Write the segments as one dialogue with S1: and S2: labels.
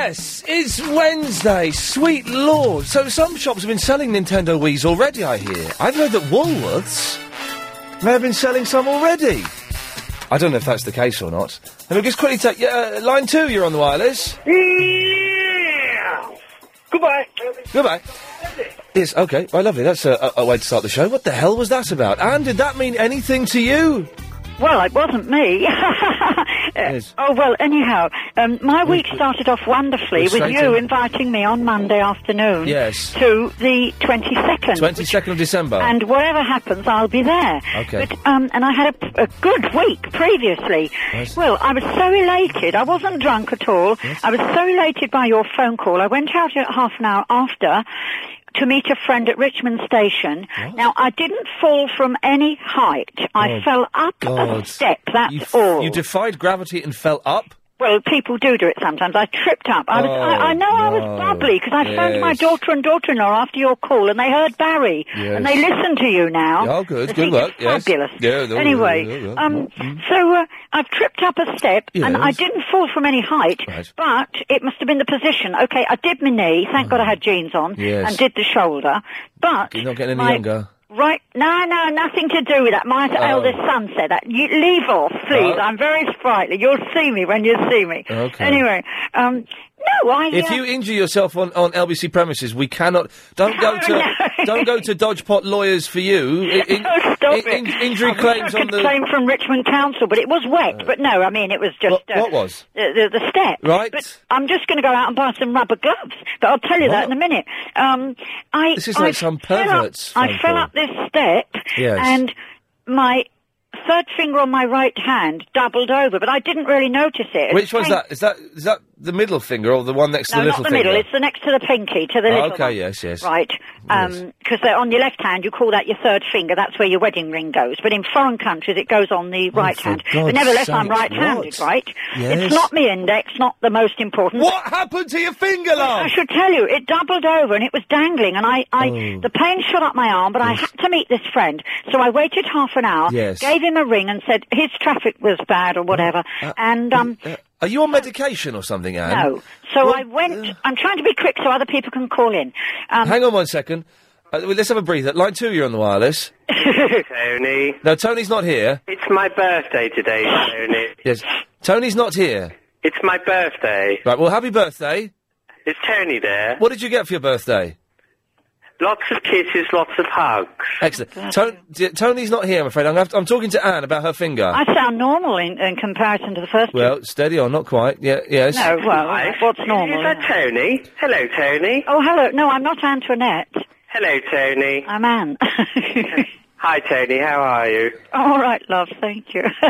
S1: It's Wednesday, sweet lord. So some shops have been selling Nintendo Wii's already, I hear. I've heard that Woolworths may have been selling some already. I don't know if that's the case or not. Let me just quickly take yeah, uh, line two. You're on the wireless.
S2: Yeah. Goodbye.
S1: Goodbye. Yes. Okay. Well, lovely. That's a, a, a way to start the show. What the hell was that about? Anne, did that mean anything to you?
S3: Well, it wasn't me.
S1: Yes.
S3: Oh, well, anyhow, um, my week started off wonderfully
S1: We're
S3: with
S1: straight
S3: you
S1: in.
S3: inviting me on Monday afternoon
S1: Yes.
S3: to the 22nd.
S1: Twenty second of December.
S3: And whatever happens, I'll be there.
S1: Okay.
S3: But, um, and I had a, a good week previously.
S1: Yes.
S3: Well, I was so elated. I wasn't drunk at all. I was so elated by your phone call. I went out at half an hour after to meet a friend at Richmond Station. Now, I didn't fall from any height.
S1: Oh,
S3: I fell up
S1: God.
S3: a step, that's
S1: you, f-
S3: all.
S1: you defied gravity and fell up.
S3: Well, people do do it sometimes. I tripped up. I, was,
S1: Oh,
S3: I, I know I
S1: no.
S3: was bubbly because I phoned my
S1: Yes.
S3: daughter and daughter-in-law after your call, and they heard Barry,
S1: Yes.
S3: and they listened to you now.
S1: Oh, good,
S3: I
S1: good
S3: think
S1: work,
S3: It's
S1: yes.
S3: fabulous.
S1: Oh, Yeah, no,
S3: anyway,
S1: no, no, no.
S3: um, so uh, I've tripped up a step, and I
S1: Yes.
S3: didn't fall from any height,
S1: Right.
S3: but it must have been the position. Okay, I did my knee. Thank God I had jeans on,
S1: Yes.
S3: and did the shoulder, but
S1: You're not getting any
S3: my-
S1: younger.
S3: Right, no, no, nothing to do with that. My eldest son said that. You leave off, please.
S1: Oh.
S3: I'm very sprightly. You'll see me when you see me.
S1: Okay.
S3: Anyway, um, no, I.
S1: If
S3: uh,
S1: you injure yourself on, on LBC premises, we cannot. Don't go to don't go to Dodgepot lawyers for you. I- in-
S3: Oh, stop
S1: in- in-
S3: it.
S1: injury
S3: I wish
S1: claims
S3: I
S1: on
S3: could
S1: the Uh,
S3: claim from Richmond Council, but it was wet. but no, I mean it was just
S1: What-
S3: uh,
S1: what was?
S3: the, the, the step.
S1: Right.
S3: But I'm just going to go out and buy some rubber gloves. But I'll tell you that in a minute. Um, I
S1: This is
S3: I
S1: like some
S3: fell up-
S1: pervert's phone
S3: I fell
S1: call.
S3: up this step,
S1: Yes.
S3: and my third finger on my right hand doubled over, but I didn't really notice it.
S1: Which one's
S3: Thank-
S1: that? Is that is that the middle finger or the one next
S3: no,
S1: to the
S3: not
S1: little
S3: the
S1: finger?
S3: middle. It's the next to the pinky, to the
S1: Oh,
S3: little
S1: okay,
S3: one.
S1: yes, yes.
S3: Right, because they're on your left hand, you call that your third finger. That's where your wedding ring goes. But in foreign countries, it goes on the right
S1: Oh, for
S3: hand.
S1: God's
S3: but nevertheless, I'm
S1: sake,
S3: right-handed,
S1: what?
S3: right?
S1: Yes.
S3: It's not my index, not the most important.
S1: What happened to your finger,
S3: I
S1: love?
S3: should tell you, it doubled over and it was dangling, and I, I
S1: Oh.
S3: the pain shot up my arm. But I had to meet this friend, so I waited half an hour,
S1: Yes. Oh,
S3: gave him a ring, and said his traffic was bad or whatever, and um,
S1: Uh, Are you on medication or something, Anne?
S3: no. So I went. I'm trying to be quick so other people can call in. Um,
S1: Hang on one second. Uh, well, let's have a breather. Line two, you're on the wireless.
S4: Tony,
S1: No, Tony's not here.
S4: it's my birthday today, Tony.
S1: Yes, Tony's not here.
S4: It's my birthday.
S1: Right. Well, happy birthday.
S4: Is Tony there?
S1: What did you get for your birthday?
S4: Lots of kisses, lots of hugs.
S1: Excellent. Ton- d- Tony's not here, I'm afraid. I'm, gonna have to- I'm talking to Anne about her finger.
S3: I sound normal in, in comparison to the first.
S1: well, steady on, not quite. Yeah, yes.
S3: no, well, what's normal?
S4: Is that Tony? Hello, Tony.
S3: Oh, hello. No, I'm not Antoinette.
S4: Hello, Tony.
S3: I'm Anne.
S4: Hi, Tony. How are you?
S3: All right, love. Thank you.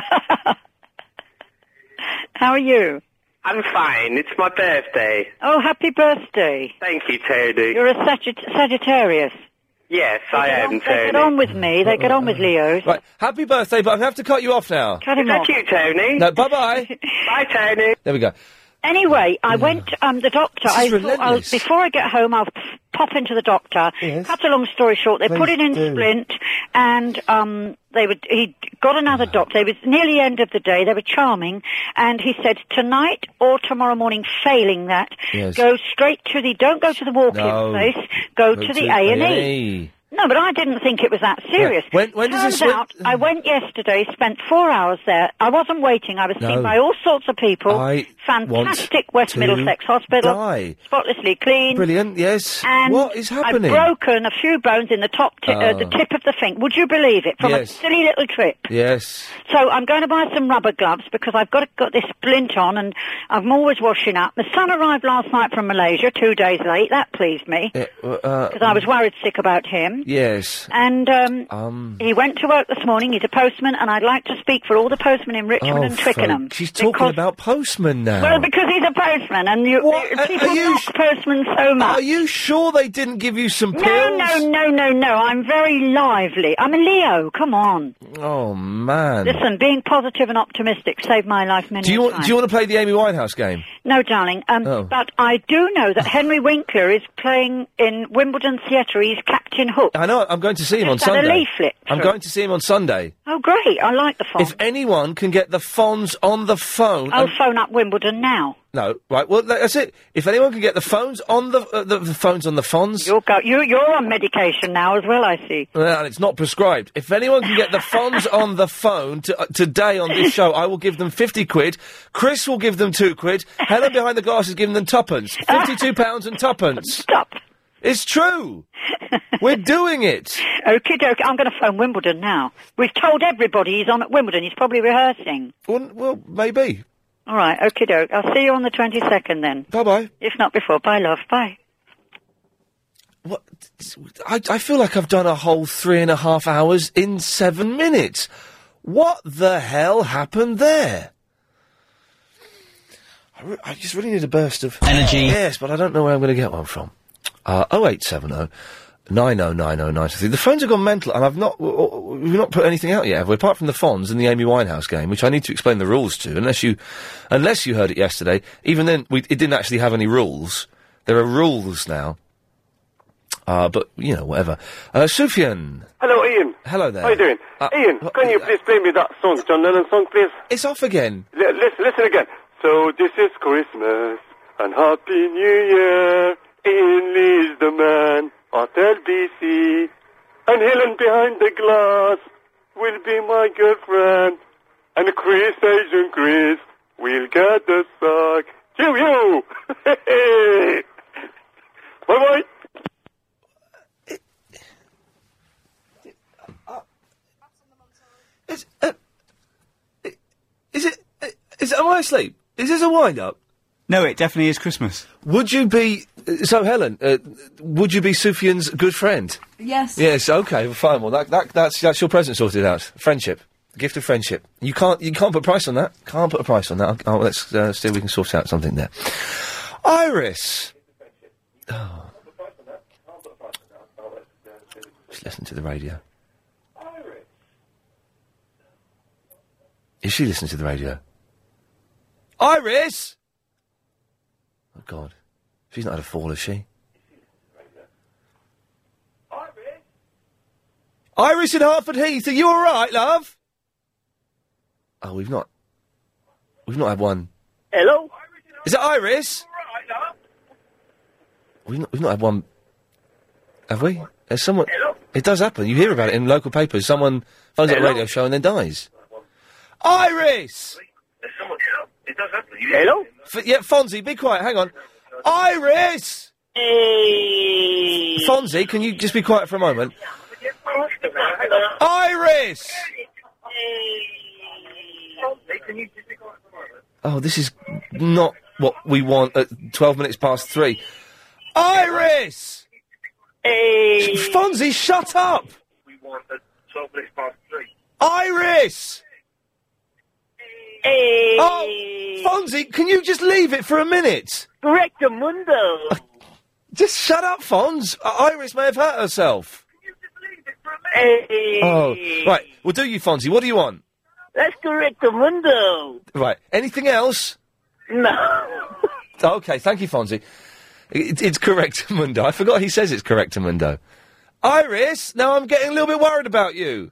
S3: How are you?
S4: I'm fine. It's my birthday.
S3: Oh, happy birthday.
S4: Thank you, Tony.
S3: You're a Sagitt- Sagittarius.
S4: Yes,
S3: They
S4: I
S3: get
S4: am,
S3: on- They get
S4: Tony.
S3: on with me. They get on with Leos.
S1: Right. Happy birthday, but I'm going to have to cut you off now.
S3: Cut him off.
S4: Thank you, Tony.
S1: No, bye bye.
S4: Bye, Tony.
S1: there we go.
S3: Anyway, I went um the doctor.
S1: This is
S3: I thought I'll,
S1: relentless.
S3: before I get home, I'll p- pop into the doctor.
S1: Yes.
S3: Cut a long story short, they put
S1: Please
S3: it in
S1: do.
S3: splint, and um they would he got another doctor. It was nearly end of the day. They were charming, and he said tonight or tomorrow morning. Failing that,
S1: Yes.
S3: go straight to the don't go to the walk-in
S1: No.
S3: place. Go, to the A and E.
S1: A&E.
S3: No, but I didn't think it was that serious.
S1: Right. When- when does
S3: Turns
S1: this- when-
S3: out, I went yesterday, spent four hours there. I wasn't waiting. I was
S1: No.
S3: seen by all sorts of people.
S1: I
S3: Fantastic
S1: want
S3: West
S1: to
S3: Middlesex Hospital.
S1: die.
S3: Spotlessly clean.
S1: Brilliant, yes.
S3: And
S1: what is happening?
S3: I've broken a few bones in the top, ti-
S1: Oh.
S3: uh, the tip of the finger. Would you believe it? From
S1: Yes.
S3: a silly little trip.
S1: yes.
S3: So I'm going to buy some rubber gloves because I've got got this splint on, and I'm always washing up. My son arrived last night from Malaysia, two days late. That pleased me
S1: Eh, uh, uh,
S3: because I was worried sick about him.
S1: yes.
S3: And um,
S1: Um,
S3: he went to work this morning. He's a postman, and I'd like to speak for all the postmen in Richmond
S1: oh,
S3: and Twickenham.
S1: folk, She's talking
S3: because,
S1: about postman now.
S3: well, because he's a postman, and you,
S1: What? Are-
S3: people
S1: are you
S3: knock
S1: sh-
S3: postmen so much.
S1: Are you sure they didn't give you some pills?
S3: no, no, no, no, no. I'm very lively. I'm a Leo. Come on.
S1: Oh, man.
S3: Listen, being positive and optimistic saved my life many
S1: do you, want,
S3: times.
S1: do you want to play the Amy Winehouse game?
S3: No, darling. Um,
S1: Oh.
S3: But I do know that Henry Winkler is playing in Wimbledon Theatre. He's Captain Hook. out.
S1: I know. I'm going to see him on
S3: Just had a
S1: Sunday.
S3: leaflet
S1: I'm
S3: through.
S1: going to see him on Sunday.
S3: Oh, great. I like the phone.
S1: If anyone can get the Fonz on the phone,
S3: I'll
S1: and-
S3: Oh, phone up Wimbledon now.
S1: no, right? Well, tha- that's it. If anyone can get the phones on the uh, the, the phones on the Fonz,
S3: You're, go- you, you're on medication now as well, I see.
S1: Well, and it's not prescribed. If anyone can get the Fonz on the phone to, uh, today on this show, I will give them 50 quid. Chris will give them two quid. Helen behind the glass is giving them tuppence. 52 pounds and tuppence.
S3: Stop.
S1: It's true. We're doing it.
S3: Okie dokie. I'm going to phone Wimbledon now. We've told everybody he's on at Wimbledon. He's probably rehearsing.
S1: Well, well maybe.
S3: All right. Okie doke. I'll see you on the 22nd then.
S1: Bye bye.
S3: If not before. Bye, love. Bye.
S1: What? I, I feel like I've done a whole three and a half hours in seven minutes. What the hell happened there? I, re- I just really need a burst of energy. Yes, but I don't know where I'm going to get one from. Uh, 0870 909093. The phones have gone mental, and I've not w- w- we've not put anything out yet, have we? Apart from the Fonz and the Amy Winehouse game, which I need to explain the rules to. Unless you, unless you heard it yesterday, even then we, it didn't actually have any rules. There are rules now. Uh, but, you know, whatever. Uh, Sufyan.
S5: Hello, Ian.
S1: Hello there.
S5: How you doing?
S1: Uh,
S5: Ian, can you please play me that song, John Lennon song, please?
S1: It's off again.
S5: L- listen, listen again. So this is Christmas and Happy New Year. Ian Lee's the man. Hotel BC and Helen behind the glass will be my girlfriend. And Chris, Asian Chris, will get the sack. Cheerio! bye bye.
S1: Is, uh, i- is it? i- Is am I asleep? Is this a wind up?
S6: No, it definitely is Christmas.
S1: Would you be uh, so, Helen? Uh, would you be Sufyan's good friend?
S7: Yes.
S1: Yes. Okay. well, Fine. Well, that, that that's that's your present sorted out. Friendship, the gift of friendship. You can't you can't put a price on that. Can't put a price on that. I'll- I'll- let's uh, see if we can sort out something there. Iris. Oh. Just listen to the radio. Is she listening to the radio? Iris! Oh, God. She's not had a fall, has she? Iris in Hartford Heath, are you all right, love? Oh, we've not. We've not had one.
S8: Hello?
S1: Is it Iris? We've not, we've not had one. Have we? There's someone. It does happen. You hear about it in local papers. Someone phones up a
S8: Hello?
S1: radio show and then dies. Iris!
S8: There's someone help. It does happen.
S1: Hello? F- yeah, Fonzie, be quiet. Hang on. Iris! Fonzie, can you just be quiet for a moment? Iris! Oh, this is not what we want at 12 minutes past three. Iris! Hey! Fonzie, shut up! Iris! Hey! Oh, Fonzie, can you just leave it for a minute? Rectamundo! Just shut up, Fonz. Uh, Iris may have hurt herself. Oh, right. We'll do you, Fonzie. What do you want?
S8: Let's do Rectamundo.
S1: Right. Anything else?
S8: No.
S1: Okay, thank you, Fonzie. It, it's correctamundo. I forgot he says it's correctamundo. Iris, now I'm getting a little bit worried about you.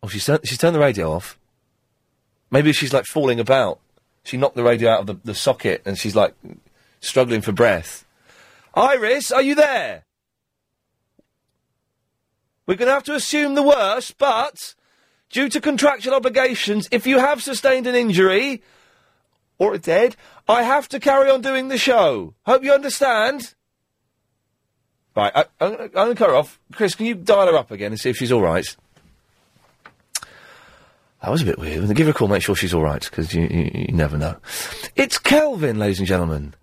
S1: Oh, she's turned, she's turned the radio off. Maybe she's like falling about. She knocked the radio out of the, the socket and she's like struggling for breath. Iris, are you there? We're going to have to assume the worst, but due to contractual obligations, if you have sustained an injury, or are dead. I have to carry on doing the show. Hope you understand. Right, I, I'm, gonna- I'm going to cut her off. Chris, can you dial her up again and see if she's all right? That was a bit weird. Give her a call, make sure she's all right, because you, you, you never know. It's Kelvin, ladies and gentlemen.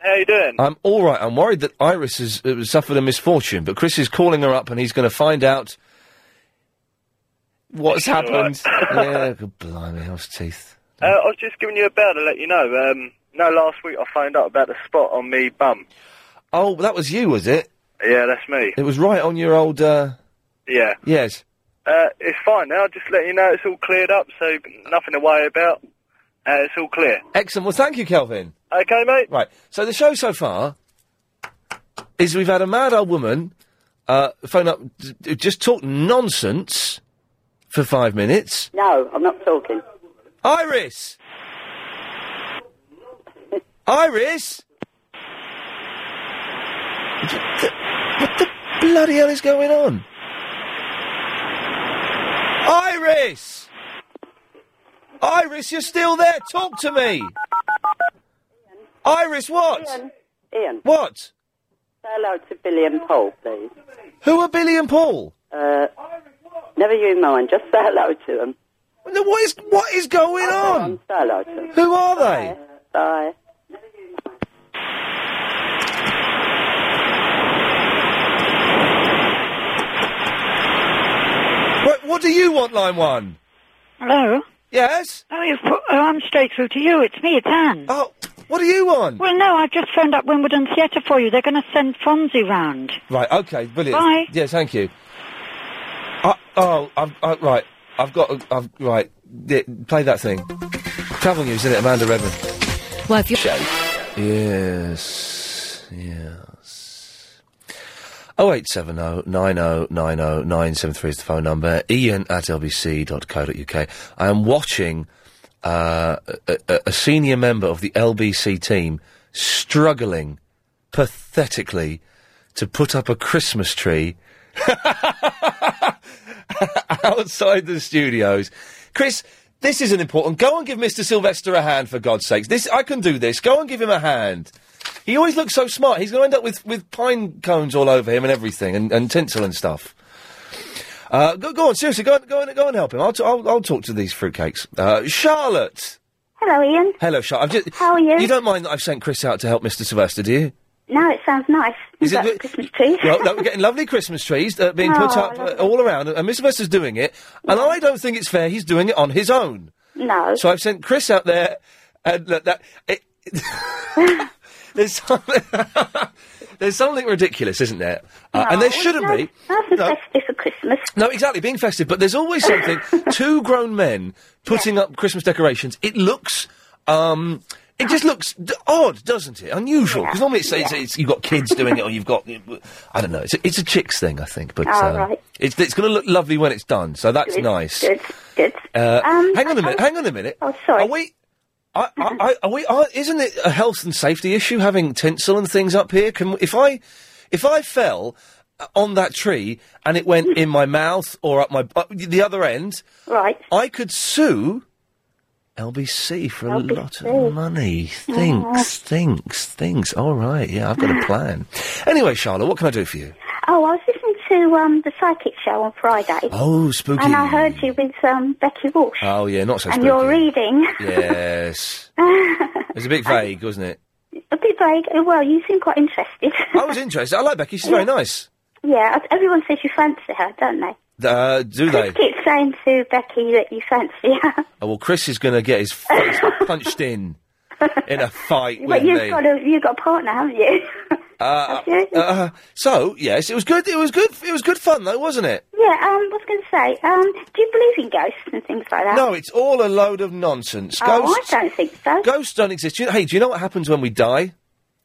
S8: How you doing?
S1: I'm all right. I'm worried that Iris has uh, suffered a misfortune, but Chris is calling her up and he's going to find out what's
S8: She's all
S1: happened.
S8: right.
S1: yeah, good blimey, how's teeth?
S8: Uh, I was just giving you a bell to let you know. Um, no, last week I found out about the spot on me bum.
S1: Oh, that was you, was it?
S8: Yeah, that's me.
S1: It was right on your old. Uh,
S8: Yeah.
S1: yes.
S8: Uh, it's fine now. Just letting you know it's all cleared up, so nothing to worry about. Uh, it's all clear.
S1: Excellent. Well, thank you, Kelvin.
S8: Okay, mate.
S1: Right. So the show so far is we've had a mad old woman uh, phone up, d- d- just talk nonsense for five minutes.
S9: No, I'm not talking.
S1: Iris! Iris! What the bloody hell is going on? Iris! Iris, you're still there! Talk to me! Iris, what?
S9: Ian, Ian.
S1: What? Say
S9: hello to Billy and Paul, please.
S1: Who are Billy and Paul?
S9: Uh, never you mind. Just say hello to them.
S1: What is what is going on?
S9: Say hello to them.
S1: Who are they?
S9: Bye.
S1: What, what do you want, line one?
S3: Hello?
S1: Yes?
S3: Oh, you've put, oh, I'm straight through to you. It's me, it's Anne.
S1: Oh, what are you on?
S3: Well, no, I've just phoned up Wimbledon Theatre for you. They're going to send Fonzie round.
S1: Right, okay, brilliant.
S3: Bye.
S1: Yeah, thank you. I, oh, I've, I, right, I've got, I've, right, yeah, play that thing. Travel news, isn't it, Amanda Redmond?
S10: Well, if you
S1: Yes, yes. Oh eight seven oh nine oh nine oh nine seven three is the phone number. Ian at lbc.co.uk. I am watching uh, a, a- a senior member of the LBC team struggling pathetically to put up a Christmas tree outside the studios. Chris, this isn't important. Go and give Mr. Sylvester a hand for God's sakes. This I can do this. Go and give him a hand. He always looks so smart. He's going to end up with, with pine cones all over him and everything, and, and tinsel and stuff. Uh, go, go on, seriously, go, on- go, on, go and help him. I'll, t- I'll, I'll talk to these fruitcakes. Uh, Charlotte!
S11: Hello, Ian.
S1: Hello, Charlotte. I've just,
S11: How are you?
S1: You don't mind that I've sent Chris out to help Mr. Sylvester, do you?
S11: No, it sounds nice.
S1: Is
S11: You've
S1: it
S11: got
S1: the-
S11: Christmas trees?
S1: well, no, we're getting lovely Christmas trees uh, being put
S11: Oh,
S1: up uh, all around, and Mr. Vester's doing it, and I don't think it's fair he's doing it on his own.
S11: No.
S1: So I've sent Chris out there, and look, that. It, there's, some, there's something ridiculous, isn't there? Uh, and there shouldn't be.
S11: That's no. festive for Christmas.
S1: No, exactly, being festive, but there's always something. two grown men putting up Christmas decorations. It looks. um... It just looks d- odd, doesn't it? Unusual. Because normally it's, it's, it's, you've got kids doing it, or you've got, I don't know. It's a, it's a chicks thing, I think. But
S11: Oh,
S1: uh,
S11: right.
S1: it's, it's going to look lovely when it's done. So that's
S11: Good,
S1: nice.
S11: Good, good.
S1: Uh,
S11: Um,
S1: hang on a
S11: I-
S1: minute.
S11: I-
S1: Hang on a minute.
S11: Oh, sorry.
S1: Are we? I, I, I, are we? Are, isn't it a health and safety issue having tinsel and things up here? Can if I, if I fell uh, on that tree and it went
S11: Hmm.
S1: in my mouth or up my bu- the other end,
S11: right?
S1: I could sue LBC for a lot of money. Thinks, thinks, thinks. All right, yeah, I've got a plan. anyway, Charlotte, what can I do for you?
S11: Oh, I was listening to um, the psychic show on Friday.
S1: Oh, spooky.
S11: And I heard you with um, Becky Walsh.
S1: Oh yeah, not so
S11: and
S1: spooky.
S11: your reading.
S1: Yes. It was a bit vague, wasn't it?
S11: A bit vague. Oh, Well, you seem quite interested.
S1: I was interested. I like Becky. She's very nice.
S11: yeah, everyone says you fancy her, don't they?
S1: Uh, do they?
S11: Keep saying to Becky that you fancy her.
S1: Oh, well, Chris is going to get his face punched in in a fight with
S11: but you've
S1: me.
S11: got a you've got a partner, haven't you?
S1: Uh, uh, uh, so yes, it was good. It was good. It was good fun, though, wasn't it?
S11: yeah. Um, I was going to say. Um, do you believe in ghosts and things like that?
S1: No, it's all a load of nonsense.
S11: Oh,
S1: Ghosts,
S11: I don't think so.
S1: ghosts don't exist. You- Hey, do you know what happens when we die?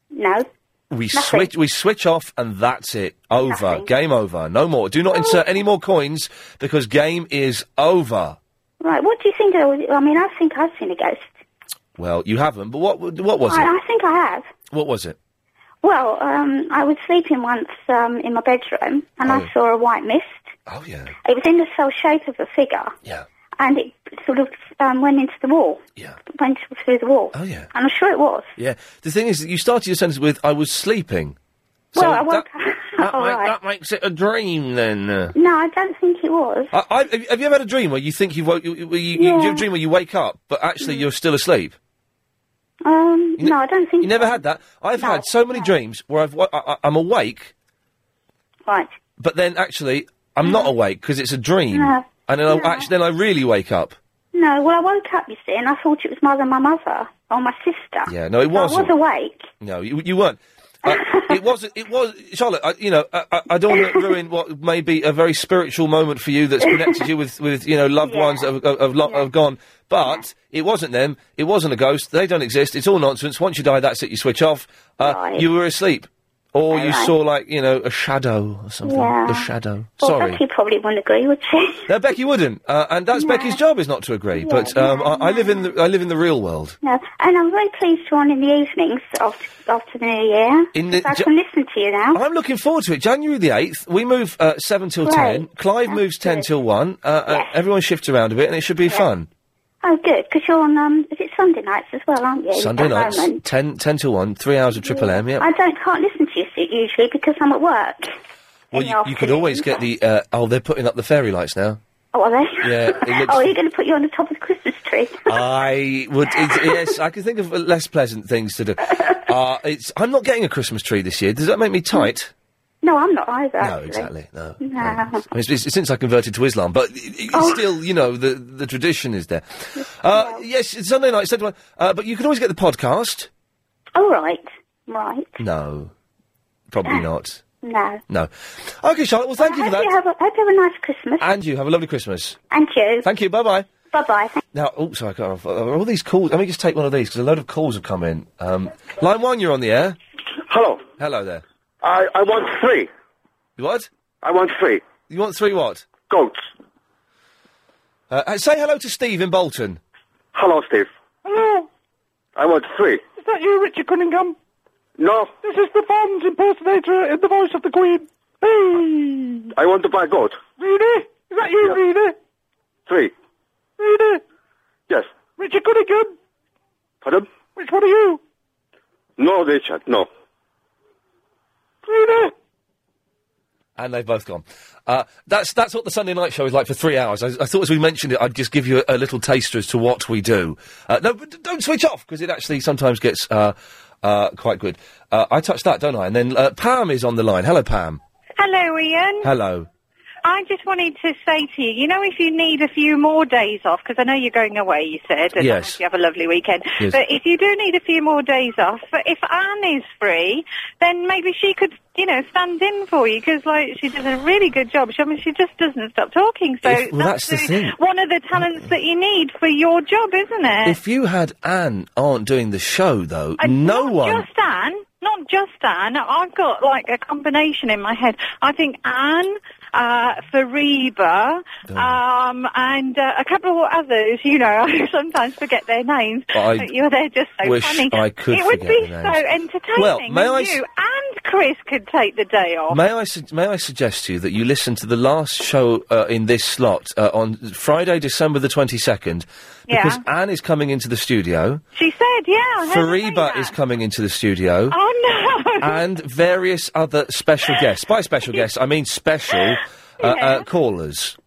S11: No.
S1: We
S11: Nothing.
S1: switch. We switch off, and that's it. Over. Game over. No more. Do not
S11: Oh.
S1: insert any more coins because game is over.
S11: Right. What do you think? Of, I mean, I think I've seen a ghost.
S1: Well, you haven't. But what? What was
S11: I,
S1: it?
S11: I think I have.
S1: What was it?
S11: Well, um, I was sleeping once um, in my bedroom, and
S1: Oh.
S11: I saw a white mist.
S1: Oh yeah.
S11: It was in the sole shape of a figure.
S1: Yeah.
S11: And it sort of um, went into the wall.
S1: Yeah.
S11: Went through the wall.
S1: Oh, yeah.
S11: And I'm sure it was.
S1: Yeah. The thing is, that you started your sentence with "I was sleeping."
S11: well,
S1: So
S11: I woke up.
S1: That,
S11: All
S1: make-
S11: right.
S1: that makes it a dream then. uh. I,
S11: No, I don't think it was.
S1: I, have you- have you ever had a dream where you think you woke? You, you, you, you have a
S11: Yeah. Mm.
S1: dream where you wake up, but actually you're still asleep.
S11: Um, no, I don't think.
S1: You never had that. I've had so many dreams where I've wa- I, I- I'm awake,
S11: Right. Mm.
S1: but then actually I'm not awake because it's a dream,
S11: No.
S1: and then I actually then I really wake up.
S11: No, well, I woke up, you see, and I thought it was mother, my mother, or my sister.
S1: Yeah, no, it
S11: So I
S1: wasn't.
S11: was awake.
S1: No, you, you weren't. Uh, it wasn't. It was Charlotte. I, you know, I, I, I don't want to ruin what may be a very spiritual moment for you that's connected you with, with you know loved ones that have, have, have, lo- have gone. But it wasn't them. It wasn't a ghost. They don't exist. It's all nonsense. Once you die, that's it. You switch off. Uh, You were asleep. Or you
S11: Alright.
S1: saw like you know a shadow or something.
S11: Yeah.
S1: The shadow.
S11: Well,
S1: Sorry.
S11: Becky probably wouldn't agree, would she?
S1: No, Becky wouldn't, uh, and that's Becky's job is not to agree. but um, I, I live in the I live in the real world.
S11: No. And I'm very pleased you're on in the evenings after, after the new year.
S1: In the
S11: So I
S1: ju- Oh.
S11: can listen to you now.
S1: I'm looking forward to it. January the eighth, we move uh, seven till
S11: Great.
S1: ten. Clive moves ten till one. Uh, uh, everyone shifts around a bit, and it should be fun.
S11: Oh, good, because you're on, um, is it Sunday nights as well, aren't you?
S1: Sunday
S11: at the
S1: nights,
S11: moment?
S1: 10, 10 till one, three hours of Triple M.
S11: I
S1: Yeah.
S11: don't, can't listen to you so- usually because I'm at work.
S1: Well, you, you could always get the uh, oh, they're putting up the fairy lights now.
S11: Oh, are they?
S1: Yeah, it looks-
S11: oh, are you going to put you on the top of the Christmas tree?
S1: I would. It, yes, I can think of less pleasant things to do. Uh, it's. I'm not getting a Christmas tree this year. Does that make me tight?
S11: No, I'm not either.
S1: No,
S11: actually.
S1: exactly. No.
S11: No.
S1: I mean, it's, it's since I converted to Islam, but it, it's
S11: Oh.
S1: still, you know, the the tradition is there. Uh, Yes, it's Sunday night, Sunday night. Uh, but you can always get the podcast.
S11: All right. Right.
S1: No, probably not.
S11: No.
S1: No. Okay, Charlotte. Well, thank you for
S11: Mm. Oh, Hope you,
S1: that.
S11: have a, hope you have a nice Christmas.
S1: And you have a lovely Christmas.
S11: And you.
S1: Thank you. Bye bye.
S11: Bye bye.
S1: Now, oh, sorry, I can't, are all these calls? Let me just take one of these because a load of calls have come in. Um, line one, you're on the air.
S10: Hello.
S1: Hello there.
S10: I, I want three.
S1: What?
S10: I want three.
S1: You want three what?
S10: Goats.
S1: Uh, uh, say hello to Steve in Bolton.
S10: Hello, Steve.
S12: Hello,
S10: I want three.
S12: Oh, is that you, Richard Cunningham?
S10: No,
S12: This is the Fonz impersonator in the voice of the Queen. Hey,
S10: I want to buy a goat.
S12: Reedy, is that you, Reedy?
S10: Three.
S12: Reedy,
S10: Yes.
S12: Richard Cunningham.
S10: Pardon?
S12: Which one are you,
S10: No, Richard. No.
S12: Reedy?
S1: And they've both gone. Uh, that's that's what the Sunday night show is like for three hours. I, I thought as we mentioned it, I'd just give you a, a little taster as to what we do. Uh, no, but d- don't switch off because it actually sometimes gets uh, uh, quite good. Uh, I touched that, don't I? And then uh, Pam is on the line. Hello, Pam.
S13: Hello, Ian.
S1: Hello.
S13: I just wanted to say to you, you know, if you need a few more days off, because I know you're going away, you said, and
S5: Yes.
S13: I hope you have a lovely weekend.
S5: Yes.
S13: But if you do need a few more days off, but if Anne is free, then maybe she could, you know, stand in for you because, like, she does a really good job. She, I mean, she just doesn't stop talking. So
S1: If- well, that's the thing.
S13: one of the talents that you need for your job, isn't it?
S1: If you had Anne aren't doing the show though, no one.
S13: Just Anne, not just Anne. I've got like a combination in my head. I think Anne, uh, Fariba, um, and uh, a couple of others. You know, I sometimes forget their names.
S1: Well, I
S13: but you're there just so
S1: wish
S13: funny.
S1: I could
S13: It would
S1: forget
S13: be
S1: the
S13: so
S1: names.
S13: entertaining.
S1: Well, may
S13: and
S1: I
S13: You and Chris could take the day off.
S1: May I su- may I suggest to you that you listen to the last show uh, in this slot uh, on Friday, December the twenty second, because Anne is coming into the studio.
S13: she said, "Yeah." I heard her say
S1: Fariba
S13: that.
S1: is coming into the studio.
S13: Oh no!
S1: and various other special guests. By special guests, I mean special uh, uh, callers.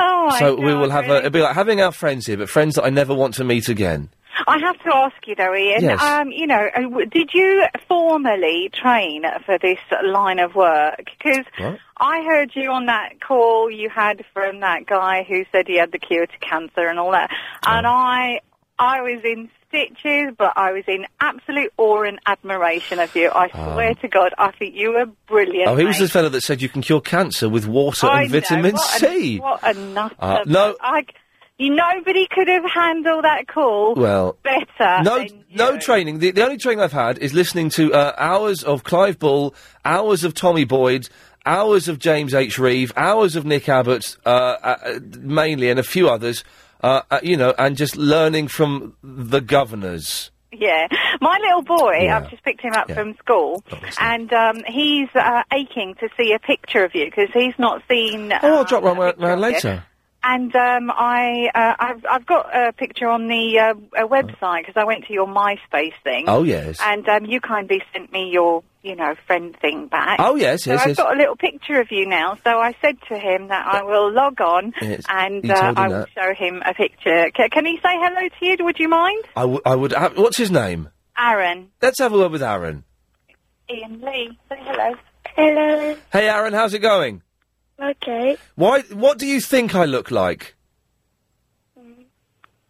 S13: oh, my
S1: so we
S13: God,
S1: will have a.
S13: really.
S1: It'll be like having our friends here, but friends that I never want to meet again.
S13: I have to ask you though, Ian.
S1: Yes.
S13: Um, you know, uh, w- did you formally train for this line of work? Because
S1: What?
S13: I heard you on that call you had from that guy who said he had the cure to cancer and all that,
S1: Oh.
S13: and I, I was in stitches, but I was in absolute awe and admiration of you. I swear to God, I think you were brilliant.
S1: oh, he was
S13: mate.
S1: the fellow that said you can cure cancer with water
S13: I
S1: and vitamin
S13: know, what
S1: C.
S13: A, what a nutter!
S1: Uh, no.
S13: I, you, nobody could have handled that call
S1: Well,
S13: better.
S1: no,
S13: than
S1: no training. The, the only training I've had is listening to uh, hours of Clive Bull, hours of Tommy Boyd, hours of James H. Reeve, hours of Nick Abbott, uh, uh, uh, mainly, and a few others. Uh, uh, you know, and just learning from the governors.
S13: Yeah, my little boy. I've just picked him up
S1: Yeah.
S13: from school, and um, he's uh, aching to see a picture of you because he's not seen.
S1: oh,
S13: Uh,
S1: I'll drop one round later.
S13: and um, I, uh, I've, I've got a picture on the uh, a website because I went to your MySpace thing.
S1: Oh, yes.
S13: And um, you kindly sent me your, you know, friend thing back.
S1: Oh, yes,
S13: so
S1: yes,
S13: I've
S1: yes.
S13: got a little picture of you now. So I said to him that I will log on
S1: Yes,
S13: and
S1: you
S13: uh,
S1: told him
S13: I will
S1: that.
S13: show him a picture. C- can he say hello to you? Would you mind,
S1: I, w- I would. Have, what's his name?
S13: Aaron?
S1: Let's have a word with Aaron.
S13: Ian Lee, say hello.
S14: Hello.
S1: Hey, Aaron, how's it going?
S14: Okay.
S1: Why? What do you think I look like?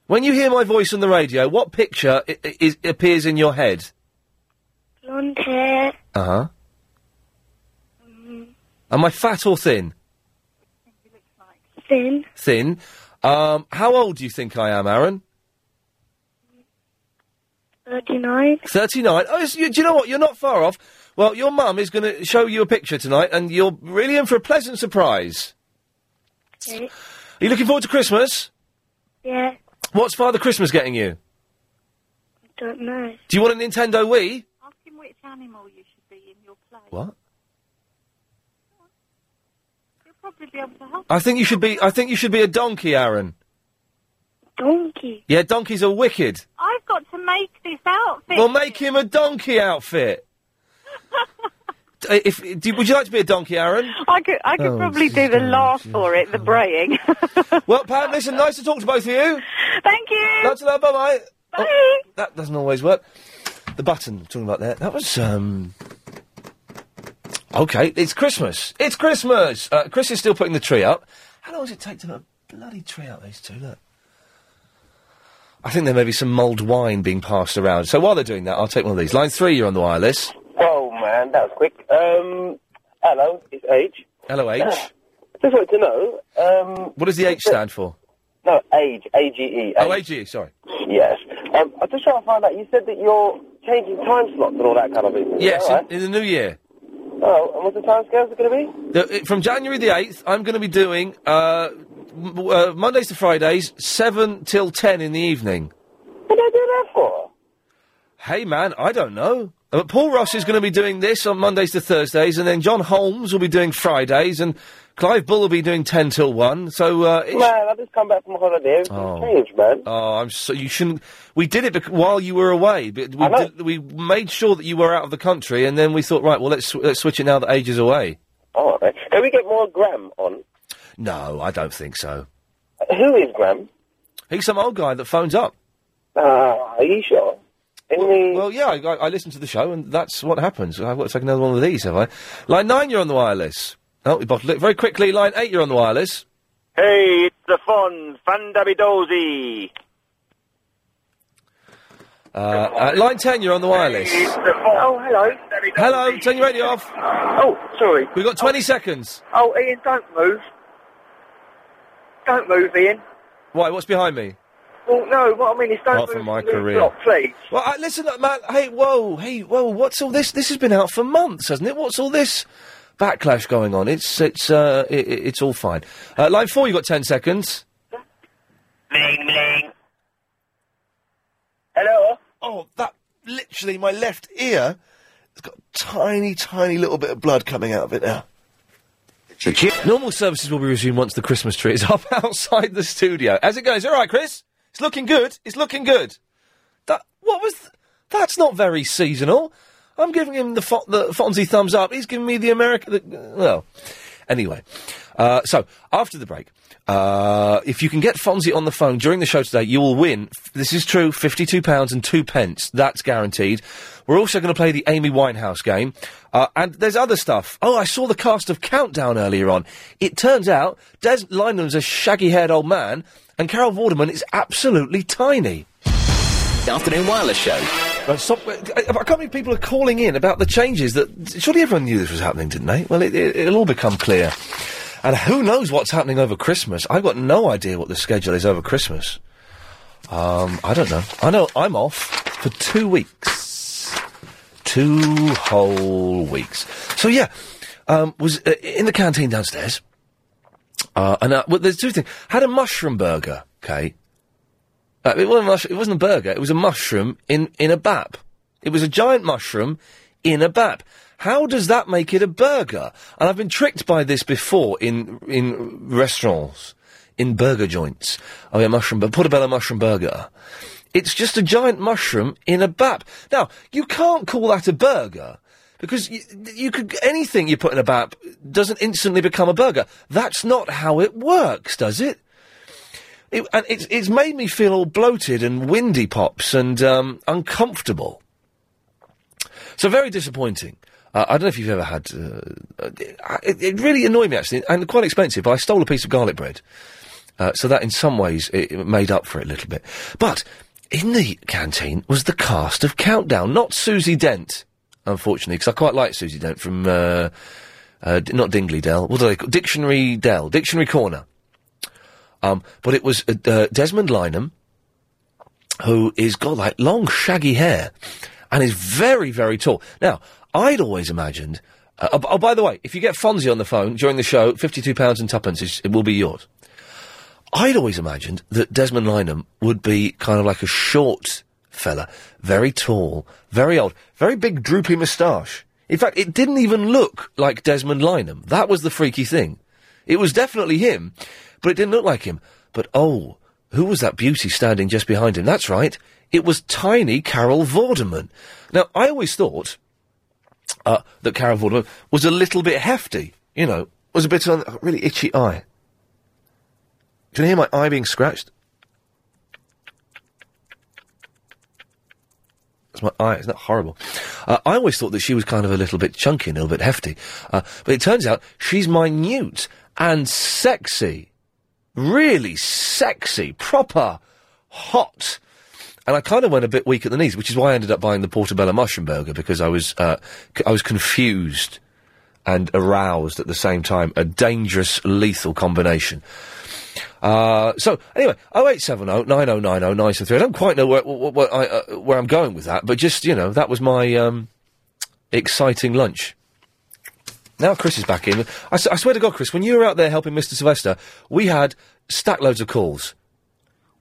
S1: When you hear my voice on the radio, what picture i- i- is, appears in your head?
S14: Blonde hair.
S1: Uh huh. Am I fat or thin?
S14: Thin.
S1: Thin. Um, how old do you think I am, Aaron?
S14: 39.
S1: 39. Oh, it's, you, do you know what? You're not far off. Well, your mum is going to show you a picture tonight, and you're really in for a pleasant surprise.
S14: Okay.
S1: Are you looking forward to Christmas?
S14: Yeah,
S1: What's Father Christmas getting you?
S14: don't know.
S1: Do you want a Nintendo Wii?
S13: Ask him which animal you should be in your play.
S1: What?
S13: He'll probably be able to help.
S1: I think you should be. I think you should be a donkey, Aaron.
S14: Donkey.
S1: Yeah, donkeys are wicked.
S13: I've got to make this outfit.
S1: Well, make him a donkey outfit. D- if do, would you like to be a donkey, Aaron?
S13: I could, I could
S1: Oh,
S13: probably do the laugh for it, the braying.
S1: well, Pam, listen, nice to talk to both of you.
S13: Thank you.
S1: Lots of love, bye bye. Bye. Oh, that doesn't always work. The button, talking about that, that was, um. Okay, it's Christmas. It's Christmas! Uh, Chris is still putting the tree up. How long does it take to put a bloody tree out, these two? Look. I think there may be some mulled wine being passed around. So while they're doing that, I'll take one of these. Line three, you're on the wireless.
S5: Oh man, that was quick. Um, hello, it's H.
S1: Hello,
S5: Uh,
S1: H.
S5: Just wanted to know. Um,
S1: What does the H stand for?
S5: no, age, A G E.
S1: Oh, E. AG, sorry.
S5: Yes. Um, I just trying to find out. You said that you're changing time slots and all that kind of business.
S1: Yes,
S5: All right.
S1: in, in the new year.
S5: Oh, and what's the time scales going to be?
S1: The, it- from January the 8th, I'm going to be doing uh, m- uh, Mondays to Fridays, 7 till 10 in the evening.
S5: What do I do that for?
S1: Hey, man, I don't know. Uh, But Paul Ross is going to be doing this on Mondays to Thursdays, and then John Holmes will be doing Fridays, and Clive Bull will be doing 10 till 1. So, uh, it's.
S5: Man, I just come back from holiday. Everything's changed, man.
S1: Oh, I'm so you shouldn't. We did it bec- while you were away. But we,
S5: I know.
S1: did- we made sure that you were out of the country, and then we thought, right, well, let's sw- let's switch it now that Age is away.
S5: Oh, all right. Can we get more Graham on?
S1: No, I don't think so.
S5: Uh, Who is Graham?
S1: He's some old guy that phones up.
S5: Uh, are you sure?
S1: Well, well, yeah, I, I I listened to the show, and that's what happens. I've got to take another one of these, have I? Line nine, you're on the wireless. Oh, we bottled it very quickly. Line eight, you're on the wireless.
S15: Hey, it's the Fons, Fandabidozi.
S1: Uh, uh, line ten, you're on the wireless.
S15: Oh, hello.
S1: Hello, turn your radio off. Oh, sorry. We've got 20 seconds.
S15: Oh, Ian, don't move. Don't move, Ian.
S1: Why, what's behind me?
S15: Well, no, what I mean is don't
S1: Apart
S15: move.
S1: from my
S15: the
S1: career.
S15: block, please.
S1: Well, I, listen, up, man. Hey, whoa, hey, whoa. What's all this? This has been out for months, hasn't it? What's all this backlash going on? It's it's uh, i i- it's all fine. Uh, line four, you got ten seconds.
S15: Bling, bling.
S1: Hello. Oh, that literally my left ear has got a tiny, tiny little bit of blood coming out of it now. Normal services will be resumed once the Christmas tree is up outside the studio. As it goes, all right, Chris. It's looking good. It's looking good. That what was? Th- that's not very seasonal. I'm giving him the, fo- the Fonzie thumbs up. He's giving me the America. The, well, anyway. Uh, so after the break, uh, if you can get Fonzie on the phone during the show today, you will win. f- This is true. Fifty-two pounds and two pence. That's guaranteed. We're also going to play the Amy Winehouse game, uh, and there's other stuff. Oh, I saw the cast of Countdown earlier on. It turns out Des Lynam's a shaggy-haired old man, and Carol Vorderman is absolutely tiny. The Afternoon Wireless Show. Uh, stop. I, I can't believe people are calling in about the changes that. Surely everyone knew this was happening, didn't they? Well, it, it, it'll all become clear. And who knows what's happening over Christmas? I've got no idea what the schedule is over Christmas. Um, I don't know. I know I'm off for two weeks. Two whole weeks. So, yeah, um, was uh, in the canteen downstairs. Uh, and uh, well, there's two things. Had a mushroom burger, okay? Uh, it wasn't a mush- it wasn't a burger. It was a mushroom in in a bap. It was a giant mushroom in a bap. How does that make it a burger? And I've been tricked by this before in in restaurants, in burger joints. Oh yeah, mushroom, but portobello mushroom burger. It's just a giant mushroom in a bap. Now you can't call that a burger. Because you, you could anything you put in a bap doesn't instantly become a burger. That's not how it works, does it? It, and it's it's made me feel all bloated and windy pops and um, uncomfortable. So very disappointing. Uh, I don't know if you've ever had. Uh, uh, it, it really annoyed me actually, and quite expensive. But I stole a piece of garlic bread, uh, so that in some ways it, it made up for it a little bit. But in the canteen was the cast of Countdown, not Susie Dent, unfortunately, because I quite like Susie Dent from uh, uh, d- not Dingley Dell. What do they call Dictionary Dell? Dictionary Corner. Um, but it was uh, uh, Desmond Lynam, who is got like long, shaggy hair and is very, very tall. Now, I'd always imagined. Uh, oh, b- oh, by the way, if you get Fonzie on the phone during the show, fifty-two pounds and tuppence is, it will be yours. I'd always imagined that Desmond Lynam would be kind of like a short fella, very tall, very old, very big droopy moustache. In fact, it didn't even look like Desmond Lynam. That was the freaky thing. It was definitely him, but it didn't look like him. But oh, who was that beauty standing just behind him? That's right, it was tiny Carol Vorderman. Now, I always thought uh, that Carol Vorderman was a little bit hefty, you know, was a bit on a really itchy eye. Can you hear my eye being scratched? It's my eye. Isn't that horrible? Uh, I always thought that she was kind of a little bit chunky and a little bit hefty. Uh, but it turns out she's minute and sexy. Really sexy. Proper. Hot. And I kind of went a bit weak at the knees, which is why I ended up buying the Portobello Mushroom Burger because I was, uh, c- I was confused and aroused at the same time. A dangerous, lethal combination. Uh, so anyway, 0870 9090 973. oh. I don't quite know where, where, where, I, uh, where I'm going with that, but just, you know, that was my um, exciting lunch. Now Chris is back in. I, s- I swear to God, Chris, when you were out there helping Mr. Sylvester, we had stack loads of calls.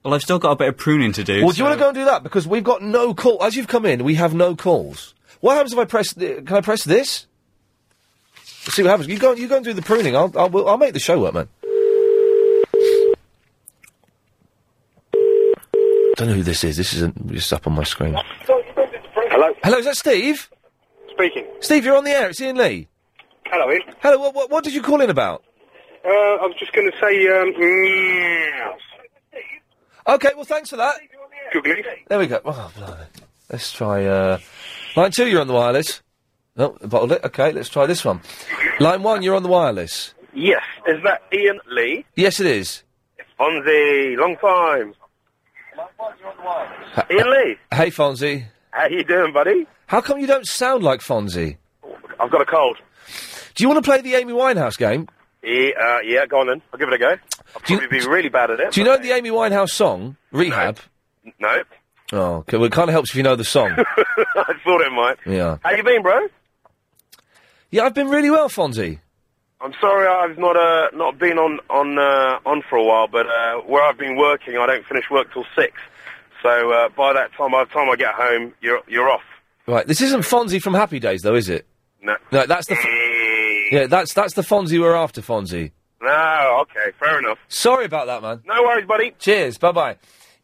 S16: Well, I've still got a bit of pruning to do.
S1: Well, do you want to go and do that? Because we've got no call. As you've come in, we have no calls. What happens if I press? The, can I press this? Let's see what happens. You go. You go and do the pruning. I'll. I'll, we'll- I'll make the show work, man. Don't know who this is. This isn't just up on my screen.
S17: Hello.
S1: Hello, is that Steve?
S17: Speaking.
S1: Steve, you're on the air. It's Ian Lee.
S17: Hello, Ian.
S1: Hello. What, what, what did you call in about?
S17: Uh, I was just going to say, um, meows.
S1: Okay. Well, thanks for that.
S17: Googly.
S1: There we go. Oh, blimey. Let's try uh, line two. You're on the wireless. No, oh, bottled it. Okay, let's try this one. Line one. You're on the wireless.
S18: Yes, is that Ian Lee?
S1: Yes, it is.
S18: Fonzie, long time. Ian Lee,
S1: Hey, Fonzie.
S18: how you doing, buddy?
S1: How come you don't sound like Fonzie?
S18: I've got a cold.
S1: Do you want to play the Amy Winehouse game?
S18: Yeah, uh, yeah, go on then. I'll give it a go. I'll
S1: Do you-
S18: probably be really bad at it.
S1: Do you know the Amy Winehouse song Rehab?
S18: but- No,
S1: Oh, okay. Well, it kind of helps if you know the song.
S18: I thought it might.
S1: yeah.
S18: How you been, bro?
S1: Yeah, I've been really well, Fonzie.
S18: I'm sorry I've not uh, not been on on uh, on for a while, but uh, where I've been working, I don't finish work till six. So uh, by that time, by the time I get home, you're you're off.
S1: Right. This isn't Fonzie from Happy Days, though, is it?
S18: No.
S1: No, that's the. F- yeah, that's that's the Fonzie we're after, Fonzie.
S18: Eh, No, okay, fair enough.
S1: Sorry about that, man.
S18: No worries, buddy.
S1: Cheers. Bye bye.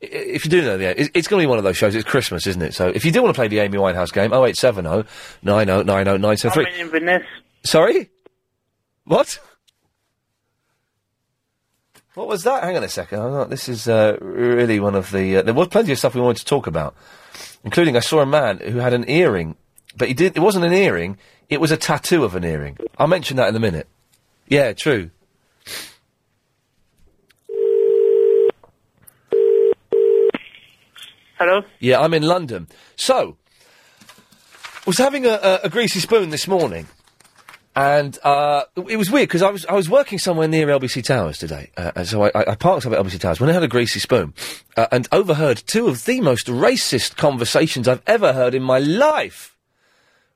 S1: If you do know the, it's, it's going to be one of those shows. It's Christmas, isn't it? So if you do want to play the Amy Winehouse game, 0870 9090 973.
S15: Inverness.
S1: Sorry? What? What was that? Hang on a second. I'm not- this is uh, really one of the. Uh, there was plenty of stuff we wanted to talk about, including I saw a man who had an earring, but he did. It wasn't an earring. It was a tattoo of an earring. I'll mention that in a minute. Yeah, true.
S15: Hello.
S1: Yeah, I'm in London. So, was having a, a, a greasy spoon this morning, and uh, it was weird because I was I was working somewhere near LBC Towers today, uh, and so I, I I parked up at LBC Towers when I had a greasy spoon, uh, and overheard two of the most racist conversations I've ever heard in my life.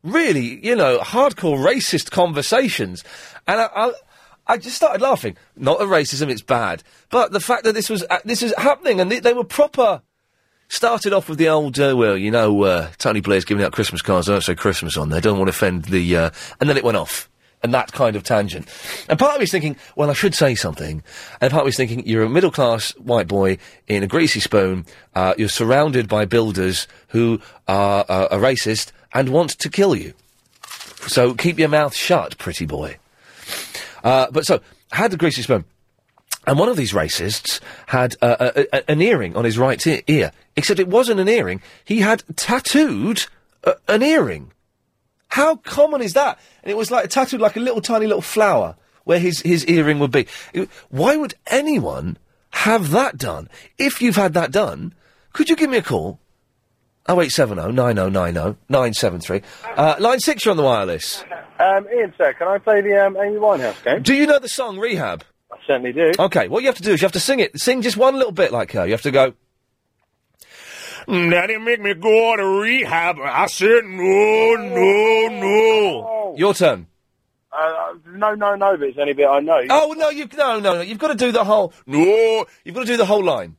S1: Really, you know, hardcore racist conversations, and I. I I just started laughing. Not at racism; it's bad, but the fact that this was uh, this is happening, and they, they were proper Started off with the old, uh, well, you know, uh, Tony Blair's giving out Christmas cards. Don't say Christmas on there. Don't want to offend the. Uh, and then it went off. And that kind of tangent. And part of me's thinking, well, I should say something. And part of me's thinking, you're a middle class white boy in a greasy spoon. Uh, you're surrounded by builders who are, uh, are racist and want to kill you. So keep your mouth shut, pretty boy. Uh, but so, had the greasy spoon. And one of these racists had uh, a, a, an earring on his right ear, ear, except it wasn't an earring. He had tattooed uh, an earring. How common is that? And it was like tattooed like a little tiny little flower where his, his earring would be. It- why would anyone have that done? If you've had that done, could you give me a call? 0870 9090 973. Uh, line 6, you're on the wireless.
S8: Um, Ian, sir, can I play the um, Amy Winehouse game?
S1: Do you know the song Rehab?
S8: I certainly do.
S1: Okay, what you have to do is you have to sing it. Sing just one little bit like her. You have to go.
S8: Mm, That didn't make me go to rehab. I said no, no, no.
S1: Your turn.
S19: Uh, no, no, no, but it's the only bit I know.
S1: Oh no, you no no no! You've got to do the whole no. You've got to do the whole line.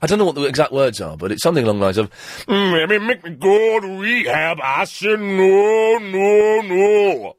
S1: I don't know what the exact words are, but it's something along the lines of "Mm,
S8: Let me make me go to rehab. I said no, no, no.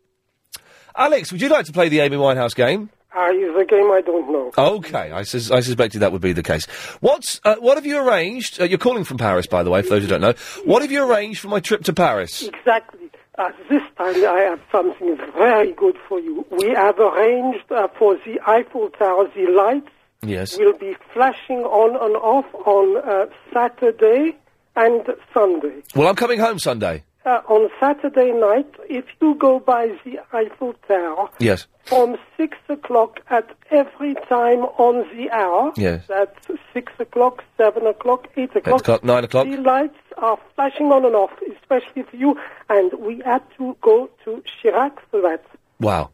S1: Alex. Would you like to play the Amy Winehouse game?
S16: Uh, it's a game I don't know.
S1: Okay, I, sus- I suspected that would be the case. What's uh, what have you arranged? Uh, you're calling from Paris, by the way, for those who don't know. What have you arranged for my trip to Paris?
S16: Exactly. Uh, this time I have something very good for you. We have arranged uh, for the Eiffel Tower, the lights
S1: Yes.
S16: will be flashing on and off on uh, Saturday and Sunday.
S1: Well, I'm coming home Sunday.
S16: Uh, on Saturday night, if you go by the Eiffel Tower,
S1: Yes.
S16: from six o'clock at every time on the hour.
S1: Yes.
S16: That's six o'clock, seven o'clock, eight o'clock.
S1: o'clock, nine o'clock.
S16: The lights are flashing on and off, especially for you. And we had to go to Chirac for that.
S1: Wow.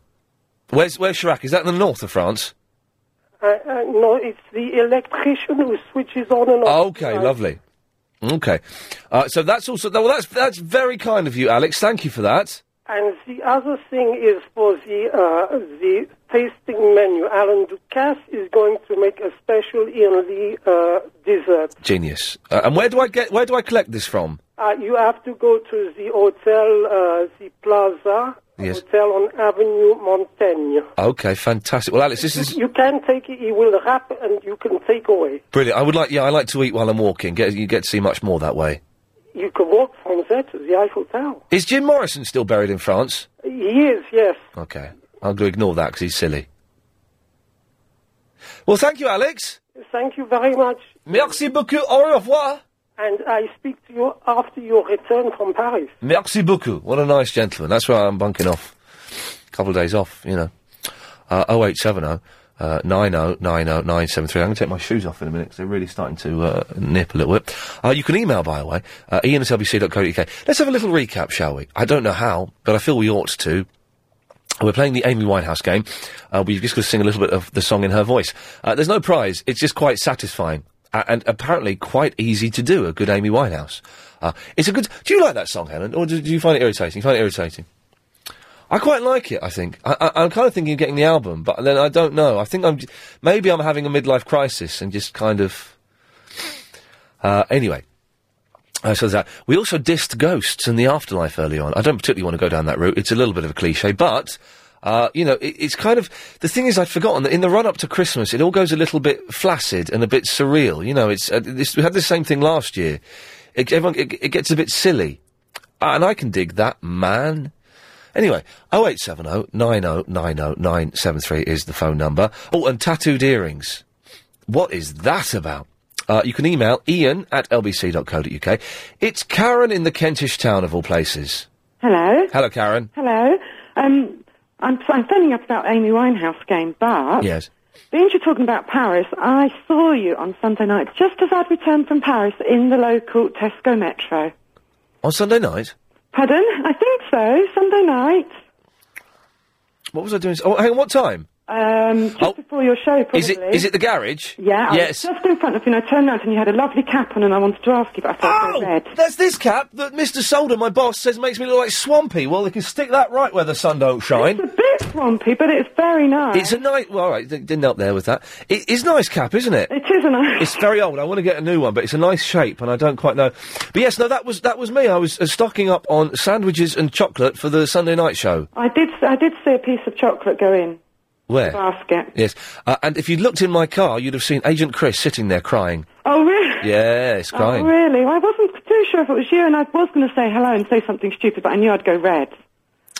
S1: Where's where's Chirac? Is that in the north of France?
S16: Uh, uh, no, it's the electrician who switches on and off.
S1: Okay, lovely. Okay, uh, so that's also well. That's that's very kind of you, Alex. Thank you for that.
S16: And the other thing is for the uh, the tasting menu. Alan Ducasse is going to make a special in the uh, dessert.
S1: Genius. Uh, and where do I get? Where do I collect this from?
S16: Uh, you have to go to the hotel, uh, the Plaza
S1: Yes.
S16: Hotel on Avenue Montaigne.
S1: Okay, fantastic. Well, Alex, this is
S16: You can take it. He will wrap and you can take away.
S1: brilliant. I would like. Yeah, I like to eat while I'm walking. Get you get to see much more that way.
S16: You can walk from there to the Eiffel Tower.
S1: Is Jim Morrison still buried in France?
S16: He is, yes.
S1: Okay, I'm going to ignore that because he's silly. Well, thank you, Alex.
S16: Thank you very much.
S1: Merci beaucoup. Au revoir.
S16: And I speak to you after your return from Paris.
S1: Merci beaucoup. What a nice gentleman. That's why I'm bunking off. A couple of days off, you know. Uh, 0870 uh, 90 90 973. I'm going to take my shoes off in a minute because they're really starting to uh, nip a little bit. Uh, you can email, by the way, uh, ian at lbc.co.uk. Let's have a little recap, shall we? I don't know how, but I feel we ought to. We're playing the Amy Winehouse game. Uh, we've just got to sing a little bit of the song in her voice. Uh, there's no prize. It's just quite satisfying uh, and apparently quite easy to do. A good Amy Winehouse. Uh, it's a good. Do you like that song, Helen, or do, do you find it irritating? You find it irritating? I quite like it. I think I, I, I'm kind of thinking of getting the album, but then I don't know. I think I'm j- maybe I'm having a midlife crisis and just kind of. Uh, anyway, uh, so that we also dissed ghosts and the afterlife early on. I don't particularly want to go down that route. It's a little bit of a cliche, but uh, you know, it, it's kind of the thing is I'd forgotten that in the run up to Christmas, it all goes a little bit flaccid and a bit surreal. You know, it's uh, this, we had the same thing last year. It, everyone, it, it gets a bit silly, uh, and I can dig that, man. Anyway, 0870 90 90 973 is the phone number. Oh, and tattooed earrings. What is that about? Uh, you can email ian at lbc.co.uk. It's Karen in the Kentish town of all places.
S20: Hello.
S1: Hello, Karen.
S20: Hello. Um, I'm, I'm phoning up about Amy Winehouse game, but
S1: Yes.
S20: being you're talking about Paris, I saw you on Sunday night just as I'd returned from Paris in the local Tesco Metro.
S1: On Sunday night?
S20: Pardon? I think so. Sunday night.
S1: What was I doing? Oh, hang on, what time?
S20: Um, just before your show, probably.
S1: Oh. Is it is it the garage?
S20: Yeah. I was
S1: Yes.
S20: just in front of you, and I turned around and you had a lovely cap on, and I wanted to ask you, but I thought
S1: Oh!
S20: it was red.
S1: That's this cap that Mr. Solder, my boss, says makes me look like Swampy. Well, they can stick that right where the sun don't shine.
S20: It's a bit swampy, but it's very nice.
S1: It's a nice. Well, all right, d- didn't help there with that. It is nice cap, isn't it?
S20: It is a nice.
S1: It's very old. I want to get a new one, but it's a nice shape, and I don't quite know. But yes, no, that was that was me. I was uh, stocking up on sandwiches and chocolate for the Sunday night show.
S20: I did. I did see a piece of chocolate go in
S1: Where?
S20: the basket.
S1: Yes, uh, and if you looked in my car, you'd have seen Agent Chris sitting there crying.
S20: Oh really?
S1: Yes, crying.
S20: Oh really? Well, I wasn't too sure if it was you, and I was going to say hello and say something stupid, but I knew I'd go red.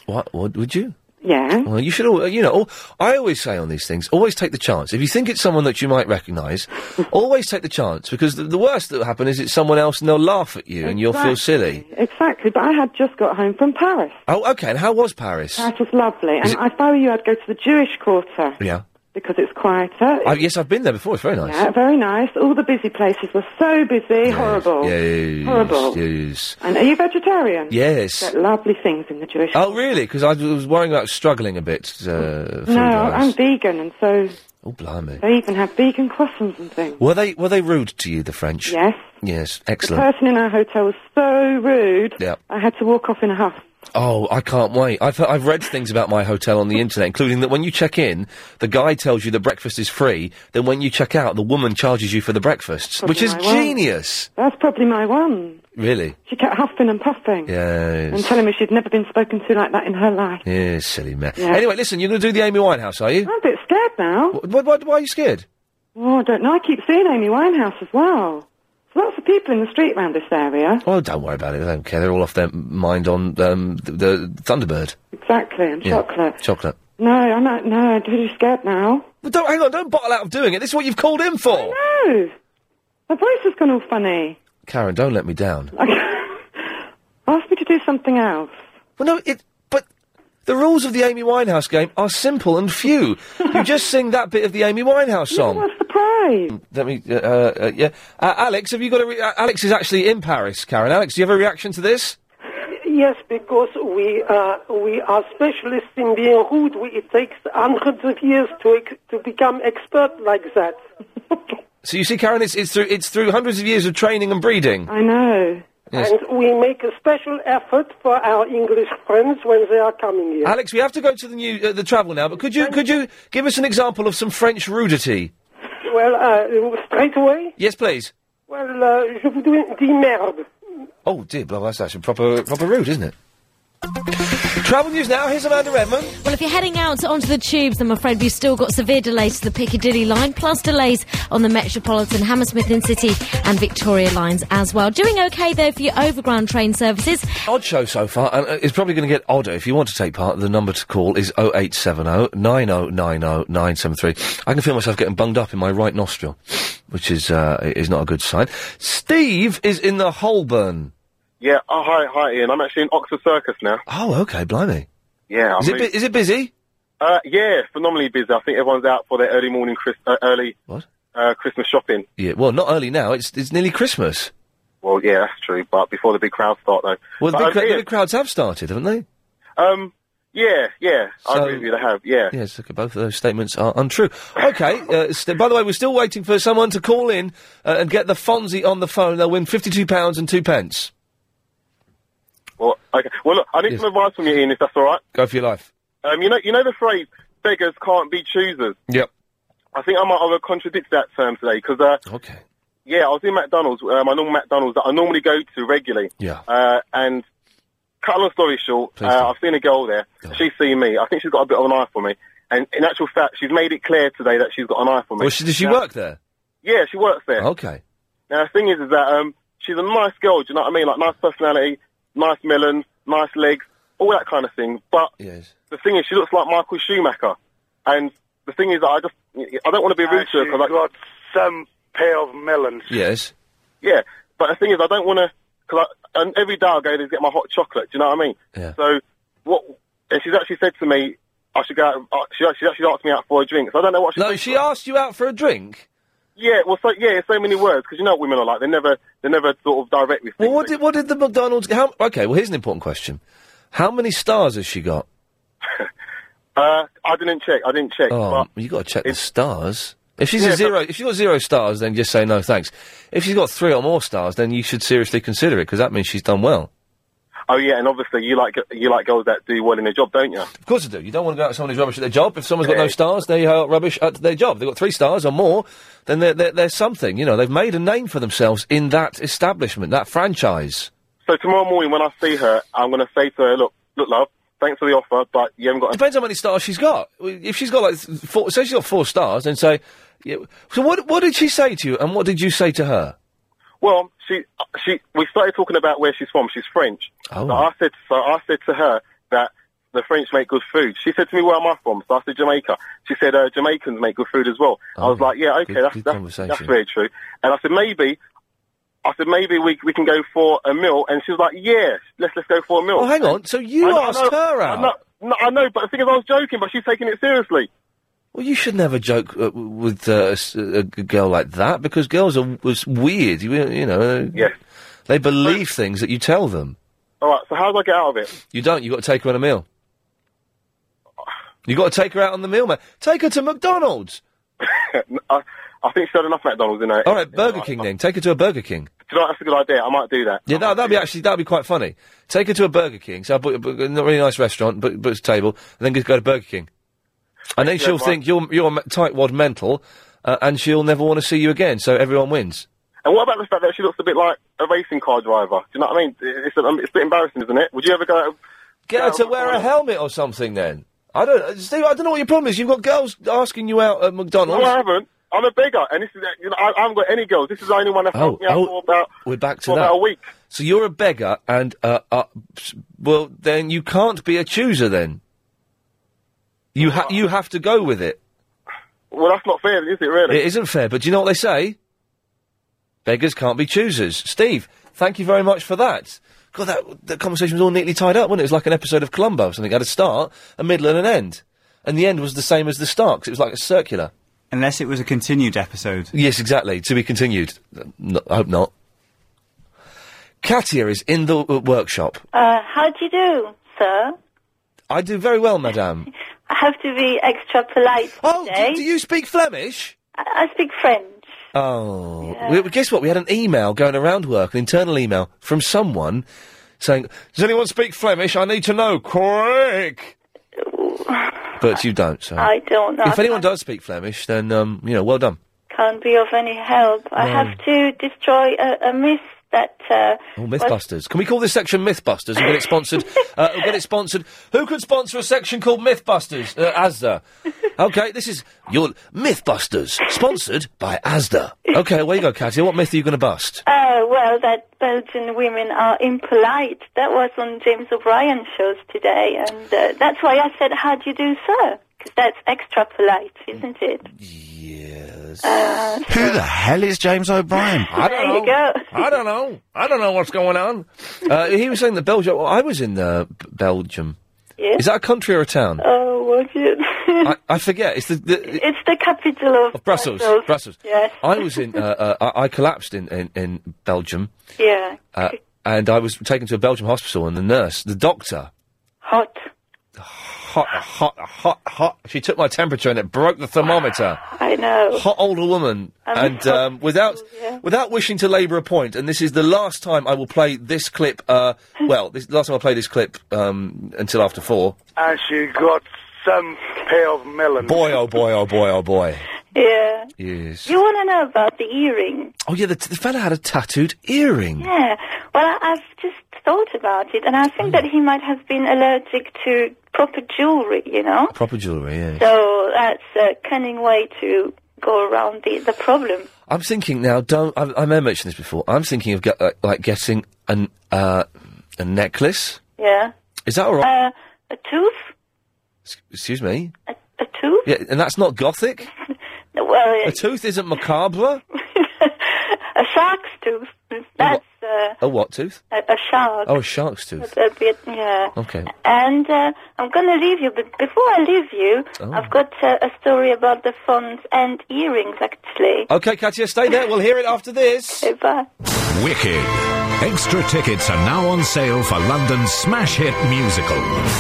S1: What? What would you?
S20: Yeah.
S1: Well, you should all, you know, al- I always say on these things, always take the chance. If you think it's someone that you might recognise, always take the chance because the, the worst that will happen is it's someone else and they'll laugh at you and you'll feel silly.
S20: Exactly. But I had just got home from Paris.
S1: Oh, okay. And how was Paris?
S20: That was lovely, and
S1: Is it-
S20: I follow you. I'd go to the Jewish quarter
S1: Yeah.
S20: because it's quieter.
S1: I, yes, I've been there before. It's very nice.
S20: Yeah, very nice. All the busy places were so busy, horrible.
S1: Yes,
S20: Horrible.
S1: Yes.
S20: And are you vegetarian?
S1: Yes.
S20: Get lovely things in the Jewish.
S1: Oh, really? Because I was worrying about struggling a bit. Uh,
S20: no,
S1: food-wise.
S20: I'm vegan, and so
S1: Oh, blimey.
S20: they even have vegan croissants and things.
S1: Were they were they rude to you, the French?
S20: Yes.
S1: Yes,
S20: The
S1: excellent.
S20: person in our hotel was so rude,
S1: Yeah.
S20: I had to walk off in a huff.
S1: Oh, I can't wait. I've, I've read things about my hotel on the internet, including that when you check in, the guy tells you that breakfast is free. Then when you check out, the woman charges you for the breakfast, which is
S20: Probably my wife.
S1: genius.
S20: That's probably my one.
S1: Really?
S20: She kept huffing and puffing and
S1: Yes.
S20: telling me she'd never been spoken to like that in her life.
S1: Yes, silly man.
S20: Yeah.
S1: Anyway, listen, you're going to do the Amy Winehouse, are you?
S20: I'm a bit scared now.
S1: What, what, why are you scared?
S20: Oh, I don't know. I keep seeing Amy Winehouse as well. There's lots of people in the street round this area.
S1: Oh, don't worry about it. I don't care. They're all off their mind on um, the, the Thunderbird.
S20: Exactly, and
S1: Yeah.
S20: chocolate.
S1: Chocolate.
S20: No, I'm not. No, I'm too scared now.
S1: But don't hang on. Don't bottle out of doing it. This is what you've called in for.
S20: No, my voice has gone all funny.
S1: Karen, don't let me down.
S20: Ask me to do something else.
S1: Well, no, it. But the rules of the Amy Winehouse game are simple and few. you just sing that bit of the Amy Winehouse song.
S20: What's the prize?
S1: Let me. Uh, uh, yeah, uh, Alex, have you got a? Re- uh, Alex is actually in Paris. Karen, Alex, do you have a reaction to this?
S7: Yes, because we uh, we are specialists in being rude. We, it takes hundreds of years to ex- to become expert like that.
S1: So you see, Karen, it's, it's through it's through hundreds of years of training and breeding.
S20: I know.
S1: Yes.
S7: And we make a special effort for our English friends when they are coming here.
S1: Alex, we have to go to the new uh, the travel now, but could you could you give us an example of some French rudity?
S7: Well, uh, straight away.
S1: Yes, please.
S7: Well, uh, je vous dis merde.
S1: Oh dear, blah, that's actually proper proper rude, isn't it? Travel news now. Here's Amanda Redmond.
S21: Well, if you're heading out onto the tubes, I'm afraid we've still got severe delays to the Piccadilly line, plus delays on the Metropolitan, Hammersmith and City, and Victoria lines as well. Doing okay though for your overground train services.
S1: Odd show so far, and uh, it's probably going to get odder. If you want to take part, the number to call is 0870 9090 973. I can feel myself getting bunged up in my right nostril, which is uh, is not a good sign. Steve is in the Holborn.
S22: Yeah. Oh, hi, hi, Ian. I'm actually in Oxford Circus now.
S1: Oh, okay, blimey.
S22: Yeah.
S1: Is it bu- is it busy?
S22: Uh, yeah, phenomenally busy. I think everyone's out for their early morning Chris- uh, early
S1: What?
S22: Uh, Christmas shopping.
S1: Yeah, well, not early now. It's it's nearly Christmas.
S22: Well, yeah, that's true. But before the big crowds start, though.
S1: Well, the
S22: But,
S1: big,
S22: um,
S1: cra- the
S22: Ian,
S1: big crowds have started, haven't they?
S22: um, yeah, yeah. I
S1: So-
S22: agree with you. They have. Yeah.
S1: Yes, okay, both of those statements are untrue. Okay, uh, st- by the way, we're still waiting for someone to call in uh, and get the Fonzie on the phone. They'll win £52 and two pence.
S22: Well, okay. Well, look, I need some advice from you, Ian, if that's all right.
S1: Go for your life.
S22: Um, you know, you know the phrase "beggars can't be choosers."
S1: Yep.
S22: I think I might have contradict that term today because. Uh,
S1: okay.
S22: Yeah, I was in McDonald's, uh, my normal McDonald's that I normally go to regularly.
S1: Yeah.
S22: Uh, and cut a long story short,
S1: Please
S22: uh, I've seen a girl there. She's seen me. I think she's got a bit of an eye for me. And in actual fact, she's made it clear today that she's got an eye for me.
S1: Well, she, does she
S22: Now-
S1: work Oh. there?
S22: Yeah, she works there.
S1: Okay.
S22: Now, the thing is, is that um, she's a nice girl, do you know what I mean? Like, nice personality, nice melons, nice legs, all that kind of thing. But
S1: Yes.
S22: the thing is, she looks like Michael Schumacher. And the thing is, that I just, I don't want to be rude to her because I... got some pair of melons.
S1: Yes.
S22: Yeah, but the thing is, I don't want to. Cause I, and every day I go to get my hot chocolate. Do you know what I mean?
S1: Yeah.
S22: So what? And she's actually said to me, I should go. Out, uh, she, she actually asked me out for a drink. So I don't know what. She
S1: no, she asked you out for a drink.
S22: Yeah, well, so yeah, so many words because you know what women are like. They never, they never sort of direct with
S1: Well, what did what did the McDonald's? How, okay, well, here's an important question: How many stars has she got?
S22: Uh, I didn't check. I didn't check.
S1: Oh, you got to check the stars. If she's
S22: Yeah,
S1: a
S22: but-
S1: zero, if she's got zero stars, then just say no thanks. If she's got three or more stars, then you should seriously consider it because that means she's done well.
S22: Oh yeah, and obviously you like you like girls that do well in their job, don't you?
S1: Of course I do. You don't want to go out with someone who's rubbish at their job. If someone's got no stars, they are rubbish at their job. They've got three stars or more, then they're, they're, they're something. You know, they've made a name for themselves in that establishment, that franchise.
S22: So tomorrow morning when I see her, I'm going to say to her, look, look, love, thanks for the offer, but you haven't got. a
S1: Depends how many stars she's got. If she's got like th- four, say she's got four stars, then say. Yeah. So what? What did she say to you, and what did you say to her?
S22: Well, she she we started talking about where she's from. She's French.
S1: Oh.
S22: So I said so I said to her that the French make good food. She said to me, "Where am I from?" So I said Jamaica. She said uh, Jamaicans make good food as well. I was like, "Yeah, okay,
S1: Oh, Good-
S22: that's
S1: good
S22: that's,
S1: conversation.
S22: that's very true." And I said maybe. I said maybe we we can go for a meal, and she was like, "Yeah, let's let's go for a meal."
S1: Oh, hang on. So you
S22: I know- I
S1: asked
S22: know-
S1: her
S22: I
S1: out?
S22: know- no, I know, but the thing is, I was joking, but she's taking it seriously.
S1: Well, you should never joke uh, w- with uh, s- a, g- girl like that because girls are was weird. You, you know.
S22: Yes.
S1: They believe things that you tell them.
S22: All right, so how do I get out of it?
S1: You don't. You've got to take her on a meal. You've got to take her out on the meal, man. Take her to McDonald's.
S22: I, I think she's had enough McDonald's in her.
S1: All right, Burger King then. Take her to a Burger King.
S22: Do you know what? that's a good idea? I might do that.
S1: Yeah, that, that'd be actually that'd be quite funny. Take her to a Burger King. So I book, book a really nice restaurant, book, book a table, and then just go to Burger King. And then
S22: Yeah,
S1: she'll
S22: right.
S1: think you're you're m- tightwad mental, uh, and she'll never want to see you again. So everyone wins.
S22: And what about the fact that she looks a bit like a racing car driver? Do you know what I mean? It's a, um, it's a bit embarrassing, isn't it? Would you ever go out?
S1: Get her to wear a helmet or something then. I don't, uh, Steve. I don't know what your problem is. You've got girls asking you out at McDonald's.
S22: No, I haven't. I'm a beggar, and this is you know I, I haven't got any girls. This is the only one that's helped me out for about
S1: Oh, We're back to
S22: for
S1: that.
S22: about a week.
S1: So you're a beggar, and uh, uh, s- well, then you can't be a chooser. Then you ha- you have to go with it.
S22: Well, that's not fair, is it? Really?
S1: It isn't fair, but do you know what they say? Beggars can't be choosers. Steve, thank you very much for that. God, that, that conversation was all neatly tied up, wasn't it? It was like an episode of Columbo or something. It had a start, a middle, and an end. And the end was the same as the start, 'cause it was like a circular.
S16: Unless it was a continued episode.
S1: Yes, exactly. To be continued. No, I hope not. Katia is in the uh, workshop.
S4: Uh, how do you do, sir?
S1: I do very well, madame.
S4: I have to be extra polite
S1: oh,
S4: today.
S1: do you speak Flemish?
S4: I, I speak French.
S1: Oh, we, we- guess what? We had an email going around work, an internal email from someone saying, "Does anyone speak Flemish? I need to know quick." But you don't, so
S4: I don't know.
S1: If anyone does speak Flemish, then um, you know, well done.
S4: Can't be of any help. I
S1: No.
S4: have to destroy a, a myth that. Uh,
S1: Oh,
S4: was-
S1: MythBusters! Can we call this section MythBusters and get it sponsored? uh, we'll get it sponsored. Who could sponsor a section called MythBusters? Uh, ASDA. Okay, this is your MythBusters, sponsored by ASDA. Okay, away you go, Katia. What myth are you going to bust?
S4: Oh, well, that Belgian women are impolite. That was on James O'Brien's shows today, and uh, that's why I said, How do you do, sir? Because that's extra polite, isn't it?
S23: Who the hell is James O'Brien?
S1: I don't know. I don't know. I don't know what's going on. Uh, he was saying that Belgium. Well, I was in uh, B- Belgium.
S4: Yeah.
S1: Is that a country or a town?
S4: Oh, was it?
S1: I, I forget. It's the, the
S4: It's the capital
S15: Oh,
S4: of,
S1: Of Brussels, Brussels.
S4: Yes.
S1: I was in. Uh, uh, I, I collapsed in in, in Belgium,
S4: Yeah.
S1: uh, and I was taken to a Belgian hospital, and the nurse, the doctor,
S4: Hot.
S1: hot, hot, hot, hot. She took my temperature, and it broke the thermometer.
S4: I know.
S1: Hot older woman,
S4: I'm
S1: and
S4: hot.
S1: um, without
S4: Yeah.
S1: without wishing to labour a point, and this is the last time I will play this clip. Uh, well, this last time I'll play this clip um, until after four.
S17: And she got some pail of melon.
S1: Boy, oh boy, oh boy, oh boy.
S4: Yeah.
S1: Yes.
S4: You want to know about the earring?
S1: Oh yeah, the, the fella had a tattooed earring.
S4: Yeah. Well, I, I've just thought about it, and I think that he might have been allergic to proper jewelry, you know?
S1: Proper jewellery, yeah.
S4: So that's a cunning way to go around the, the problem.
S1: I'm thinking now. Don't I, I may have mentioned this before. I'm thinking of get, uh, like, like getting an uh, a necklace.
S4: Yeah.
S1: Is that all right?
S4: Uh, a tooth?
S1: Excuse me.
S4: A tooth?
S1: Yeah, and that's not gothic.
S4: Well,
S1: a tooth isn't macabre.
S4: A shark's tooth. That's uh,
S1: A what tooth?
S4: a, a shark.
S1: Oh, a shark's tooth.
S4: A bit, yeah.
S1: Okay.
S4: And uh, I'm going to leave you, but before I leave you,
S1: Oh.
S4: I've got uh, a story about the phones and earrings, actually.
S1: Okay, Katia, stay there. We'll hear it after this.
S4: Bye.
S23: Wicked. Extra tickets are now on sale for London's smash hit musical.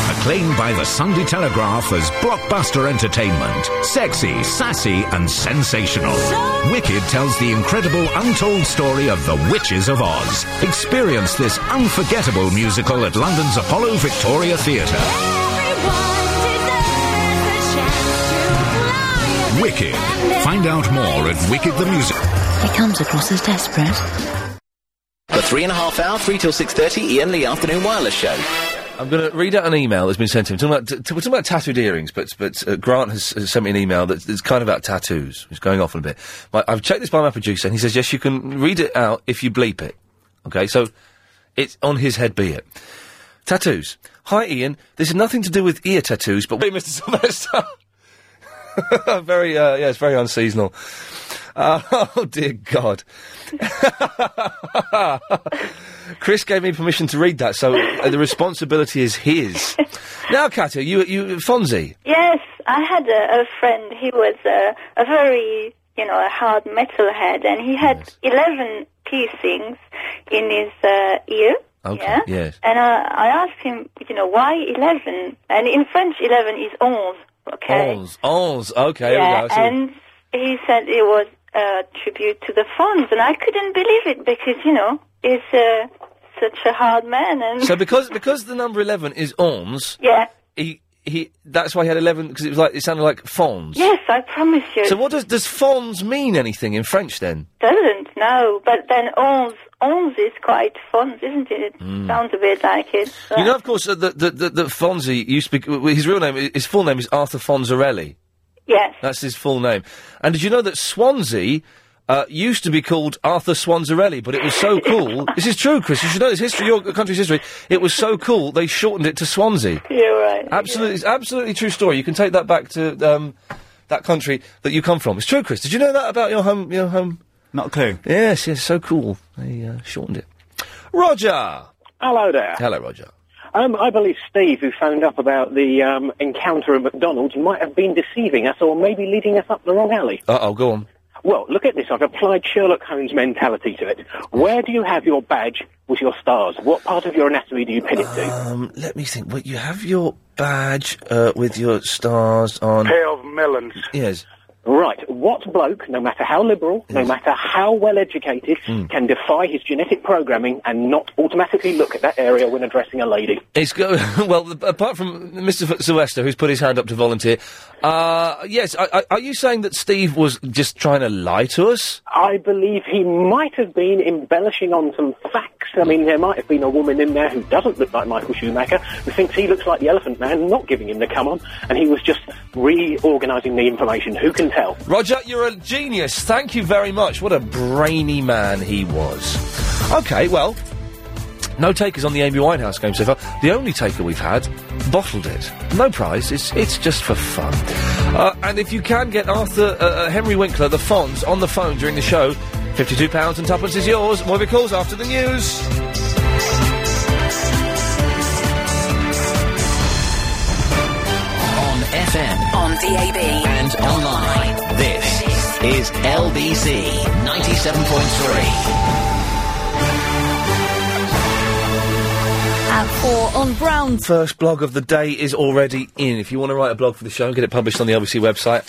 S23: Acclaimed by the Sunday Telegraph as blockbuster entertainment. Sexy, sassy, and sensational. Wicked tells the incredible untold story of the Witches of Oz. Experience this unforgettable musical at London's Apollo Victoria Theatre. Wicked. Find out more at Wicked the Music.
S24: He comes across as desperate.
S25: The three and a half hour, three till six thirty, Ian Lee Afternoon Wireless Show.
S1: I'm going to read out an email that's been sent to me. Talking about, t- we're talking about tattooed earrings, but but uh, Grant has, has sent me an email that's, that's kind of about tattoos. It's going off on a bit. My, I've checked this by my producer, and he says yes, you can read it out if you bleep it. Okay, so it's on his head. Be it. Tattoos. Hi, Ian. This is nothing to do with ear tattoos, but wait, Mr. Sylvester. very, uh, yeah, it's very unseasonal. Uh, oh dear God! Chris gave me permission to read that, so uh, the responsibility is his. now, Katia, you, you, Fonzie.
S4: Yes, I had a, a friend. He was a, a very, you know, a hard metalhead, and he had 11 piercings in his uh, ear.
S1: Okay.
S4: Yeah?
S1: Yes.
S4: And I, I asked him, you know, why 11? And in French, 11 is 11, okay?
S1: Ons, ons. Okay. Here we
S4: yeah,
S1: go. So-
S4: and he said it was uh, tribute to the fund, and I couldn't believe it because you know he's uh, such a hard man, and
S1: So because because the number eleven is ons,
S4: yeah,
S1: he he that's why he had eleven because it was like it sounded like fons.
S4: yes, I promise you,
S1: So what does does fons mean anything in French then?
S4: doesn't no, but then ons ons is quite fun, isn't it? It
S1: Mm.
S4: sounds a bit like it.
S1: You know, of course, uh, that that that that Fonzie used to be w- his real name. His full name is Arthur Fonzarelli.
S4: Yes.
S1: That's his full name. And did you know that Swansea uh, used to be called Arthur Swanzarelli, but it was so cool. this is true, Chris. You should know this history, your country's history. It was so cool they shortened it to Swansea.
S4: You're right.
S1: Absolutely, it's absolutely true story. You can take that back to um, that country that you come from. It's true, Chris. Did you know that about your home? Your home?
S16: Not a clue.
S1: Yes, yes, so cool. They uh, shortened it. Roger.
S2: Hello there.
S1: Hello, Roger.
S2: Um, I believe Steve, who phoned up about the um, encounter at McDonald's, might have been deceiving us or maybe leading us up the wrong alley.
S1: Uh oh, go on.
S2: Well, look at this. I've applied Sherlock Holmes mentality to it. Where do you have your badge with your stars? What part of your anatomy do you pin it to?
S1: Um, let me think. Well, you have your badge uh, with your stars on.
S2: Pair
S1: of melons. Yes.
S2: Right. What bloke, no matter how liberal, no matter how well educated, can defy his genetic programming and not automatically look at that area when addressing a lady?
S1: It's go- well. th- Apart from Mr. F- Sylvester, who's put his hand up to volunteer, uh, yes. I, I, are you saying that Steve was just trying to lie to us?
S2: I believe he might have been embellishing on some facts. I mean, there might have been a woman in there who doesn't look like Michael Schumacher, who thinks he looks like the Elephant Man, not giving him the come on, and he was just reorganising the information. Who can tell?
S1: Roger, you're a genius. Thank you very much. What a brainy man he was. Okay, well, no takers on the Amy Winehouse game so far. The only taker we've had bottled it. No prize. It's it's just for fun. Uh, and if you can get Arthur uh, uh, Henry Winkler, the Fonz, on the phone during the show, fifty-two pounds and twopence is yours. More of your calls after the news.
S25: On FM. On DAB. And online. This is LBC 97.3.
S1: At four on Brown. First blog of the day is already in. If you want to write a blog for the show and get it published on the LBC website,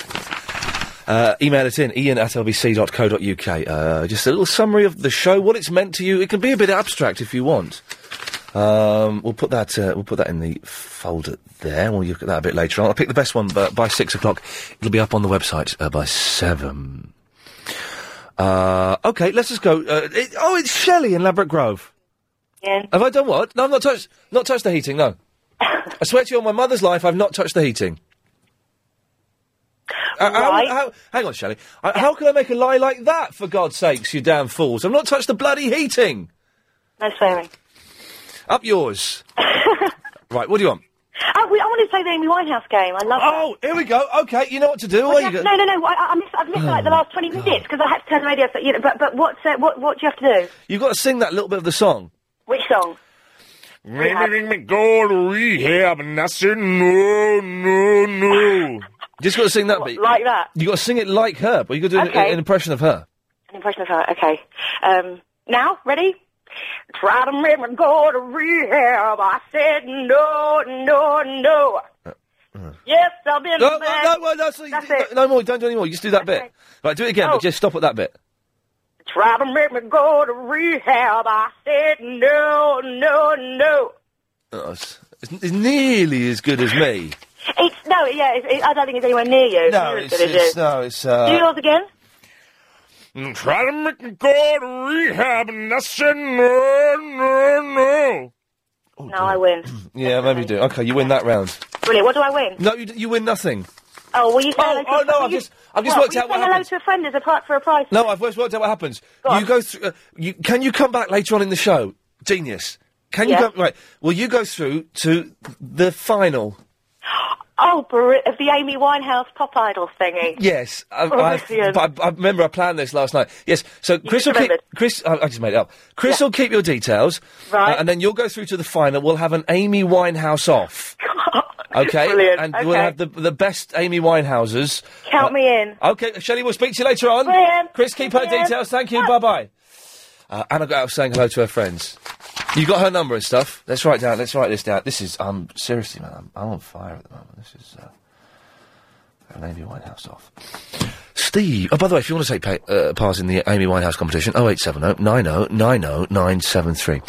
S1: uh, email it in, ian at lbc.co.uk. Uh, just a little summary of the show, what it's meant to you. It can be a bit abstract if you want. Um, we'll put that. Uh, we'll put that in the folder there. We'll look at that a bit later on. I'll pick the best one but by six o'clock. It'll be up on the website uh, by seven. Uh, okay, let's just go. Uh, it, oh, it's Shelley in Labrick Grove.
S4: Yeah.
S1: Have I done what? No, I've not touched. Not touched the heating. No. I swear to you, on my mother's life, I've not touched the heating. Uh, how- how- hang on, Shelley. Uh, How can I make a lie like that? For God's sakes, you damn fools! I've not touched the bloody heating.
S3: No swearing.
S1: Up yours. right. What do you want?
S3: Oh, we, I want to play the Amy Winehouse game. I love
S1: Oh, here we go. Okay, you know what to do.
S3: Well,
S1: are you
S3: yeah,
S1: go-
S3: no, no, no. I, I- I missed, I've missed
S1: Oh,
S3: like the last 20 minutes because I had to turn the radio off. But, you know, but, but what, uh, what, what do you have to do?
S1: You've got to sing that little bit of the song.
S3: Which song?
S26: Maybe go to rehab, and I said no, no, no.
S1: Just got to sing that beat.
S3: Like that?
S1: You got to sing it like her, but you got to do an-
S3: Okay.
S1: an impression of her.
S3: An impression of her. Okay. Um, now, ready? Try to make me go to rehab. I said no, no, no. yes, I've been
S1: No,
S3: back.
S1: no, no, that's,
S3: it.
S1: No more. Don't do any more. You just do that bit. Right, do it
S3: Oh.
S1: again, but just stop at that bit.
S3: Try to make me go to rehab. I said no, no, no.
S1: Oh, it's, it's nearly as good as me.
S3: It's no, yeah. It's, it, I don't think it's anywhere near you.
S1: No,
S3: You're as
S1: it's,
S3: good as you.
S1: it's no, it's
S3: Do
S1: uh.
S3: yours again.
S26: Try to make me go to rehab, and I said no, no, no. Oh,
S3: no, I win.
S1: Yeah, maybe you do. Okay, you win that round.
S3: Brilliant. What do I win?
S1: No, you, d- you win nothing.
S3: Oh, will you say hello to
S1: oh,
S3: a
S1: no,
S3: friend?
S1: I've
S3: You-
S1: just- I've just
S3: what,
S1: worked
S3: will
S1: out
S3: you
S1: what
S3: say hello
S1: happens.
S3: to a friend as a part for a prize.
S1: No, I've worked worked out what happens. you go through. Uh, you can you come back later on in the show? Genius. Can you
S3: Yeah.
S1: come right? Well, you go through to the final.
S3: Oh, br- the Amy Winehouse pop idol thingy.
S1: Yes, I,
S3: Oh,
S1: I,
S3: brilliant.
S1: but I, I remember I planned this last night. Yes, so Chris will keep
S3: remembered.
S1: Chris. I, I just made it up. Chris will keep your details,
S3: Right.
S1: uh, and then you'll go through to the final. We'll have an Amy Winehouse off. Okay,
S3: Brilliant,
S1: and we'll
S3: okay.
S1: have the the best Amy Winehouses.
S3: Count me in.
S1: Okay, Shelley, we'll speak to you later on.
S3: Brilliant.
S1: Chris, keep her
S3: Brilliant.
S1: details. Thank you. Bye bye. Uh, Anna got out saying hello to her friends. You got her number and stuff. Let's write um, down. Let's write this down. This is. I'm seriously, man. I'm, I'm on fire at the moment. This is. Uh, And Amy Winehouse off. Steve. Oh, by the way, if you want to take pa- uh, part in the Amy Winehouse competition, 0870 90 90 973.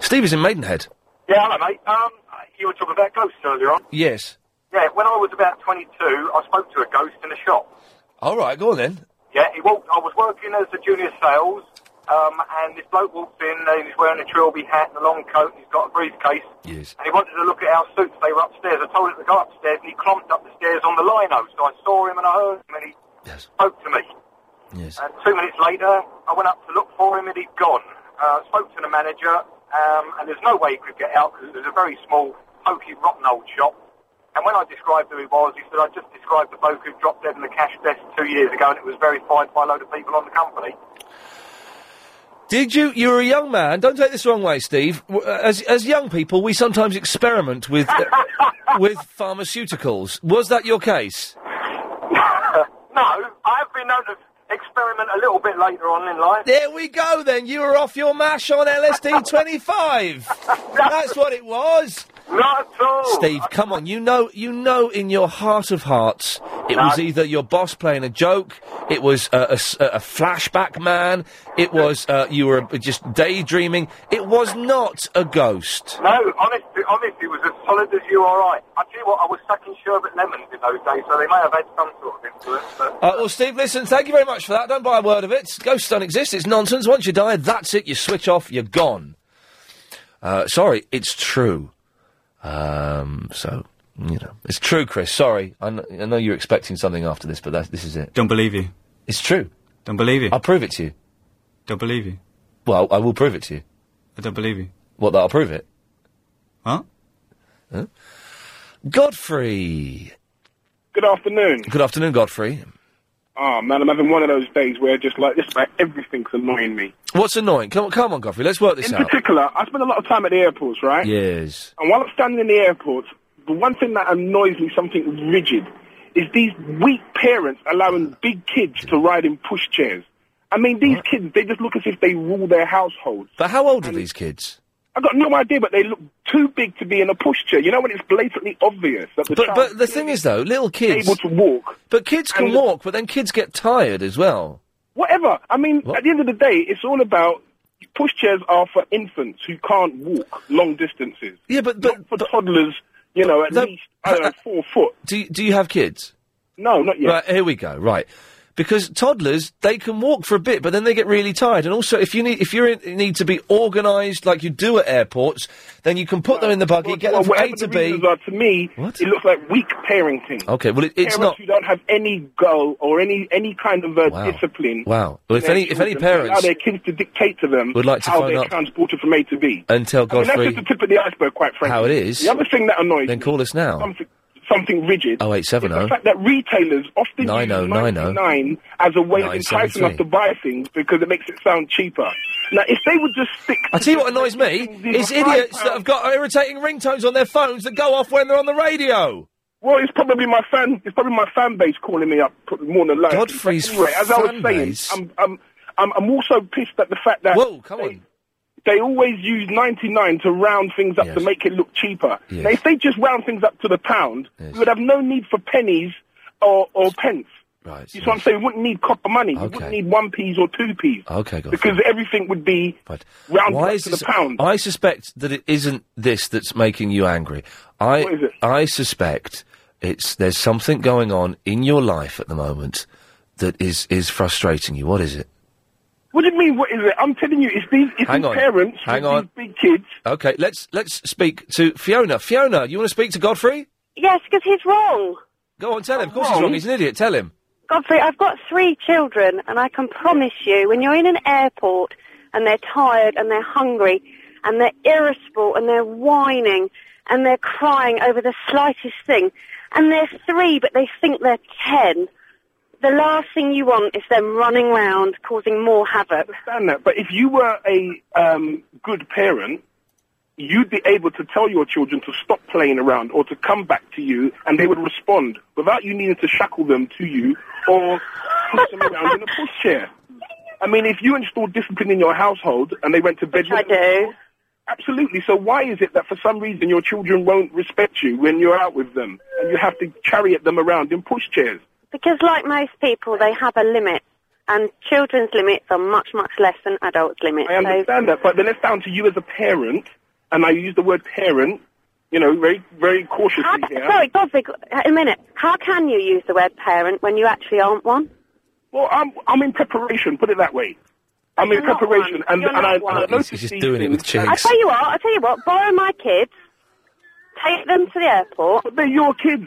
S1: Steve is in Maidenhead.
S8: Yeah, hello, mate. Um, you were talking about ghosts earlier on.
S1: Yes.
S8: Yeah, when I was about 22, I spoke to a ghost in a shop.
S1: All right, go on then.
S8: Yeah, he walked. I was working as a junior sales, um, and this bloke walks in, and he's wearing a trilby hat and a long coat, and he's got a briefcase.
S1: Yes.
S8: And he wanted to look at our suits. They were upstairs. I told him to go upstairs, and he clomped up the stairs on the lino. So I saw him, and I heard him, and he spoke to me.
S1: Yes.
S8: And two minutes later, I went up to look for him, and he'd gone. Uh, spoke to the manager, um, and there's no way he could get out because it was a very small, poky, rotten old shop. And when I described who he was, he said, I just described the bloke who dropped dead in the cash desk two years ago, and it was verified by a load of people on the company.
S1: Did you? You were a young man. Don't take this the wrong way, Steve. W- uh, As as young people, we sometimes experiment with uh, with pharmaceuticals. Was that your case?
S8: No, I have been known to experiment a little bit later on in life.
S1: There we go. Then you were off your mash on LSD twenty five. That's what it was.
S8: Not at all.
S1: Steve, come on. You know, you know, in your heart of hearts, it
S8: No.
S1: was either your boss playing a joke, it was uh, a, s- a flashback man, it was uh, you were just daydreaming. It was not a ghost.
S8: No, honestly, honestly, it was as solid as you are. I. I tell you what, I was sucking sherbet lemons in those days, so they may have had some sort of influence. But
S1: Uh, well, Steve, listen, thank you very much for that. Don't buy a word of it. Ghosts don't exist. It's nonsense. Once you die, that's it. You switch off. You're gone. Uh, sorry, it's true. Um, so, you know, it's true, Chris. Sorry. I kn- I know you're expecting something after this, but that- this is it.
S27: Don't believe you.
S1: It's true.
S27: Don't believe you.
S1: I'll prove it to you.
S27: Don't believe you.
S1: Well, I will prove it to you.
S27: I don't believe you.
S1: What, that I'll prove it?
S27: Huh?
S1: Huh? Godfrey.
S17: Good afternoon.
S1: Good afternoon, Godfrey.
S17: Oh, man, I'm having one of those days where just like just about everything's annoying me.
S1: What's annoying? Come on, come on, Godfrey. Let's work this
S17: In
S1: out.
S17: particular, I spend a lot of time at the airports, right?
S1: Yes.
S17: And while I'm standing in the airports, the one thing that annoys me, something rigid, is these weak parents allowing big kids to ride in pushchairs. I mean, these kids, they just look as if they rule their household.
S1: But how old are these kids?
S17: I've got no idea, but they look too big to be in a pushchair. You know when it's blatantly obvious that the
S1: But
S17: child
S1: but the thing is though, little kids
S17: able to walk.
S1: But kids can
S17: And-
S1: walk, but then kids get tired as well.
S17: Whatever. I mean, at the end of the day, it's all about pushchairs are for infants who can't walk long distances.
S1: Yeah, but but
S17: Not for toddlers, you know, at
S1: No,
S17: least I don't know four foot.
S1: Do you- do you have kids?
S17: No, not yet.
S1: Right, here we go. Right. Because toddlers, they can walk for a bit, but then they get really tired. And also, if you need, if you need to be organised like you do at airports, then you can put them in the buggy, get
S17: Well,
S1: them from A
S17: whatever
S1: to
S17: the
S1: B.
S17: reasons are, to me, it looks like weak parenting.
S1: Okay, well, it, it's
S17: parents
S1: not.
S17: who don't have any goal or any any kind of uh, discipline.
S1: Wow.
S17: in
S1: Well, if
S17: their
S1: any- if any
S17: children, they allow
S1: parents
S17: their kids to dictate to them
S1: would like to
S17: how
S1: phone
S17: they're
S1: up-
S17: transported from A to B.
S1: And tell
S17: I mean, that's
S1: Godfrey
S17: just the tip of the iceberg, quite frankly.
S1: how it is.
S17: The other thing that annoys
S1: Then call us now.
S17: something, something rigid.
S1: Oh eight seven
S17: The
S1: oh
S17: fact that retailers often
S1: nine oh nine oh.
S17: nine as a way of enticing
S1: 973.
S17: us to buy things because it makes it sound cheaper. Now, if they would just stick.
S1: I tell you what annoys me is idiots that have got irritating ringtones on their phones that go off when they're on the radio.
S17: Well, it's probably my fan. It's probably my fan base calling me up put- more than likely.
S1: Godfrey's
S17: But anyway, as I was
S1: fan
S17: saying,
S1: base?
S17: I'm, I'm, I'm, I'm also pissed at the fact that
S1: Whoa, come
S17: they,
S1: on.
S17: They always use 99 to round things up to make it look cheaper.
S1: Yes.
S17: Now, if they just round things up to the pound, we would have no need for pennies or, or pence.
S1: Right.
S17: You see what I'm saying? We wouldn't need copper money. We
S1: Okay.
S17: wouldn't need one piece or two piece
S1: Okay, Godfrey.
S17: because everything would be rounded
S1: Why
S17: up
S1: is
S17: to
S1: this,
S17: the pound.
S1: I suspect that it isn't this that's making you angry. I I suspect it's there's something going on in your life at the moment that is is frustrating you. What is it?
S17: What do you mean? What is it? I'm telling you, it's these, it's
S1: Hang
S17: these
S1: on.
S17: parents, with
S1: Hang on.
S17: these big kids.
S1: Okay, let's let's speak to Fiona. Fiona, you want to speak to Godfrey?
S10: Yes, because he's wrong.
S1: Go on, tell him. Of course he's wrong. He's an idiot. Tell him.
S10: Godfrey, I've got three children, and I can promise you, when you're in an airport and they're tired and they're hungry and they're irritable and they're whining and they're crying over the slightest thing, and they're three but they think they're ten, the last thing you want is them running round causing more havoc.
S17: understand that, but if you were a um, good parent, you'd be able to tell your children to stop playing around or to come back to you, and they would respond without you needing to shackle them to you or push them around in a pushchair. I mean, if you installed discipline in your household and they went to bed, I do. Absolutely. So why is it that for some reason your children won't respect you when you're out with them and you have to chariot them around in pushchairs?
S10: Because, like most people, they have a limit, and children's limits are much, much less than adults' limits.
S17: I understand that, but then it's down to you as a parent, and I use the word parent, you know, very, very cautiously here.
S10: Sorry, Boswick, Uh, a minute. How can you use the word parent when you actually aren't one?
S17: Well, I'm I'm in preparation. Put it that way. I'm in preparation, and,
S10: You're
S17: and I,
S10: not
S17: and I
S10: one.
S17: noticed
S1: He's just
S17: these
S1: doing it with
S17: things.
S10: I tell you what, I tell you what, borrow my kids, take them to the airport.
S17: But they're your kids.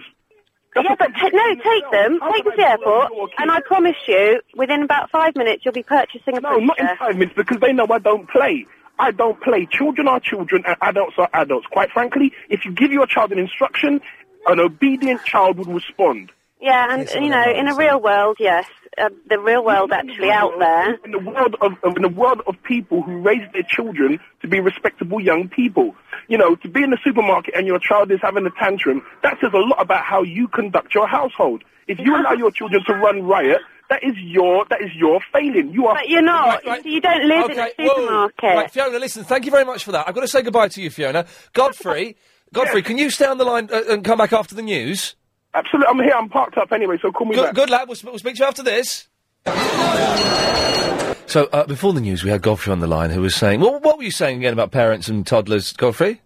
S10: yeah, but ta- no, take them, take them to the airport, and I promise you, within about five minutes, you'll be purchasing a
S17: No, not in five minutes because they know I don't play. I don't play. Children are children and adults are adults. Quite frankly, if you give your child an instruction, an obedient child would respond.
S10: Yeah, and, you know, in a real world, yes, uh, the real world actually out there.
S17: In the world of of- in the world of people who raise their children to be respectable young people, you know, to be in the supermarket and your child is having a tantrum, that says a lot about how you conduct your household. If you allow your children to run riot, that is your that is your failing. You are.
S10: But you're not. You don't live in a
S1: Okay, whoa.
S10: supermarket.
S1: Right, Fiona, listen, thank you very much for that. I've got to say goodbye to you, Fiona. Godfrey, Godfrey, can you stay on the line uh, and come back after the news?
S17: Absolutely, I'm here. I'm parked up anyway, so call me
S1: good,
S17: back.
S1: Good lad. We'll, sp- we'll speak to you after this. So uh, before the news, we had Godfrey on the line who was saying, "Well, what were you saying again about parents and toddlers, Godfrey?"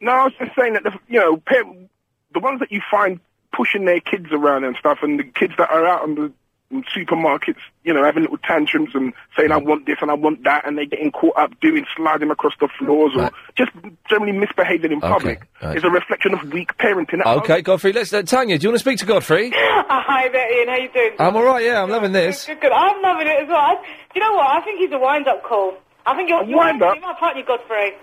S17: No, I was just saying that the, you know parent, the ones that you find pushing their kids around and stuff, and the kids that are out in the in supermarkets, you know, having little tantrums and saying I want this and I want that, and they're getting caught up doing sliding across the floors or just generally misbehaving in public
S1: right.
S17: is a reflection of weak parenting.
S1: Okay, Godfrey. Let's uh, Tanya. Do you want to speak to Godfrey?
S18: Oh, hi there, Ian. How you doing?
S1: I'm all right. Yeah, I'm loving this.
S18: Good, good. I'm loving it as well. I, do you know what? I think he's a wind-up call. I think you're, you're
S17: wind-up?
S18: him up, aren't you, Godfrey?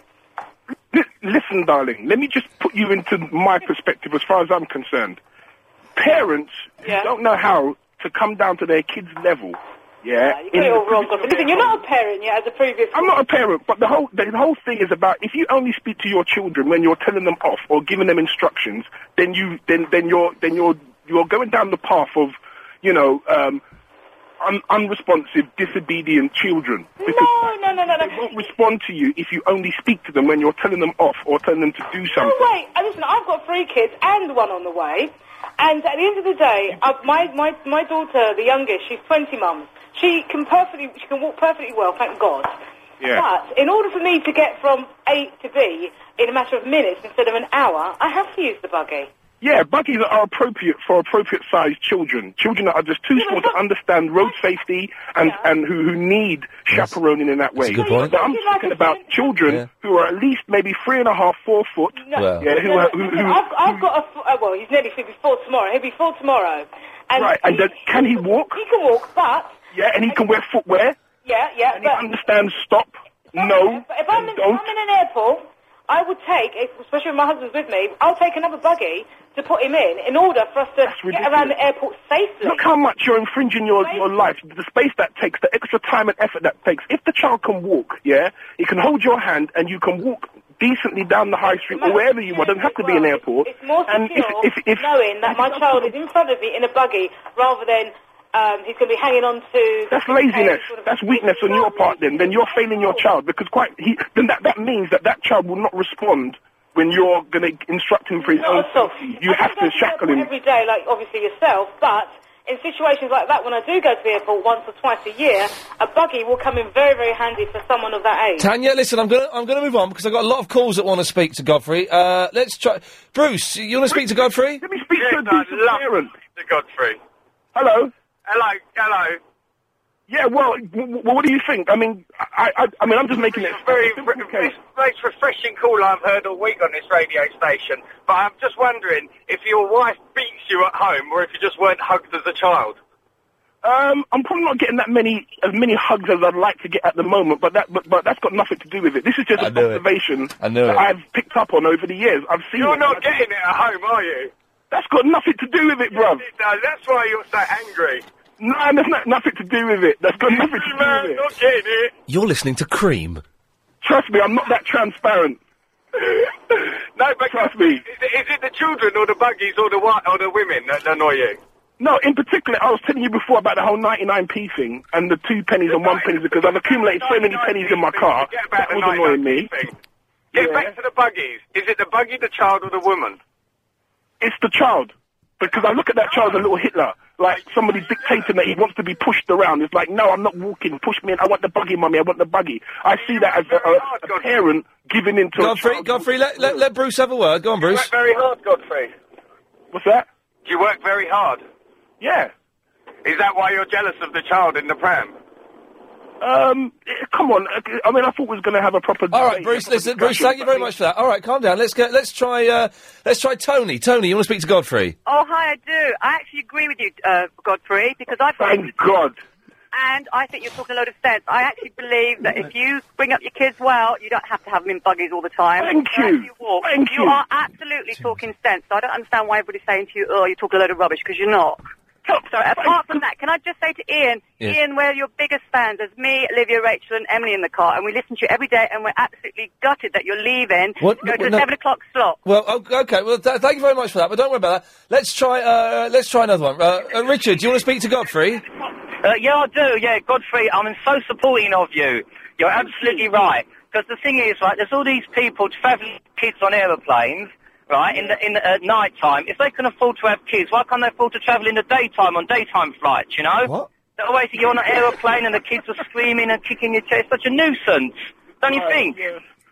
S17: Listen, darling, let me just put you into my perspective as far as I'm concerned. Parents who don't know how to come down to their kids' level. Yeah,
S18: You got it all wrong, Godfrey. Listen, you're not a parent yet, as a previous...
S17: I'm not a parent, but the whole the whole thing is about if you only speak to your children when you're telling them off or giving them instructions, then you then then you're then you're you're going down the path of, you know, um, un- unresponsive, disobedient children.
S18: No, no, no, no, no.
S17: They won't respond to you if you only speak to them when you're telling them off or telling them to do
S18: No,
S17: something.
S18: wait. uh, Listen, I've got three kids and one on the way. And at the end of the day, uh, my, my, my daughter, the youngest, she's 20 mums. She can perfectly, she can walk perfectly well, thank God.
S21: Yeah.
S18: But in order for me to get from A to B in a matter of minutes instead of an hour, I have to use the buggy.
S17: Yeah, buggies are appropriate for appropriate-sized children. Children that are just too small to understand road safety and, and who, who need chaperoning in that way.
S1: good point.
S17: But I'm talking about children who are at least maybe three and a half, four foot.
S18: No,
S17: yeah, who,
S18: no,
S17: are,
S18: no,
S17: who,
S18: no,
S17: who
S18: I've, I've got a, f- uh, well, he's nearly, he'll be four tomorrow. He'll be four tomorrow. And
S17: right? And then, can he walk?
S18: he can walk, but,
S17: Yeah, and he can wear footwear.
S18: yeah, yeah,
S17: And he
S18: but...
S17: understands stop, no.
S18: But if I'm, in, if I'm in an airport, I would take, especially if my husband's with me, I'll take another buggy to put him in in order for us to get around the airport safely.
S17: Look how much you're infringing your, your life, the space that takes, the extra time and effort that takes. If the child can walk, yeah, he can hold your hand and you can walk decently down the high street or wherever you want. It doesn't have to be an airport.
S18: It's more
S17: and if,
S18: secure
S17: if, if,
S18: knowing that my child is in front of me in a buggy rather than um, he's going to be hanging on to...
S17: that's laziness. That's weakness on your part. Then, then you're failing your child because quite he, then that, that means that that child will not respond when you're going to instruct him for his own. safety. You have to shackle him.
S18: every day, like obviously yourself, but in situations like that, when I do go to the airport once or twice a year, a buggy will come in very, very handy for someone of that age.
S1: Tanya, listen, I'm gonna I'm gonna move on because I've got a lot of calls that want to speak to Godfrey. Uh, let's try. Bruce, you want to speak to Godfrey? Let
S17: me speak
S1: to
S17: I'd love to
S8: speak to Godfrey.
S17: Hello.
S8: Hello, hello.
S17: Yeah. Well, w- w- what do you think? I mean, I, I, I mean, I'm just making it a very
S8: It's the most refreshing call I've heard all week on this radio station. But I'm just wondering if your wife beats you at home or if you just weren't hugged as a child.
S17: Um, I'm probably not getting that many as many hugs as I'd like to get at the moment, but that but, but that's got nothing to do with it. This is just an observation
S1: I know
S17: that
S1: it.
S17: I've picked up on over the years. I've seen.
S8: You're
S17: it.
S8: not getting it at home, are you?
S17: That's got nothing to do with it, bruv.
S8: It does. That's why you're so angry.
S17: No, that's not, nothing to do with it. That's got nothing to do with it.
S8: Not getting it.
S1: You're listening to Cream.
S17: Trust me, I'm not that transparent.
S8: No, but trust me. Is it, is it the children or the buggies or the wi- or the women that annoy you?
S17: No, in particular, I was telling you before about the whole 99p thing and the two pennies and one penny because I've accumulated so many pennies in my car. That was annoying me.
S18: Get back to the buggies. Is it the buggy, the child, or the woman?
S17: It's the child. Because I look at that child as a little Hitler, like somebody dictating that he wants to be pushed around. It's like, no, I'm not walking. Push me in. I want the buggy, mummy. I want the buggy. I see that as a, a, a parent giving in to a
S1: Godfrey,
S17: child.
S1: Godfrey, let, let, let Bruce have a word. Go on,
S18: You
S1: Bruce.
S18: work very hard, Godfrey.
S17: What's that?
S18: You work very hard.
S17: Yeah.
S18: Is that why you're jealous of the child in the pram?
S17: Um, eh, come on. eh, I mean, I thought we was going to have a proper.
S1: All right, Bruce. Listen, Bruce. Thank you very much for that. All right, calm down. Let's get. Let's try. Uh, let's try Tony. Tony, you want to speak to Godfrey?
S12: Oh, hi, I do. I actually agree with you, uh, Godfrey, because I've
S17: Thank God.
S12: and I think you're talking a load of sense. I actually believe that if you bring up your kids well, you don't have to have them in buggies all the time.
S17: Thank
S12: Wherever
S17: you.
S12: walk,
S17: Thank
S12: you
S17: you.
S12: are absolutely talking sense. I don't understand why everybody's saying to you, "Oh, you're talking a load of rubbish," because you're not. So apart from that, can I just say to Ian,
S13: Yes.
S12: Ian, we're your biggest fans. There's me, Olivia, Rachel, and Emily in the car, and we listen to you every day, and we're absolutely gutted that you're leaving.
S1: What-
S12: to go to
S1: what-
S12: the
S1: no.
S12: seven o'clock slot.
S1: Well, o- okay. Well, th- thank you very much for that. But don't worry about that. Let's try. Uh, let's try another one. Uh, uh, Richard, do you want to speak to Godfrey?
S5: Uh, yeah, I do. Yeah, Godfrey, I'm so supporting of you. You're absolutely right. Because the thing is, right, there's all these people travelling kids on aeroplanes, right, in the in the, at night time. If they can afford to have kids, why can't they afford to travel in the daytime on daytime flights? You know? What? They're always you're on an aeroplane and the kids are screaming and kicking your chair. It's such a nuisance, don't you think?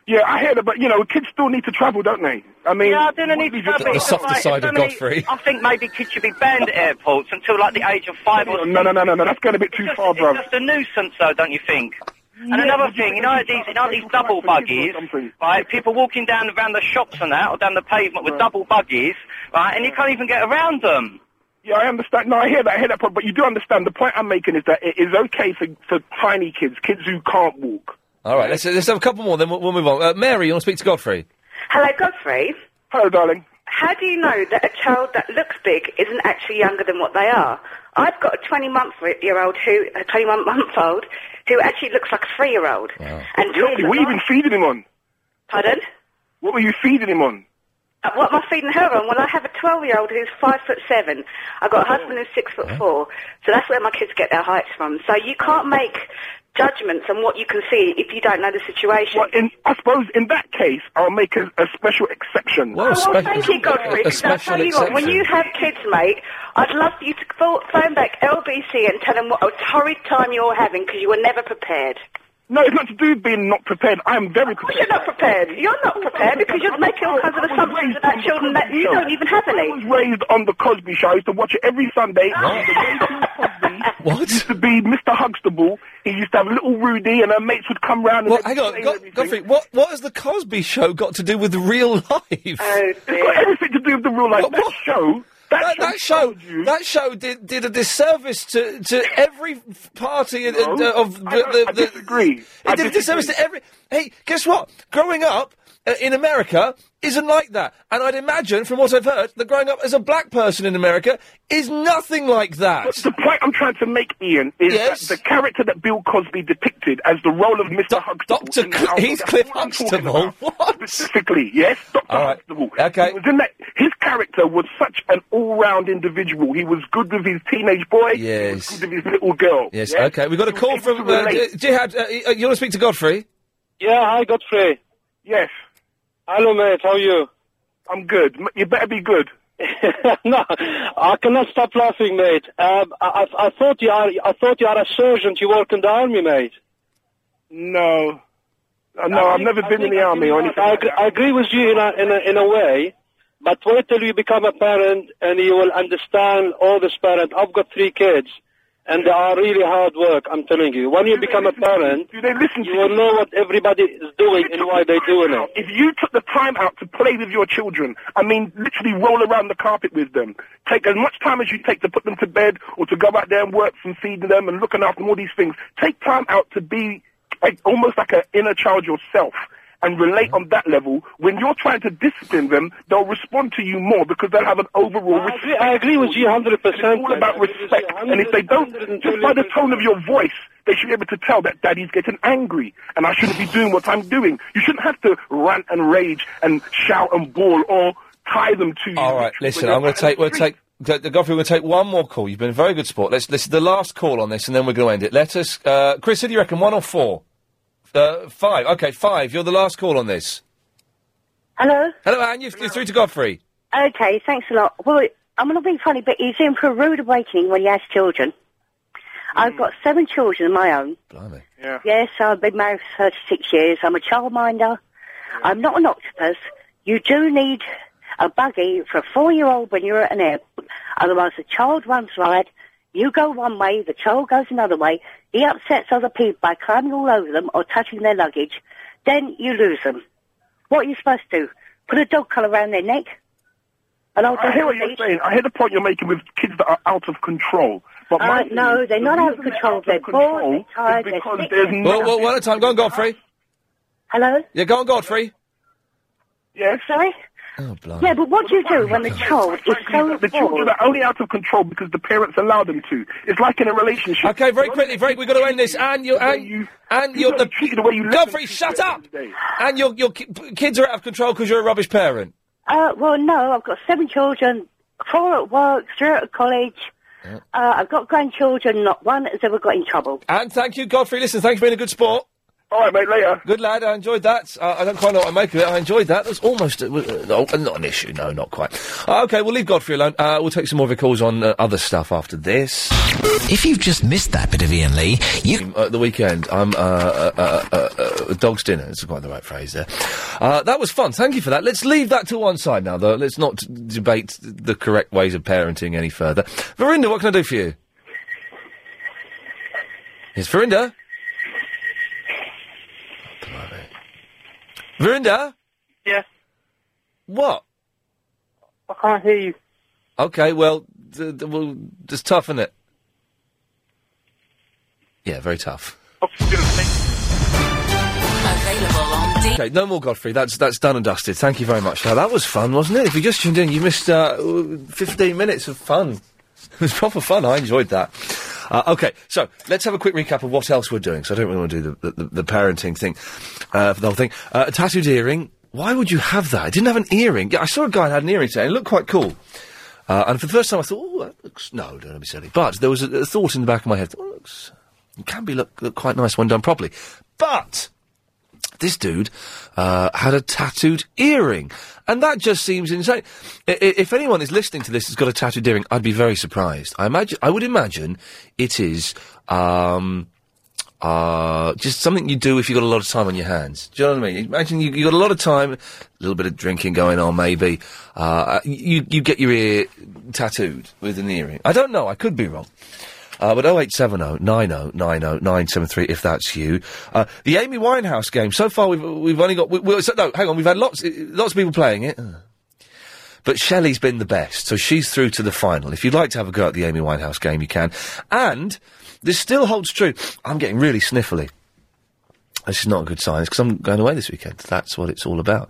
S17: Yeah, I hear that, but you know, kids still need to travel, don't they? I mean,
S5: yeah, I do not need to
S17: what-
S5: travel. It's just like, so many- I think maybe kids should be banned at airports until like the age of five or
S17: No, no, no, no, no. That's going a bit too far, bruv.
S5: It's just a nuisance, though, don't you think? And another thing, you know these, you know these double buggies, right? People walking down around the shops and that, or down the pavement with double buggies, right? And you can't even get around them.
S17: Yeah, I understand. No, I hear that. I hear that point. But you do understand the point I'm making is that it is okay for, for tiny kids, kids who can't walk.
S1: All right. Let's let's have a couple more. Then we'll, we'll move on. Uh, Mary, you want to speak to Godfrey?
S13: Hello, Godfrey.
S17: Hello, darling.
S13: How do you know that a child that looks big isn't actually younger than what they are? I've got a 20 month year old who, a 21 month old, who actually looks like a three year old. And talks
S17: Really?
S13: a
S17: What you
S13: lot.
S17: been feeding him on?
S13: Pardon?
S17: What were you feeding him on?
S13: Uh, What am I feeding her on? Well, I have a 12 year old who's five foot seven. I've got a
S17: Oh.
S13: husband who's six foot four. So that's where my kids get their heights from. So you can't make judgments on what you can see if you don't know the situation.
S17: Well, in, I suppose in that case, I'll make a, a special exception.
S13: Oh, well, thank you, Godfrey.
S17: A
S13: Because I'll
S17: special
S13: tell you what, when
S17: exception.
S13: you have kids, mate, I'd love you to pho- phone back LBC and tell them what a horrid time you're having because you were never prepared.
S17: No, it's not to do with being not prepared. I am very prepared.
S13: You're not prepared. You're not prepared because you're making all kinds of assumptions about children that you don't even have any.
S17: I was raised on the Cosby Show. I used to watch it every Sunday. The way Bill Cosby used to be Mr. Huxtable. He used to have little Rudy, and her mates would come round. and
S1: Well,
S17: they'd
S1: hang on,
S17: explain
S1: Go-
S17: everything.
S1: Godfrey. What what has the Cosby Show got to do with real life?
S13: Oh
S17: It's got everything to do with the real life. That show.
S1: That, that show, that show did, did a disservice to, to every f- party and- and, uh, of the.
S17: I don't-
S1: the,
S17: I
S1: the
S17: disagree.
S1: It
S17: I
S1: did a disservice to every. Hey, guess what? Growing up uh, in America isn't like that, and I'd imagine, from what I've heard, that growing up as a black person in America is nothing like that.
S17: But the point I'm trying to make, Ian, is
S1: Yes?
S17: that the character that Bill Cosby depicted as the role of Mr. Huxtable. Doctor, he's Cliff Huxtable.
S1: What
S17: specifically? Yes, Doctor Huxtable. Okay. He was in that. His character was such an all-round individual. He was good with his teenage boy. Yes. He was good with his little girl.
S1: Yes, okay. We've got a
S17: He was
S1: call
S17: able
S1: from
S17: to
S1: uh,
S17: relate.
S1: J- Jihad. Uh, y- uh, you want to speak to Godfrey?
S8: Yeah, hi, Godfrey.
S17: Yes.
S8: Hello, mate. How are you?
S17: I'm good. M- You better be good.
S8: no, I cannot stop laughing, mate. Um, I, I, I thought you are. I thought you are a sergeant. You work in the army, mate.
S17: No. Uh, no, I've never been in the army or anything.
S8: I, agree, I agree with you in a, in a in a way, but wait till you become a parent and you will understand all this parent. I've got three kids, and they are really hard work. I'm telling you. When you become a parent, you will know what everybody is doing and why they're doing it.
S17: If you took the time out to play with your children, I mean, literally roll around the carpet with them, take as much time as you take to put them to bed or to go out there and work and feed them and looking after them, all these things, take time out to be like, almost like an inner child yourself and relate on that level. When you're trying to discipline them, they'll respond to you more because they'll have an overall I respect. Agree,
S8: I agree with you 100%.
S17: It's all about respect. And if they don't, just by the tone of your voice, they should be able to tell that daddy's getting angry and I shouldn't be doing what I'm doing. You shouldn't have to rant and rage and shout and bawl or tie them to you.
S1: All right, listen. I'm going to take. We'll take. Go- Godfrey, we'll take one more call. You've been a very good sport. Let's. This is the last call on this, and then we're going to end it. Let us. Uh, Chris, who do you reckon? One or four? Uh, five. Okay, five. You're the last call on this.
S14: Hello?
S1: Hello, Anne. You're, you're through to Godfrey.
S14: Okay, thanks a lot. Well, I'm not being funny, but he's in for a rude awakening when he has children. I've got seven children of my own.
S1: Blimey.
S14: Yeah. Yes, I've been married for 36 years. I'm a childminder. I'm not an octopus. You do need a buggy for a four-year-old when you're at an airport. Otherwise, the child runs right. You go one way, the child goes another way. He upsets other people by climbing all over them or touching their luggage. Then you lose them. What are you supposed to do? Put a dog collar around their neck? An old
S17: I
S14: dog
S17: hear what
S14: collar
S17: you're
S14: leash?
S17: saying. I hear the point you're making with kids that are out of control. But
S14: Uh,
S17: my thing
S14: no,
S17: is,
S14: they're
S17: the
S14: not out of
S17: reason they're
S14: control. They're bored,
S17: control
S14: they're tired,
S17: is
S14: they're
S17: because
S14: sick.
S17: there's no
S1: Well, well, one at a time. Go on, Godfrey.
S14: Hello?
S1: Yeah, go on, Godfrey.
S14: Yeah. Sorry?
S1: Oh, blimey.
S14: Yeah, but what do you do when the child is so
S17: the children
S14: bored?
S17: are only out of control because the parents allow them to. It's like in a relationship.
S1: Okay, very quickly, very. We've got to end this. And you, and you, and you're the, Godfrey. Shut up. And your your ki- p- kids are out of control because you're a rubbish parent.
S14: Uh, well, no, I've got seven children, four at work, three at college.
S1: Oh.
S14: Uh, I've got grandchildren, not one has ever got in trouble.
S1: And thank you, Godfrey. Listen, thanks for being a good sport. All right, mate. Later. Good lad. I enjoyed that. Uh, I don't quite know what I make of it. I enjoyed that. That's almost uh, w- uh, no, not an issue. No, not quite. Uh, okay, we'll leave Godfrey alone. Uh, we'll take some more of your calls on uh, other stuff after this.
S25: If you've just missed that bit of Ian Lee, you.
S1: At the weekend, I'm uh, uh, uh, uh, uh, dog's dinner. That's quite the right phrase there. Uh, that was fun. Thank you for that. Let's leave that to one side now, though. Let's not d- debate the correct ways of parenting any further. Verinda, what can I do for you? Yes, Verinda. Verinda.
S15: Yes.
S1: What?
S15: I can't hear you.
S1: Okay, well, th- th- well, it's tough, isn't it? Yeah, very tough. Okay, no more Godfrey. That's that's done and dusted. Thank you very much. Now that was fun, wasn't it? If you just tuned in, you missed uh, fifteen minutes of fun. It was proper fun. I enjoyed that. Uh, okay, so let's have a quick recap of what else we're doing. So I don't really want to do the, the, the parenting thing, uh, for the whole thing. Uh, a tattooed earring. Why would you have that? I didn't have an earring. Yeah, I saw a guy that had an earring today. And it looked quite cool. Uh, and for the first time, I thought, oh, that looks. No, don't be silly. But there was a, a thought in the back of my head. Oh, looks. It can be look, look quite nice when done properly. But this dude uh, had a tattooed earring, and that just seems insane. I- I- if anyone is listening to this that's got a tattooed earring, I'd be very surprised. I imagine I would imagine it is um, uh, just something you do if you've got a lot of time on your hands. Do you know what I mean? Imagine you, you've got a lot of time, a little bit of drinking going on, maybe. Uh, you you get your ear tattooed with an earring. I don't know. I could be wrong. Uh, but 0870 90 90 973 if that's you. Uh, the Amy Winehouse game. So far we've we've only got we, we, so, no. Hang on, we've had lots lots of people playing it. Uh. But Shelley's been the best, so she's through to the final. If you'd like to have a go at the Amy Winehouse game, you can. And this still holds true. I'm getting really sniffly. This is not a good sign. It's because I'm going away this weekend. That's what it's all about.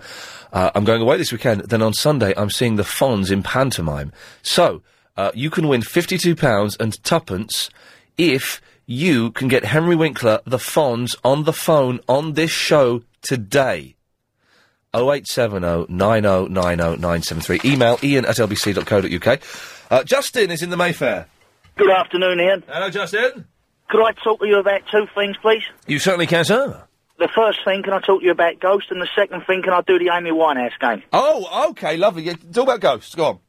S1: Uh, I'm going away this weekend. Then on Sunday, I'm seeing the Fonz in pantomime. So uh, you can win fifty-two pounds and tuppence if you can get Henry Winkler, the Fonz, on the phone on this show today. 0870 9090 973. Email ian at lbc.co.uk. Uh, Justin is in the Mayfair.
S7: Good afternoon, Ian.
S1: Hello, Justin.
S7: Could I talk to you about two things, please?
S1: You certainly can, sir.
S7: The first thing, can I talk to you about Ghost? And the second thing, can I do the Amy Winehouse game?
S1: Oh, okay, lovely. Yeah, talk about ghosts. Go on.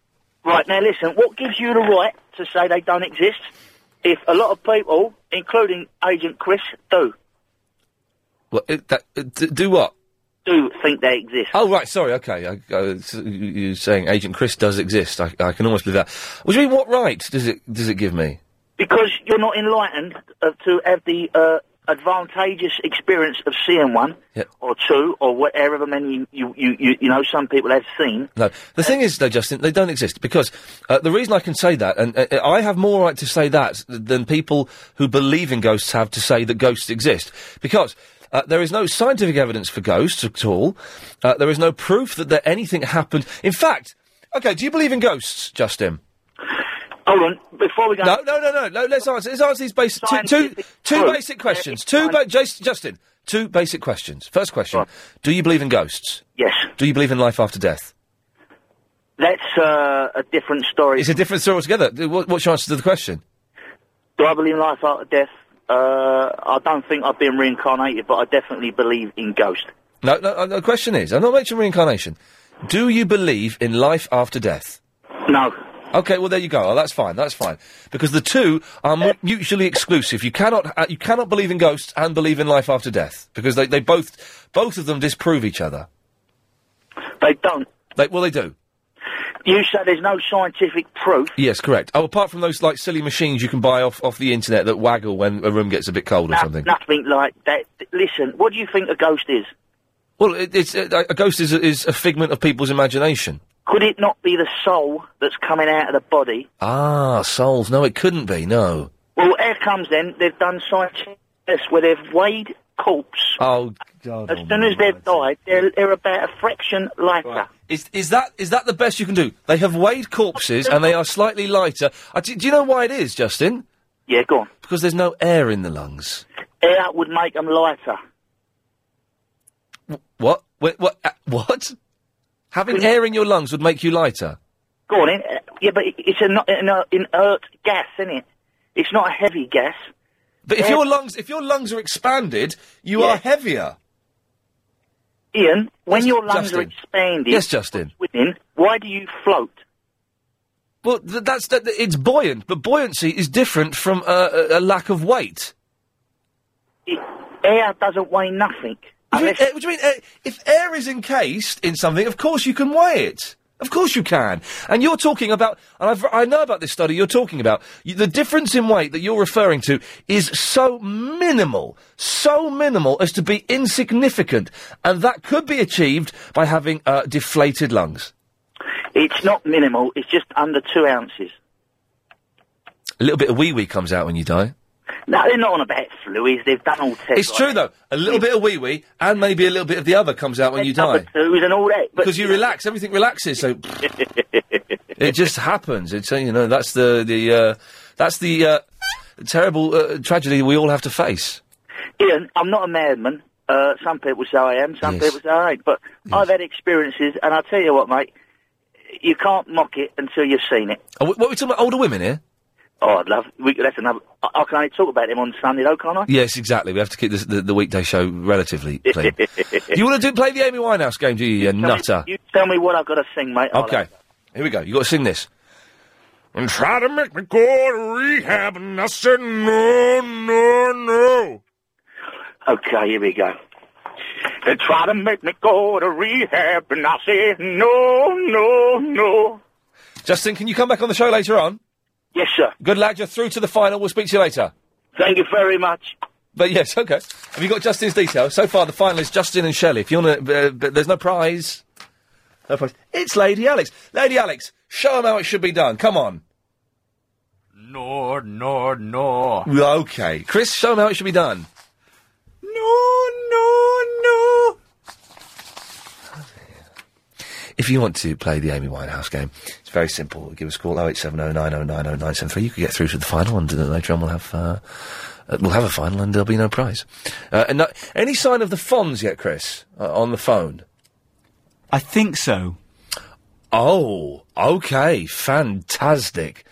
S7: Right, now listen, what gives you the right to say they don't exist if a lot of people, including Agent Chris, do?
S1: What, it, that, uh, d- do what?
S7: Do think they exist.
S1: Oh, right, sorry, okay. I, I, was- you- you saying Agent Chris does exist. I, I can almost believe that. What do you mean, what right does it, does it give me?
S7: Because you're not enlightened uh, to have the uh, advantageous experience of seeing one
S1: Yep.
S7: or two or whatever many you, you, you, you know some people have seen.
S1: No. The thing is, though, Justin, they don't exist because uh, the reason I can say that, and uh, I have more right to say that than people who believe in ghosts have to say that ghosts exist because. Uh, there is no scientific evidence for ghosts at all. Uh, there is no proof that there anything happened. In fact, okay, do you believe in ghosts, Justin?
S7: Hold on, before we go.
S1: No, no, no, no. no let's answer. Let's answer these basic two, two, two
S7: proof.
S1: basic questions. Two, ba- Jas- Justin. Two basic questions. First question: Do you believe in ghosts?
S7: Yes.
S1: Do you believe in life after death?
S7: That's uh, a different story.
S1: It's a different story altogether. Th- what- What's your answer to the question?
S7: Do I believe in life after death? Uh, I don't think I've been reincarnated, but I definitely believe in ghosts.
S1: No, no, uh, the question is, I'm not mentioning reincarnation. Do you believe in life after death?
S7: No.
S1: Okay, well there you go. Oh, that's fine. That's fine because the two are mu- mutually exclusive. You cannot uh, you cannot believe in ghosts and believe in life after death because they, they both both of them disprove each other.
S7: They don't.
S1: They, well, they do.
S7: You say there's no scientific proof.
S1: Yes, correct. Oh, apart from those like silly machines you can buy off off the internet that waggle when a room gets a bit cold or
S7: No-
S1: something.
S7: Nothing like that. Listen, what do you think a ghost is?
S1: Well, it, it's uh, a ghost is a, is a figment of people's imagination.
S7: Could it not be the soul that's coming out of the body?
S1: Ah, souls. No, it couldn't be. No.
S7: Well, here comes then. They've done scientific tests where they've weighed corpse.
S1: Oh God.
S7: As soon as they've died, they're, they're about a fraction lighter.
S1: Is is that is that the best you can do? They have weighed corpses and they are slightly lighter. Uh, do, do you know why it is, Justin?
S7: Yeah, go on.
S1: Because there's no air in the lungs.
S7: Air would make them lighter.
S1: What? Wait, what? uh, what? Having air in your lungs would make you lighter.
S7: Go on, in. uh, yeah, but it- it's an, an uh, inert gas, isn't it? It's not a heavy gas.
S1: But if your lungs if your lungs are expanded, you are heavier.
S7: Ian, when
S1: Yes,
S7: your lungs are
S1: Justin.
S7: expanded,
S1: Yes, Justin.
S7: Within, why do you float?
S1: Well, th- that's that. It's buoyant, but buoyancy is different from uh, a, a lack of weight.
S7: It, air doesn't weigh nothing.
S1: What do you mean, air- what do you mean air- if air is encased in something, of course you can weigh it. Of course you can. And you're talking about, and I've, I know about this study you're talking about. You, the difference in weight that you're referring to is so minimal, so minimal as to be insignificant. And that could be achieved by having uh, deflated lungs.
S7: It's not minimal. It's just under two ounces.
S1: A little bit of wee wee comes out when you die.
S7: No, they're not on about fluids. They've done all tests.
S1: It's true though. A little bit of wee wee and maybe a little bit of the other comes out when you die.
S7: Twos and all that. But
S1: because you relax, everything relaxes. So it just happens. It's uh, you know that's the the uh, that's the uh, terrible uh, tragedy we all have to face.
S7: Ian, I'm not a madman. Uh, some people say I am, some
S1: Yes.
S7: people say I ain't. But I've had experiences, and I'll tell you what, mate, you can't mock it until you've seen it.
S1: Are we, Oh, what are we talking about? Older women here?
S7: Oh, I'd love. We, that's another. I, I can only talk about him on Sunday, though, can't I?
S1: Yes, exactly. We have to keep this, the, the weekday show relatively clean. you want to do play the Amy Winehouse game, do you, you nutter?
S7: You tell me what I've got to sing, mate. I'll
S1: Okay, here we go. You got to sing this.
S26: And try to make me go to rehab, and I said no, no, no.
S7: Okay, here we go.
S23: They try to make me go to rehab, and I say no, no, no.
S1: Justin, can you come back on the show later on?
S7: Yes, sir.
S1: Good lad, you're through to the final. We'll speak to you later.
S7: Thank you very much.
S1: But yes, okay. Have you got Justin's details? So far, the final is Justin and Shelley. If you want to, uh, but there's no prize. No prize. It's Lady Alex. Lady Alex, show them how it should be done. Come on.
S20: No, no, no.
S1: Okay. Chris, show them how it should be done.
S20: No, no, no.
S1: If you want to play the Amy Winehouse game, it's very simple. Give us a call 08709090973. You could get through to the final, and uh, later on we'll have uh, uh, we'll have a final, and there'll be no prize. Uh, and no, any sign of the Fonz yet, Chris, uh, on the phone? I think so. Oh, okay, fantastic.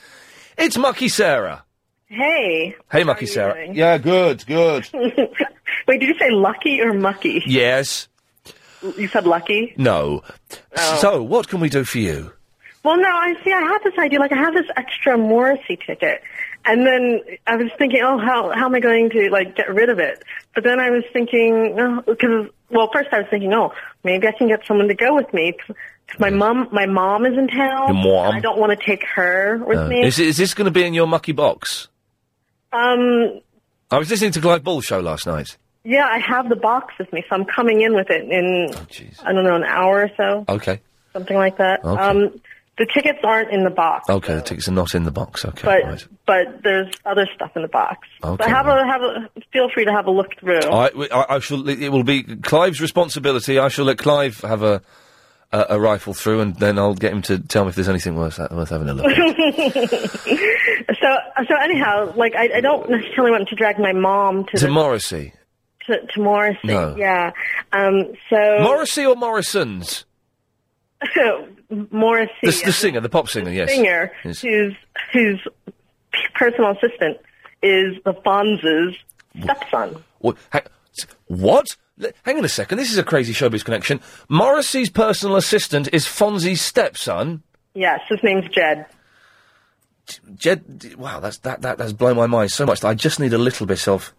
S1: It's Mucky Sarah.
S21: Hey.
S1: Hey, Mucky Sarah. Yeah, good, good.
S21: Wait, did you say lucky or mucky?
S1: yes.
S21: You said lucky?
S1: No.
S21: Oh.
S1: So, what can we do for you?
S21: Well, no, I see. I had this idea. Like, I have this extra Morrissey ticket. And then I was thinking, oh, how, how am I going to, like, get rid of it? But then I was thinking, because, well, first I was thinking, oh, maybe I can get someone to go with me. 'Cause My mom, my mom is in town.
S1: Mm. Your mom?
S21: and I don't want to take her with
S1: No.
S21: me.
S1: Uh, Is, is this going to be in your mucky box?
S21: um,
S1: I was listening to Clive Ball's show last night.
S21: yeah, I have the box with me, so I'm coming in with it in,
S1: Oh,
S21: I don't know, an hour or so.
S1: Okay.
S21: something like that.
S1: Okay.
S21: Um, the tickets aren't in the box,
S1: Okay, the tickets are not in the box. Okay,
S21: but
S1: right.
S21: but there's other stuff in the box.
S1: Okay,
S21: so have a have a feel free to have a look through.
S1: I, we- I, I shall. It will be Clive's responsibility. I shall let Clive have a a, a rifle through, and then I'll get him to tell me if there's anything worth uh, worth having a look. at.
S21: so so anyhow, like I, I don't necessarily want to drag my mom to
S1: to
S21: the,
S1: Morrissey,
S21: to, to Morrissey.
S1: No.
S21: Yeah. Um. So
S1: Morrissey or Morrison's?
S21: Morrissey,
S1: The, the singer, the pop singer. yes.
S21: singer,
S1: Yes.
S21: whose whose personal assistant is the Fonz's stepson.
S1: What? ha- s- what? L- Hang on a second. This is a crazy showbiz connection. Morrissey's personal assistant is Fonzie's stepson.
S21: Yes, his name's Jed.
S1: Jed. d- Wow, that's that that that's blown my mind so much. that I just need a little bit of.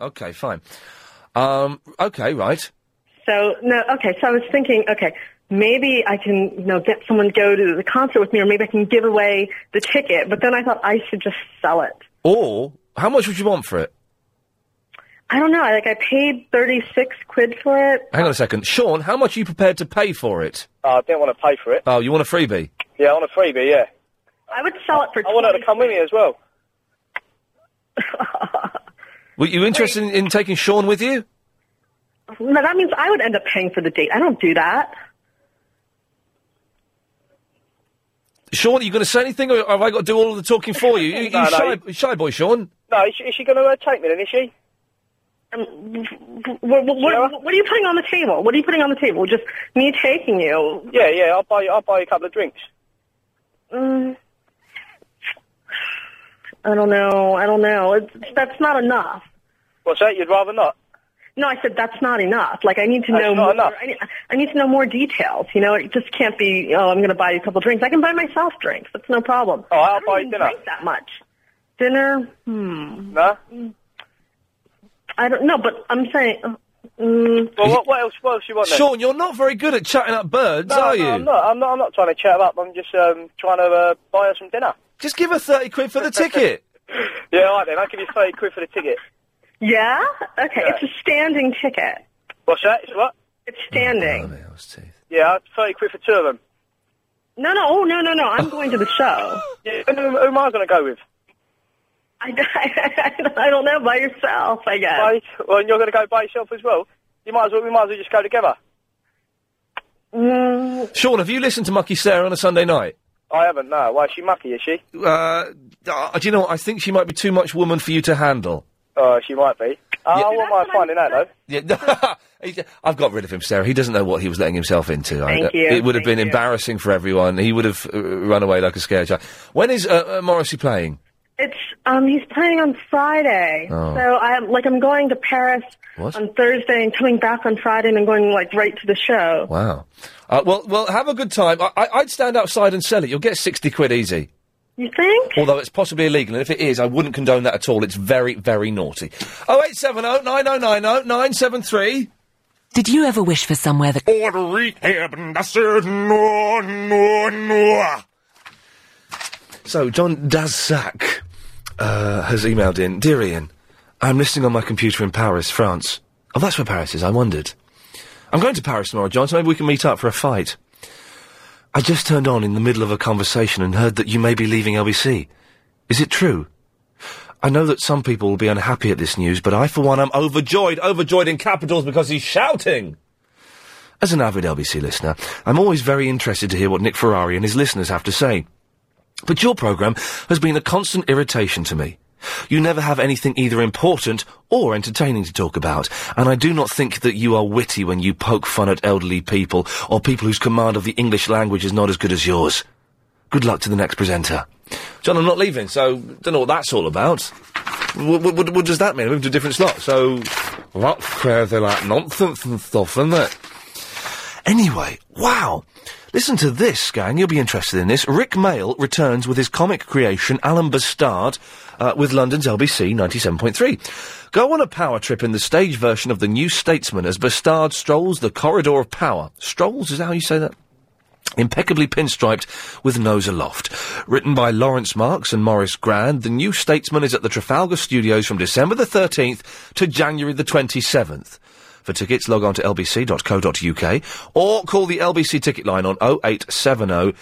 S1: Okay, fine. Um. Okay, right.
S21: So no, okay. So I was thinking, okay, maybe I can, you know, get someone to go to the concert with me, or maybe I can give away the ticket. But then I thought I should just sell it.
S1: Or how much would you want for it?
S21: I don't know. Like I paid thirty six quid for it.
S1: Hang on a second, Sean. How much are you prepared to pay for it?
S2: Oh, I didn't want to pay for it.
S1: Oh, you want a freebie?
S2: Yeah, on a freebie, yeah.
S21: I would sell it for.
S2: I want her to come with me as well.
S1: Were you interested in, in taking Sean with you?
S21: No, that means I would end up paying for the date. I don't do that.
S1: Sean, are you going to say anything, or have I got to do all of the talking for you? You, you
S2: No, no,
S1: shy, shy boy, Sean.
S2: No, is she, is she going to uh, take me then, is she?
S21: What, Um, what, what, what are you putting on the table? What are you putting on the table? Just me taking you?
S2: Yeah, yeah, I'll buy you, I'll buy you a couple of drinks.
S21: Mm. I don't know. I don't know. It's, that's not enough.
S2: What's that? You'd rather not?
S21: No, I said that's not enough. Like I need to
S2: That's
S21: know
S2: not
S21: more.
S2: enough.
S21: I, need, I need to know more details. You know, it just can't be. Oh, I'm going to buy you a couple drinks. I can buy myself drinks. That's no problem.
S2: Oh, I'll
S21: don't
S2: buy you
S21: even
S2: dinner.
S21: Drink that much. Dinner? Hmm.
S2: No?
S21: I don't know, but I'm saying. uh, Mm,
S2: Well, what, what else? What else you want? Then?
S1: Sean, you're not very good at chatting up birds,
S2: no,
S1: are
S2: no,
S1: you?
S2: I'm not. I'm not. I'm not trying to chat her up. I'm just um, trying to uh, buy her some dinner.
S1: Just give her thirty quid for the ticket.
S2: Yeah, all right then. I'll give you thirty quid for the ticket.
S21: yeah. Okay. It's a standing ticket.
S2: What's that? It's what?
S21: It's standing.
S2: Yeah, thirty quid for two of them.
S21: No, no, oh, no, no, no. I'm going to the show.
S2: Yeah, who, who am I going to go with?
S21: I, I don't know. By yourself, I guess.
S2: By, well, and you're going to go by yourself as well. You might as well. We might as well just go together. Mm.
S1: Sean, have you listened to Mucky Sarah on a Sunday night?
S2: I haven't. No. Why is she mucky? Is she?
S1: Uh, uh, do you know what? I think she might be too much woman for you to handle.
S2: Oh, she might be. Uh, I wouldn't mind finding that though.
S1: Yeah, He- I've got rid of him, Sarah. He doesn't know what he was letting himself into. I-
S2: Thank you,
S1: It would have
S2: thank
S1: been embarrassing for everyone. He would have uh, run away like a scared child. When is uh, uh, Morrissey playing?
S21: It's um he's playing on Friday.
S1: Oh.
S21: So I'm like I'm going to Paris
S1: What?
S21: on Thursday and coming back on Friday and I'm going like right to the show.
S1: Wow. Uh, well, well, have a good time. I, I, I'd stand outside and sell it. You'll get sixty quid easy.
S21: You think?
S1: Although it's possibly illegal, and if it is, I wouldn't condone that at all. It's very, very naughty. Oh eight seven oh nine oh nine oh nine seven three.
S4: Did you ever wish for somewhere that
S26: Go to rehab, and I said no, no, no.
S1: So, John Dazak uh, has emailed in Dear Ian, I'm listening on my computer in Paris, France. Oh, that's where Paris is, I wondered. I'm going to Paris tomorrow, John, so maybe we can meet up for a fight. I just turned on in the middle of a conversation and heard that you may be leaving LBC. Is it true? I know that some people will be unhappy at this news, but I, for one, am overjoyed, overjoyed in capitals because he's shouting. As an avid LBC listener, I'm always very interested to hear what Nick Ferrari and his listeners have to say. But your programme has been a constant irritation to me. You never have anything either important or entertaining to talk about, and I do not think that you are witty when you poke fun at elderly people or people whose command of the English language is not as good as yours. Good luck to the next presenter. John, I'm not leaving, so don't know what that's all about. What, what, what, what does that mean? I'm moving to a different slot, so that's crazy, like nonsense and stuff, isn't it? Anyway, wow. Listen to this, gang. You'll be interested in this. Rick Mail returns with his comic creation, Alan Bastard, uh, with London's LBC 97.3. Go on a power trip in the stage version of The New Statesman as Bastard strolls the corridor of power. Strolls, is that how you say that? Impeccably pinstriped with nose aloft. Written by Lawrence Marks and Morris Grand, The New Statesman is at the Trafalgar Studios from December the 13th to January the 27th. For tickets, log on to lbc.co.uk or call the LBC ticket line on 0870 oh,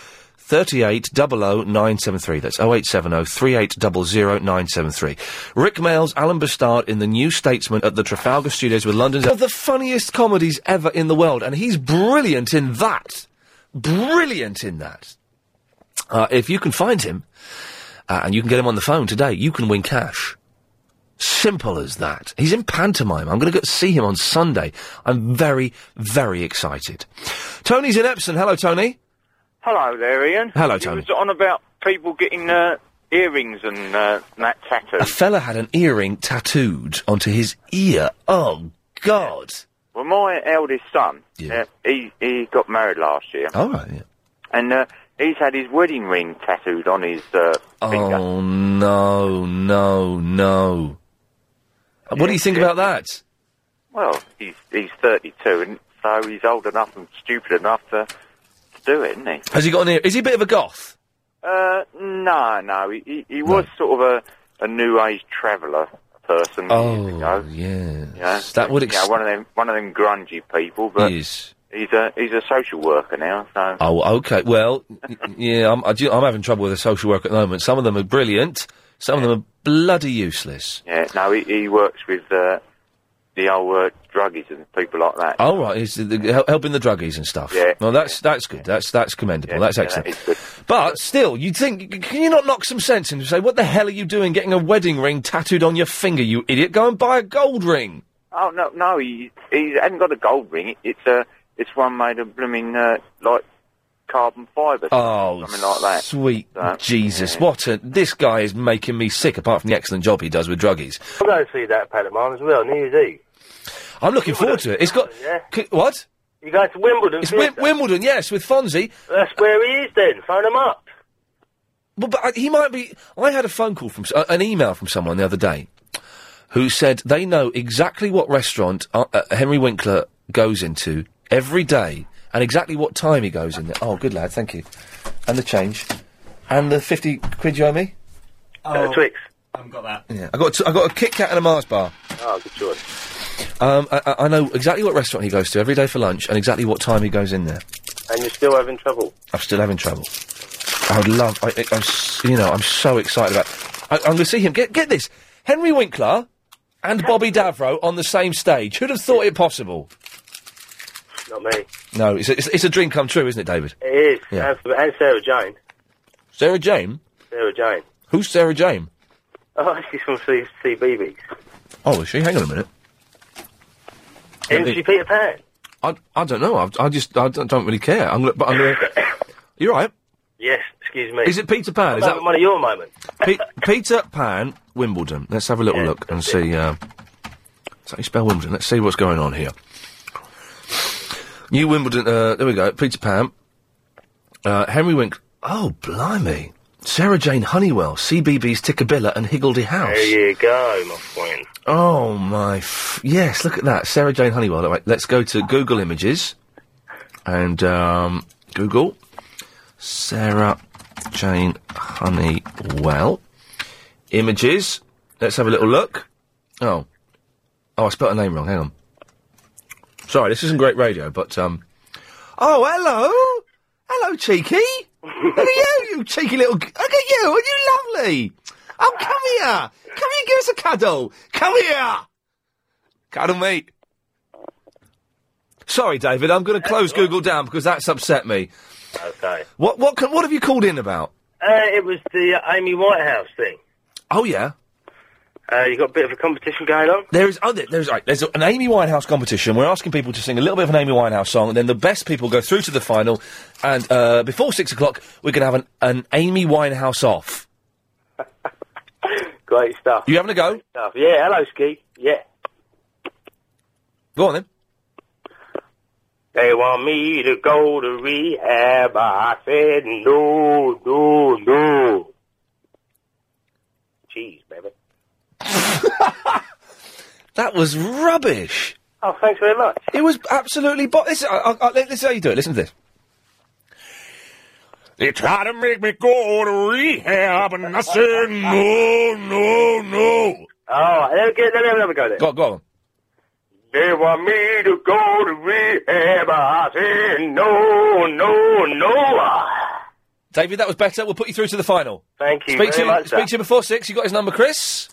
S1: 3800973. That's 0870 oh, 3800973. Rick Mails, Alan Bastard in The New Statesman at the Trafalgar Studios with London's... One of the funniest comedies ever in the world, and he's brilliant in that. Brilliant in that. Uh, if you can find him, uh, and you can get him on the phone today, you can win cash. Simple as that. He's in pantomime. I'm going to go see him on Sunday. I'm very, very excited. Tony's in Epsom. Hello, Tony.
S22: Hello there, Ian.
S1: Hello,
S22: You
S1: Tony.
S22: was on about people getting uh, earrings and uh, that tattoo.
S1: A fella had an earring tattooed onto his ear. Oh God.
S28: Well, my eldest son, yeah. he he got married last year,
S1: All right. yeah.
S28: and uh, he's had his wedding ring tattooed on his uh, finger.
S1: Oh no, no, no. Uh, What do you think about that?
S28: Well, he's he's 32, and so he's old enough and stupid enough to, to do it, isn't he?
S1: Has he got an ear? Is he a bit of a goth?
S28: Uh, no, no, he he, he was sort of a, a new age traveller person.
S1: Oh, yeah.
S28: Yeah,
S1: That would
S28: yeah,
S1: ex-
S28: one of them, one of them grungy people. But
S1: Yes.
S28: he's a he's a social worker now, so
S1: Oh, okay. Well, y- yeah, I'm, I do, I'm having trouble with the social work at the moment. Some of them are brilliant. Some of them are bloody useless.
S28: yeah. No, he, he works with uh, the old uh, druggies and people like that.
S1: All right, is the, the, hel- helping the druggies and stuff.
S28: Yeah.
S1: Well, that's that's good. That's that's commendable. that's
S28: yeah, that
S1: excellent.
S28: is good.
S1: but still, you'd think, can you not knock some sense in and say, what the hell are you doing getting a wedding ring tattooed on your finger, you idiot? Go and buy a gold ring.
S28: Oh no, no, he he hasn't got a gold ring. It, it's a it's one made of blooming uh, like carbon fibre,
S1: Oh,
S28: something like that.
S1: sweet Jesus! What a this guy is making me sick. Apart from the excellent job he does with druggies,
S8: I'll go and see that pantomime as well, New Year's Eve.
S1: I'm looking forward to it. It's got
S8: Yeah.
S1: c- what?
S8: You go to Wimbledon.
S1: It's
S8: Theatre.
S1: Wim- Wimbledon, yes, with Fonzie.
S8: That's where he is then. Phone him up.
S1: Well, but uh, he might be. I had a phone call from s- uh, an email from someone the other day, who said they know exactly what restaurant uh, uh, Henry Winkler goes into every day and exactly what time he goes in there. Oh, good lad, thank you. And the change, and the fifty quid you owe me.
S8: Uh, Twix.
S29: I haven't Oh, got that.
S1: Yeah, I got t- I got a Kit Kat and a Mars bar.
S8: Oh, good choice.
S1: Um, I, I- I know exactly what restaurant he goes to every day for lunch and exactly what time he goes in there.
S8: And you're still having trouble.
S1: I'm still having trouble. I would love. I, I, I'm, s- you know, I'm so excited about. I, I'm going to see him. Get get this: Henry Winkler and Bobby Davro on the same stage. Who'd have thought it possible?
S8: Not me.
S1: No, it's a, it's, it's a dream come true, isn't it, David?
S8: It is.
S1: Yeah.
S8: And, and Sarah Jane.
S1: Sarah Jane.
S8: Sarah Jane.
S1: Who's Sarah Jane?
S8: Oh, she's from C- CBeebies.
S1: Oh, is she? Hang on a minute.
S8: Isn't she Peter Pan?
S1: I, I don't know. I, I just I don't, don't really care. I'm gonna, but I'm gonna, You're right.
S8: Yes, excuse me.
S1: Is it Peter Pan?
S8: I'm
S1: Is that-
S8: having one of your moments?
S1: Pe- Peter Pan, Wimbledon. Let's have a little look and see. Uh, let's actually spell Wimbledon. Let's see what's going on here. New Wimbledon. Uh, there we go. Peter Pan. Uh, Henry Wink. Oh, blimey. Sarah Jane Honeywell, CBB's Tickabilla and Higgledy House.
S8: There you go, my friend.
S1: Oh my! F- yes, look at that, Sarah Jane Honeywell. All right, let's go to Google Images and um, Google Sarah Jane Honeywell images. Let's have a little look. Oh, oh, I spelt her name wrong. Hang on. Sorry, this isn't great radio, but um. Oh, hello, hello, cheeky. look at you, you cheeky little. g- Look at you, aren't you lovely? Oh, come here, come here, give us a cuddle. Come here, cuddle me. Sorry, David, I'm going to close Google down because that's upset me.
S8: Okay.
S1: What what can, what have you called in about?
S8: Uh, it was the uh, Amy Whitehouse thing.
S1: Oh yeah,
S8: Uh, you got a bit of a competition going on?
S1: there is oh there- there's right, there's an Amy Winehouse competition. We're asking people to sing a little bit of an Amy Winehouse song, and then the best people go through to the final. And uh, before six o'clock, we're going to have an, an Amy Winehouse off.
S8: Great stuff.
S1: You having a go?
S8: stuff. Yeah, hello, Ski. Yeah.
S1: Go on then.
S8: They want me to go to rehab. I said no, no, no. Jeez, baby.
S1: That was rubbish.
S8: Oh, thanks very much.
S1: It was absolutely. Bo- this, I, I, I, this is how you do it. Listen to this.
S30: They try to make me go to rehab, and I said no, no, no.
S8: Oh, let me, get, let me have another go then.
S1: Go, go on.
S8: They want me to go to rehab. I said no, no, no.
S1: David, that was better. We'll put you through to the final.
S8: Thank you
S1: Speak to
S8: very
S1: you,
S8: much,
S1: speak
S8: sir.
S1: to you before six. You got his number, Chris.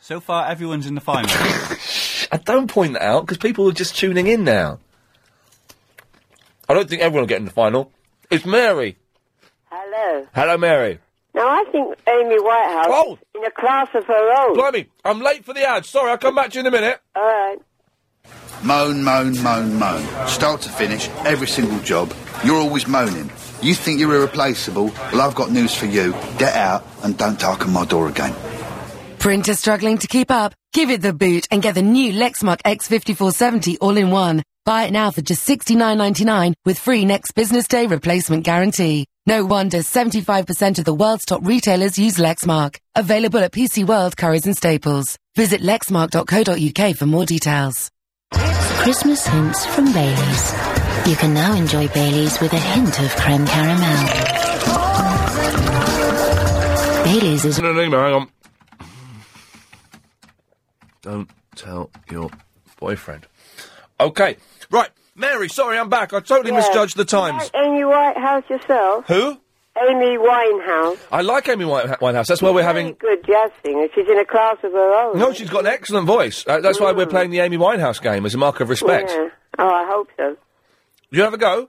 S29: So far, everyone's in the final.
S1: I don't point that out because people are just tuning in now. I don't think everyone will get in the final. It's Mary.
S2: Hello.
S1: Hello, Mary.
S2: Now, I think Amy Whitehouse
S1: Oh.
S2: is in a class of her
S8: Oh.
S2: own.
S1: Blimey, I'm late for the ad. Sorry, I'll come back to you in a minute.
S2: All right.
S31: Moan, moan, moan, moan. Start to finish, every single job. You're always moaning. You think you're irreplaceable? Well, I've got news for you. Get out and don't darken my door again.
S32: Printer struggling to keep up? Give it the boot and get the new Lexmark X5470 all in one. Buy it now for just $69.99 with free next business day replacement guarantee. No wonder 75% of the world's top retailers use Lexmark. Available at PC World, Currys and Staples. Visit lexmark.co.uk for more details.
S33: Christmas hints from Baileys. You can now enjoy Baileys with a hint of creme caramel. Baileys is.
S1: No, no, no, hang on. Don't tell your boyfriend. Okay, right, Mary. Sorry, I'm back. I totally
S10: Yeah.
S1: misjudged the times.
S10: Amy Whitehouse yourself?
S1: Who?
S10: Amy Winehouse.
S1: I like Amy White- Winehouse. That's why we're having.
S10: Good jazz singer. She's in a class of her own.
S1: No, she's got an excellent voice. Uh, that's why we're playing the Amy Winehouse game as a mark of respect.
S10: Mm. Yeah. Oh, I hope so.
S1: Do you have a go?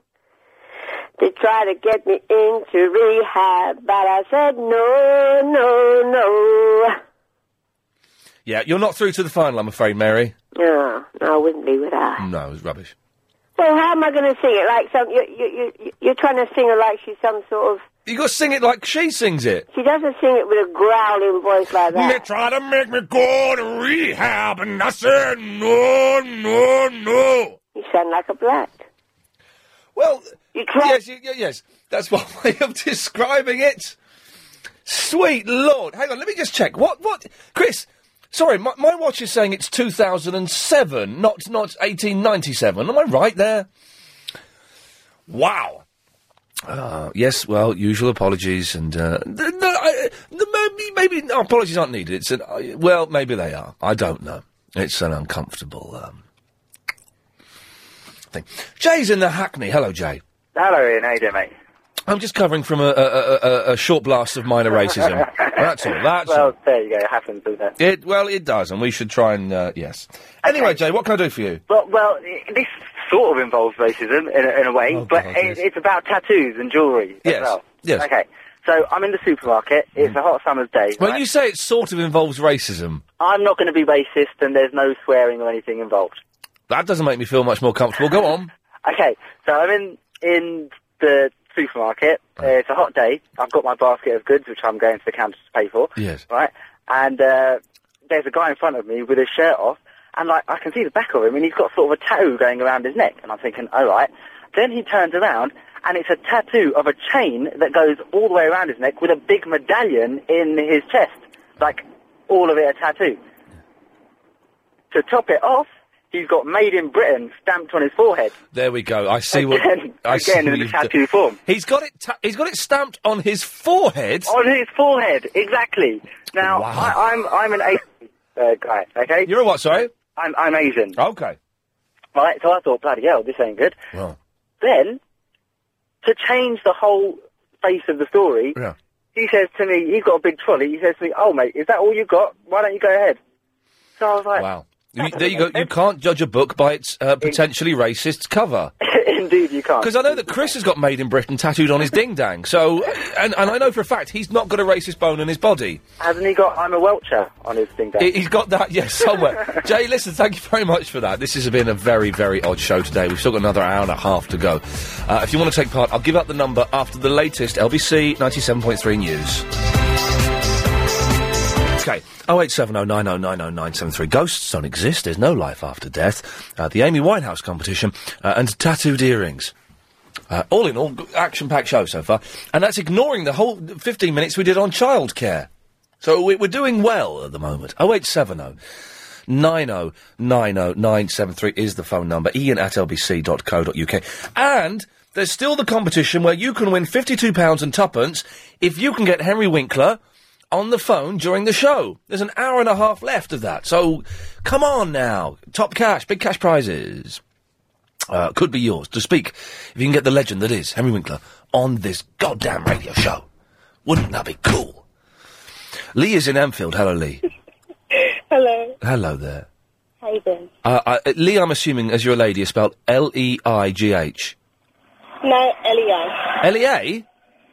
S10: They tried to get me into rehab, but I said no, no, no.
S1: Yeah, you're not through to the final, I'm afraid, Mary.
S10: No, no, I wouldn't be without.
S1: No, it was rubbish.
S10: Well, how am I going to sing it? Like some, you, you, you, you're trying to sing it like she's some sort of.
S1: You got to sing it like she sings it.
S10: She doesn't sing it with a growling voice like that.
S34: They try to make me go to rehab, and I said no, no, no.
S10: You sound like a black.
S1: Well, yes, you, yeah, yes, that's one way of describing it. Sweet lord, hang on, let me just check. What, what, Chris? Sorry, my, my watch is saying it's 2007, not not 1897. Am I right there? Wow. Uh, yes, well, usual apologies and uh, th- no, I, no, maybe, maybe no, apologies aren't needed. It's an uh, well, maybe they are. I don't know. It's an uncomfortable um, thing. Jay's in the Hackney. Hello, Jay.
S2: Hello, Ian. How you doing, mate?
S1: I'm just covering from a, a, a, a- a short blast of minor racism. that's all. That's
S2: well,
S1: all.
S2: there you go. It happens, doesn't it?
S1: It well, it does, and we should try and uh, yes. Anyway, Jay, what can I do for you?
S2: Well, well, i- this sort of involves racism in a, in a way, but it, it's about tattoos and jewellery
S1: Oh, Yes,
S2: as well.
S1: yes. Mm-hmm.
S2: Okay. So I'm in the supermarket. It's a hot summer's day.
S1: When
S2: right?
S1: you say it sort of involves racism,
S2: I'm not going to be racist, and there's no swearing or anything involved.
S1: that doesn't make me feel much more comfortable. Go on.
S2: Okay. So I'm in in the supermarket. Uh, it's a hot day. I've got my basket of goods, which I'm going to the counter to pay for.
S1: Yes.
S2: right? And uh, there's a guy in front of me with his shirt off, and like I can see the back of him, and he's got sort of a tattoo going around his neck, and I'm thinking, all right. Then he turns around, and it's a tattoo of a chain that goes all the way around his neck with a big medallion in his chest, like all of it a tattoo. To top it off, he's got "Made in Britain" stamped on his forehead.
S1: There we go. I see what
S2: Again-
S1: I
S2: again
S1: see
S2: in
S1: what
S2: the
S1: you've done.
S2: tattoo form.
S1: He's got it. Ta- he's got it stamped on his forehead.
S2: On his forehead, exactly. Now I, I'm I'm an Asian uh, guy, okay?
S1: You're a what? Sorry,
S2: I'm I'm Asian.
S1: Okay.
S2: Right, so I thought, bloody hell, this ain't good.
S1: Well.
S2: Then, to change the whole face of the story,
S1: Yeah.
S2: he says to me, "You've got a big trolley." He says to me, "Oh mate, is that all you got? Why don't you go ahead?" So I was like,
S1: Wow. You, there you go. You can't judge a book by its uh, potentially racist cover.
S2: "Indeed, you can't."
S1: Because I know that Chris has got Made in Britain tattooed on his ding dang. So, and, and I know for a fact he's not got a racist bone in his body.
S2: Hasn't he got "I'm a Welcher" on his thing?
S1: He- He's got that, yes, somewhere. Jay, listen, thank you very much for that. This has been a very, very odd show today. We've still got another hour and a half to go. Uh, if you want to take part, I'll give out the number after the latest LBC 97.3 news. Okay, 08709090973. Ghosts don't exist. There's no life after death. Uh, the Amy Winehouse competition uh, and tattooed earrings. Uh, all in all, action packed show so far. And that's ignoring the whole 15 minutes we did on childcare. So we, we're doing well at the moment. 0870 oh, 9090973 is the phone number. Ian at lbc.co.uk. And there's still the competition where you can win £52 and tuppence if you can get Henry Winkler on the phone during the show. There's an hour and a half left of that. So come on now. Top cash, big cash prizes uh, could be yours to speak if you can get the legend that is Henry Winkler on this goddamn radio show. Wouldn't that be cool? Lee is in Enfield. Hello, Lee.
S18: Hello.
S1: Hello there.
S18: How you doing?
S1: Uh, I, uh, Lee, I'm assuming, as you're a lady, is spelled L E I G H.
S18: No, L-E-I.
S1: L E A?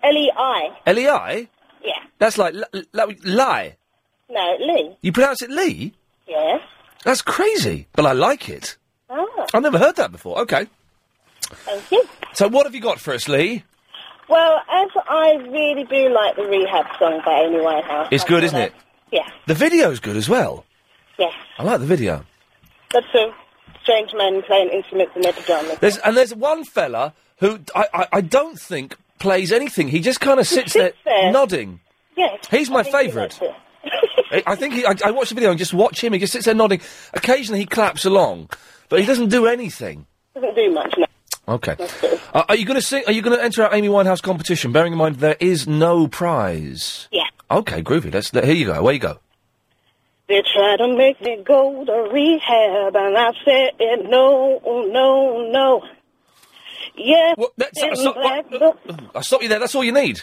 S18: L-E-I.
S1: L E I?
S18: Yeah.
S1: That's like li- li- lie.
S18: No, Lee.
S1: You pronounce it Lee?
S18: Yeah.
S1: That's crazy, but I like it.
S18: Ah,
S1: I've never heard that before. Okay.
S18: thank you.
S1: So, what have you got for us, Lee?
S18: Well, as I really do like the rehab song by Amy Winehouse.
S1: It's
S18: I
S1: good,
S18: thought
S1: isn't it?
S18: Yeah,
S1: The video's good as well.
S18: yeah.
S1: I like the video.
S18: That's a strange man playing instruments in their pajamas.
S1: There's and there's one fella who I I, I don't think plays anything. He just kind of sits, there, nodding.
S18: Yeah.
S1: He's
S18: I
S1: my
S18: think he
S1: favourite.
S18: likes it.
S1: I I think he, I, I watch the video and just watch him. He just sits there nodding. Occasionally he claps along, but he doesn't do anything.
S18: Doesn't do much. No.
S1: Okay. Uh, are you going to sing? Are you going to enter our Amy Winehouse competition? Bearing in mind there is no prize.
S18: Yeah.
S1: Okay, groovy. Let's. Let, here you go. Away you go.
S18: They try to make me go to rehab, and I said eh, no, no, no. Yeah.
S1: that's,
S18: in
S1: so-
S18: black book.
S1: I'll stop you there. That's all you need.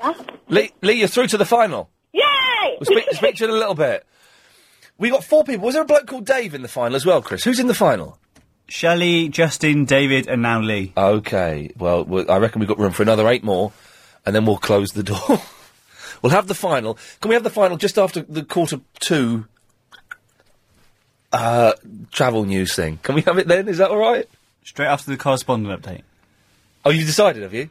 S18: Huh?
S1: Lee, Lee, you're through to the final.
S18: Ah. Yay!
S1: We'll speak, speak to you in a little bit. We got four people. Was there a bloke called Dave in the final as well, Chris? Who's in the final?
S20: Shelley, Justin, David, and now Lee.
S1: Okay. Well, we I reckon we've got room for another eight more, and then we'll close the door. we'll have the final. Can we have the final just after the quarter two uh, travel news thing? Can we have it then? Is that all right?
S20: Straight after the correspondent update.
S1: Oh, you decided, have you?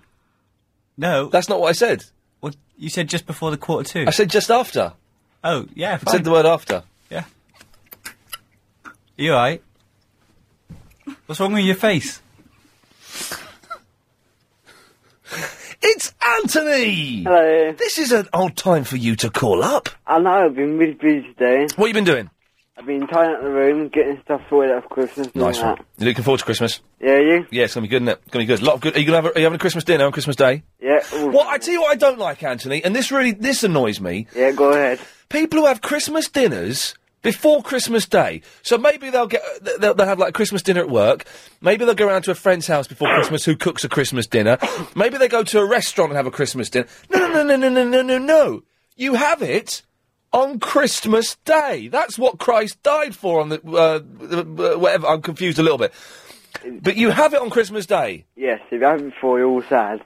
S20: No.
S1: That's not what I said.
S20: Well, you said just before the quarter two.
S1: I said just after.
S20: Oh, yeah,
S1: I
S20: fine.
S1: said the word after.
S20: Yeah. You alright? What's wrong with your face?
S1: It's Anthony! Hello. This is an odd time for you to call up.
S12: I know, I've been really busy today.
S1: What you been doing?
S12: I've been tidying up the room, getting stuff sorted out for Christmas. and all
S1: Nice one.
S12: that.
S1: You looking forward to Christmas?
S12: Yeah, you?
S1: Yeah, it's gonna be good, isn't it? Gonna be good. lot of good. Are you gonna have? A, are you having a Christmas dinner on Christmas Day?
S12: Yeah.
S1: Well, I tell you what, I don't like Anthony, and this really this annoys me.
S12: Yeah, go ahead.
S1: People who have Christmas dinners before Christmas Day, so maybe they'll get th- they'll, they'll have like a Christmas dinner at work. Maybe they'll go around to a friend's house before Christmas who cooks a Christmas dinner. Maybe they go to a restaurant and have a Christmas dinner. No, no, no, no, no, no, no, no. You have it on Christmas Day. That's what Christ died for. On the uh, uh, whatever, I'm confused a little bit. But you have it on Christmas Day.
S12: Yes, if you haven't before, you're all sad.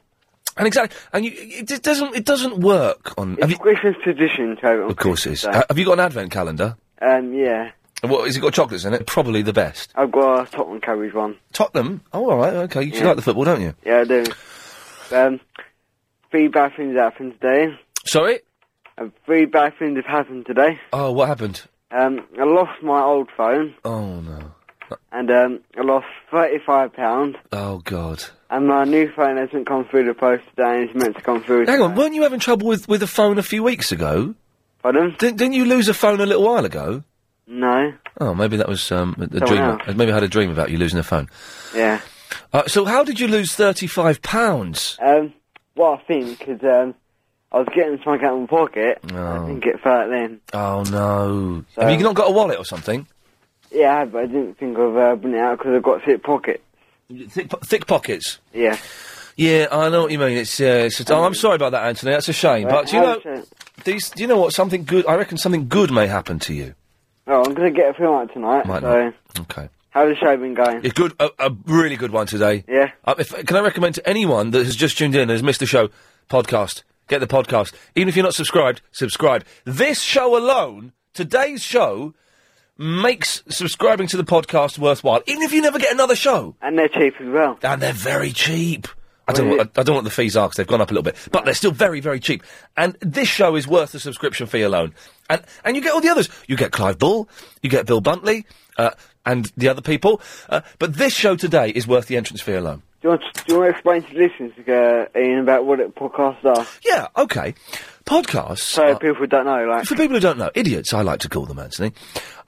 S1: And exactly, and you, it, it doesn't it doesn't work on. have you,
S12: Christmas tradition, Toby.
S1: of course, it is. Ha- have you got an advent calendar?
S12: Um, yeah.
S1: And What has it got? Chocolates in it? Probably the best.
S12: I've got a Tottenham Carriage one.
S1: Tottenham. Oh, all right, okay. You, you
S12: Yeah.
S1: like the football, don't you?
S12: Yeah, I do. Um, three bad things happened today.
S1: Sorry.
S12: Uh, three bad things have happened today.
S1: Oh, what happened?
S12: Um, I lost my old phone,
S1: Oh no.
S12: and um, I lost thirty-five pound,
S1: Oh God.
S12: and my new phone hasn't come through the post today. and It's meant to come through.
S1: Hang on. Weren't you having trouble with with a phone a few weeks ago?
S12: Pardon?
S1: Didn't, didn't you lose a phone a little while ago?
S12: No.
S1: Oh, maybe that was um, a a
S12: Someone
S1: dream.
S12: else.
S1: uh, Maybe I had a dream about you losing a phone.
S12: Yeah.
S1: Uh, so, how did you lose thirty-five pounds?
S12: Um, what I think is, um, I was getting something out of my pocket. I
S1: Oh.
S12: didn't get fat then.
S1: Oh no. have you not got a wallet or something?
S12: Yeah, but I didn't think of uh, bringing it out because I've got thick pocket.
S1: Thick, po- thick pockets.
S12: Yeah.
S1: Yeah, I know what you mean. It's, uh, it's a,
S12: Um,
S1: oh, I'm sorry about that, Anthony. That's a
S12: uh,
S1: shame. But you know, these, do you know what? Something good. I reckon something good may happen to you.
S12: Oh, I'm going to get a film out tonight.
S1: Might
S12: so,
S1: not. Okay.
S12: how's the show been going?
S1: A good, a, a really good one today.
S12: Yeah.
S1: Uh, if, can I recommend to anyone that has just tuned in and has missed the show podcast? Get the podcast. Even if you're not subscribed, subscribe. This show alone, today's show, makes subscribing to the podcast worthwhile. Even if you never get another show.
S12: And they're cheap as well.
S1: And they're very cheap. I don't, know what, I, I don't know what the fees are 'cause they've gone up a little bit, but they're still very, very cheap. And this show is worth the subscription fee alone. And and you get all the others. You get Clive Bull, you get Bill Buntley, uh, and the other people. Uh, but this show today is worth the entrance fee alone.
S12: Do you, want to, do you want to explain to the listeners, uh, Ian, about what it- podcasts are?
S1: Yeah, okay. Podcasts.
S12: So people don't know, like.
S1: For people who don't know, idiots, I like to call them, Anthony.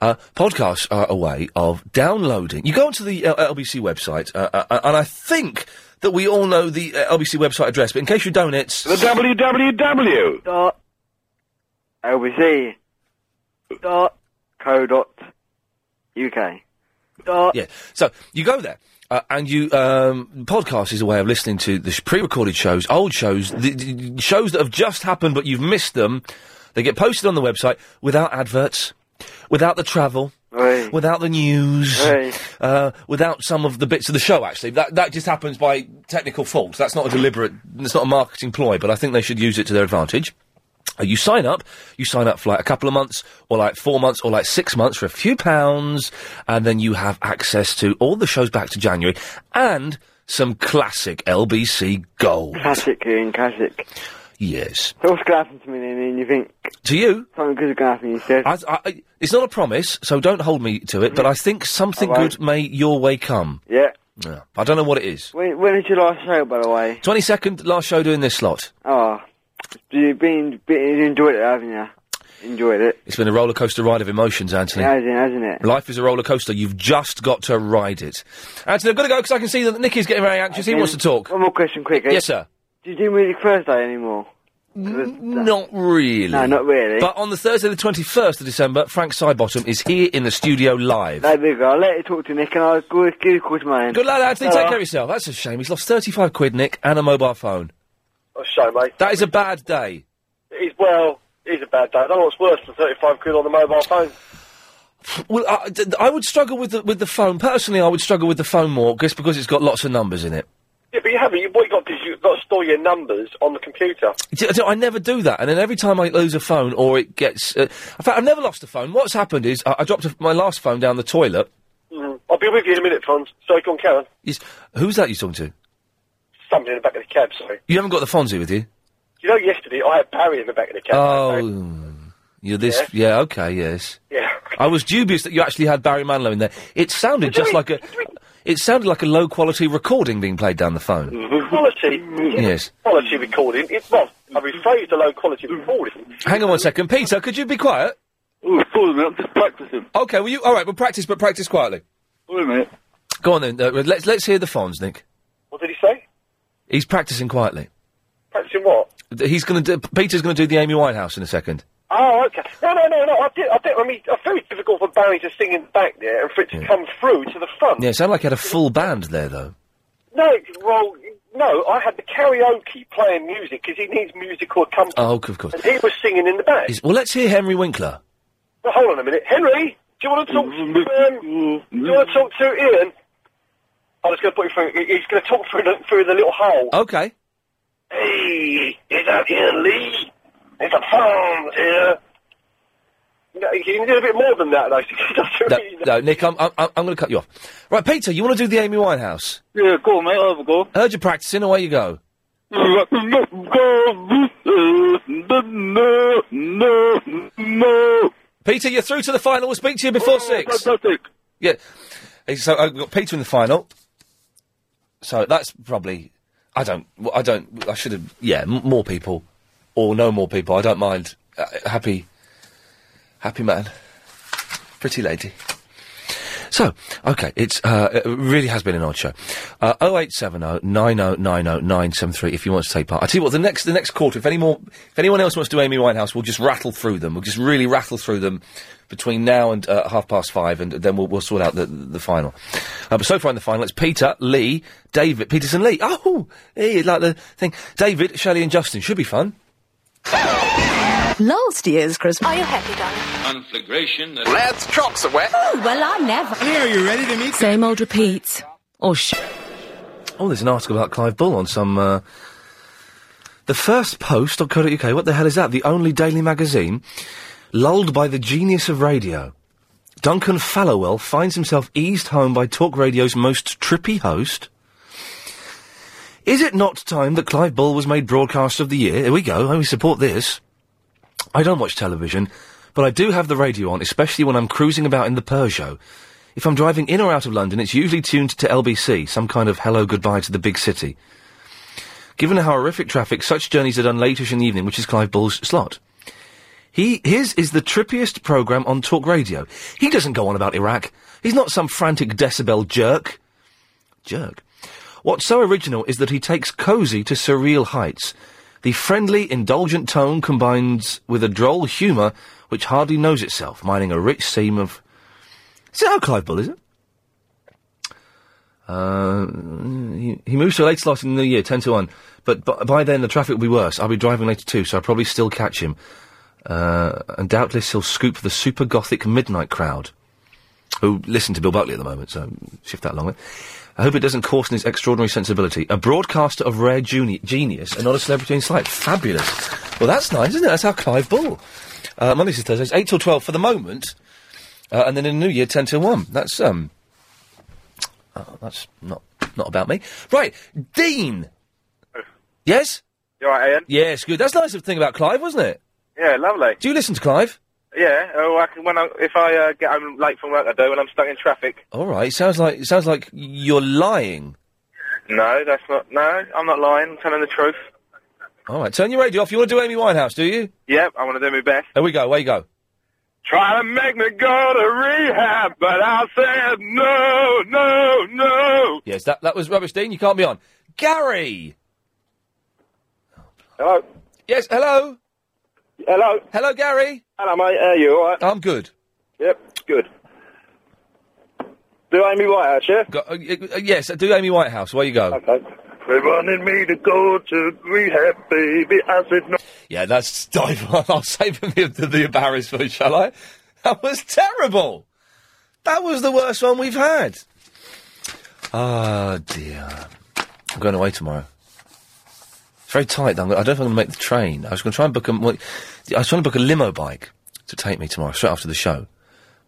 S1: Uh, podcasts are a way of downloading. You go onto the uh, LBC website, uh, uh, and I think that we all know the uh, LBC website address, but in case you don't, it's. The
S12: www. Dot. LBC. Dot. Co. Dot. UK. Dot.
S1: Yeah. So you go there. Uh, and you, um, podcast is a way of listening to the sh- pre-recorded shows, old shows, the, the shows that have just happened but you've missed them. They get posted on the website without adverts, without the travel, without the news, uh, without some of the bits of the show. Actually, that that just happens by technical fault. That's not a deliberate. It's not a marketing ploy, but I think they should use it to their advantage. Uh, you sign up, you sign up for like a couple of months, or like four months, or like six months for a few pounds, and then you have access to all the shows back to January and some classic LBC gold.
S12: Classic, Ian, classic.
S1: Yes.
S12: So what's going to happen to me then, and you think
S1: To you?
S12: something good's going to happen, you said?
S1: I, I- I- it's not a promise, so don't hold me to it, but I think something
S12: I won't.
S1: good may your way come.
S12: Yeah.
S1: Yeah. I don't know what it is.
S12: When, when is your last show, by the way?
S1: 22nd, last show doing this slot.
S12: Oh, you've been, been you enjoyed it, haven't you? Enjoyed it.
S1: It's been a roller coaster ride of emotions, Anthony.
S12: It has, it, hasn't it?
S1: Life is a roller coaster. You've just got to ride it. Anthony, I've got to go because I can see that Nicky's getting very anxious. He wants to talk.
S12: One more question, quick. eh?
S1: Yes, sir. Mm.
S12: Do you do Music Thursday anymore? 'Cause it's-
S1: Not really.
S12: No, not really.
S1: But on the Thursday, the 21st of December, Frank Sidebottom is here in the studio live.
S12: No, big I'll let you talk to Nick and I'll go give you a call to mine.
S1: Good lad, Anthony. Take care of yourself. That's a shame. He's lost 35 quid, Nick, and a mobile phone.
S8: Oh, show, mate.
S1: That is a bad day.
S8: It is, well, it is a bad day. I don't know what's worse than 35 quid on the mobile phone.
S1: Well, I, d- I would struggle with the, with the phone. Personally, I would struggle with the phone more just because it's got lots of numbers in it.
S8: Yeah, but you haven't. You, what you got to do is you've got to store your numbers on the computer.
S1: Do- do- I never do that, and then every time I lose a phone or it gets, uh, in fact, I've never lost a phone. What's happened is I, I dropped a, my last phone down the toilet.
S8: Mm. I'll be with you in a minute, Fons. Sorry, go on, Karen.
S1: Is who's that you're talking to?
S8: Somebody in the back of the cab, sorry.
S1: You haven't got the Fonzie with you.
S8: Do you know yesterday I had Barry in the back of the cab?
S1: Oh, you're this. Yeah. okay. Yes.
S8: Yeah.
S1: I was dubious that you actually had Barry Manilow in there. It sounded just like a. It sounded like a low quality recording being played down the phone.
S8: Quality.
S1: Mm. Yes.
S8: Quality recording. It's well, I rephrased the low quality recording.
S1: Hang on one second, Peter. Could you be quiet?
S8: Oh, sorry, I'm just practicing.
S1: Okay. Well, you all right? Well, practice, but practice quietly.
S8: Wait a minute.
S1: Go on then. Uh, let's let's hear the Fonz, Nick.
S8: What did he say?
S1: He's practicing quietly.
S8: Practicing what?
S1: He's going to do. Peter's going to do the Amy Winehouse in a second.
S8: Oh, okay. No, no, no, no. I did. I did. I mean, it's very difficult for Barry to sing in the back there and for it to come through to the front.
S1: Yeah, it sounded like he had a full band there though.
S8: No, well, no. I had the karaoke playing music because he needs musical accompaniment,
S1: Oh, of course.
S8: and he was singing in the back.
S1: Is- well, let's hear Henry Winkler.
S8: Well, hold on a minute, Henry. Do you want to talk?
S1: Mm-hmm.
S8: To, um, do you want to talk to Ian? I'm just going to put you through. he- He's going to talk through the through the little hole.
S1: Okay.
S8: Hey, is that Ian Lee? It's a farm here. No, you can do a bit more than that, though.
S1: No, no, Nick, I'm I'm, I'm going to cut you off. Right, Peter, you want to do the Amy Winehouse?
S8: Yeah, go on, mate. I'll have a go.
S1: Heard you practicing. Away you go.
S35: No, no, no.
S1: Peter, you're through to the final. We'll speak to you
S8: Oh,
S1: before six.
S35: Fantastic.
S1: Yeah. Hey, So I've got Peter in the final. So that's probably. I don't. well, I don't. I should have. Yeah, m- more people, or no more people. I don't mind. Uh, happy, happy man, pretty lady. So okay, it's uh, it really has been an odd show. Oh eight seven oh nine oh nine oh nine seven three. If you want to take part, I tell you what. The next the next quarter, if any more, if anyone else wants to do Amy Winehouse, we'll just rattle through them. We'll just really rattle through them between now and uh, half past five, and then we'll, we'll sort out the the final. Uh, but so far in the final, it's Peter Lee, David Peterson Lee. Oh, hey, like the thing. David, Shelley, and Justin should be fun.
S10: Last year's Christmas. Are you happy, darling?
S23: Conflagration. Lads, chops are wet.
S10: Oh, well, I never. Here, are you ready to meet? Same old repeats. Or sh.
S1: Oh, there's an article about Clive Bull on some. Uh, the first post.co.uk. What the hell is that? The only daily magazine lulled by the genius of radio. Duncan Fallowell finds himself eased home by talk radio's most trippy host. Is it not time that Clive Bull was made broadcaster of the year? Here we go. Oh, we support this. I don't watch television, but I do have the radio on, especially when I'm cruising about in the Peugeot. If I'm driving in or out of London, it's usually tuned to LBC, some kind of hello goodbye to the big city. Given how horrific traffic, such journeys are done latish in the evening, which is Clive Bull's slot. He his is the trippiest program on talk radio. He doesn't go on about Iraq. He's not some frantic decibel jerk. Jerk. What's so original is that he takes cozy to surreal heights. The friendly, indulgent tone combines with a droll humour which hardly knows itself, mining a rich seam of. Is it how Clive Bull is it? Uh, he, he moves to a late slot in the year, 10 to 1. But b- by then, the traffic will be worse. I'll be driving later too, so I'll probably still catch him. Uh, and doubtless he'll scoop the super gothic midnight crowd, who listen to Bill Buckley at the moment, so shift that along. I hope it doesn't coarsen his extraordinary sensibility. A broadcaster of rare juni- genius and not a celebrity in sight. Fabulous. Well, that's nice, isn't it? That's how Clive Bull. Uh, Mondays to Thursdays, 8 till 12 for the moment, uh, and then in the new year, 10 till 1. That's, um, uh, Oh, that's not not about me. Right, Dean. Yes.
S14: You alright, Ian?
S1: Yes, good. That's nice of the thing about Clive, wasn't it?
S14: Yeah, lovely.
S1: Do you listen to Clive?
S14: Yeah, oh, I can, when I, if I uh, get home late from work, I do, when I'm stuck in traffic.
S1: All right. Sounds like it sounds like you're lying.
S14: No, that's not, no, I'm not lying, I'm telling the truth.
S1: All right. Turn your radio off. You want to do Amy Winehouse, do you?
S14: Yep, I want to do my best.
S1: There we go. Where you go?
S14: Try to make me go to rehab, but I said no, no, no.
S1: Yes, that that was rubbish, Dean. You can't be on. Gary.
S14: Hello.
S1: Yes. Hello.
S14: Hello.
S1: Hello, Gary.
S14: Hello, mate. How are you? All right?
S1: I'm good.
S14: Uh, Yep, good. Do Amy Whitehouse, yeah?
S1: Go, uh, y- uh, yes, do Amy Whitehouse. Where you go?
S14: Okay.
S17: They wanted me to go to rehab, baby. I said no.
S1: Yeah, that's dive on. I'll save the, the, the embarrassment, shall I? That was terrible. That was the worst one we've had. Oh, dear. I'm going away tomorrow. It's very tight. though. I'm, gonna- I don't think I'm going to make the train. I was going to try and book a. well, I was trying to book a limo bike to take me tomorrow, straight after the show.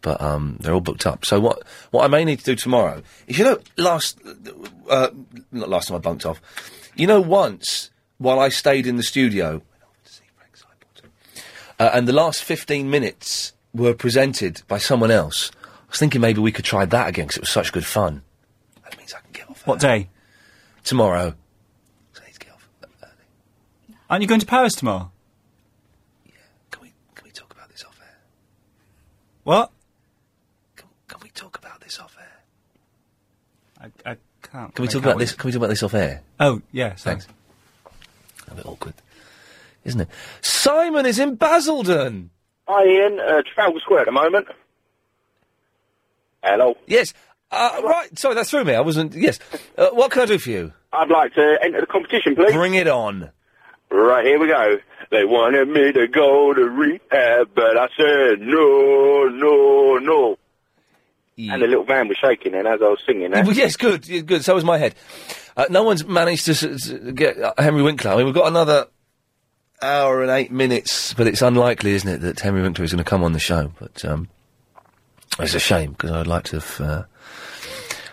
S1: But um, they're all booked up. So what? What I may need to do tomorrow is, you know, last uh, not last time I bunked off. You know, once while I stayed in the studio, uh, and the last 15 minutes were presented by someone else. I was thinking maybe we could try that again because it was such good fun.
S20: What day?
S1: Tomorrow.
S20: Aren't you going to Paris tomorrow? Yeah. Can we can we talk about this off air? What? Can, can we talk about this off air? I, I can't.
S1: Can we
S20: I
S1: talk
S20: can't
S1: about
S20: wait.
S1: this? Can we talk about this off air?
S20: Oh, yeah. Sorry.
S1: Thanks. A bit awkward, isn't it? Simon is in Basildon.
S14: Hi, Ian. Uh, Trafalgar Square at the moment. Hello.
S1: Yes. Uh, right. Sorry, that threw me. I wasn't. Yes. Uh, what can I do for you?
S14: I'd like to enter the competition, please.
S1: Bring it on.
S14: Right, here we go. They wanted me to go to rehab, but I said no, no, no. And the little van was shaking then as I was singing that.
S1: Well, yes, good, yeah, good. So was my head. Uh, no one's managed to, s- s- get uh, Henry Winkler. I mean, we've got another hour and eight minutes, but it's unlikely, isn't it, that Henry Winkler is going to come on the show? But um, it's a shame because I'd like to have uh,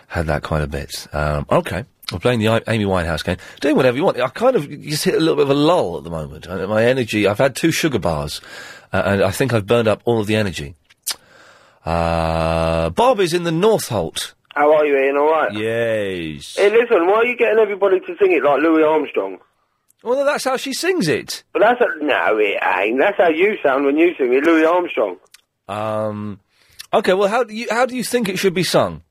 S1: had that quite a bit. Um, okay, we're playing the I- Amy Winehouse game. Doing whatever you want. I kind of just hit a little bit of a lull at the moment. I, my energy. I've had two sugar bars, uh, and I think I've burned up all of the energy. Uh, Bob is in the North Holt.
S8: How are you, Ian? All right.
S1: Yes.
S8: Hey, listen. Why are you getting everybody to sing it like Louis Armstrong?
S1: Well, that's how she sings it.
S8: But that's a, no, it ain't. That's how you sound when you sing it, Louis Armstrong.
S1: Um, okay, well, how do you how do you think it should be sung?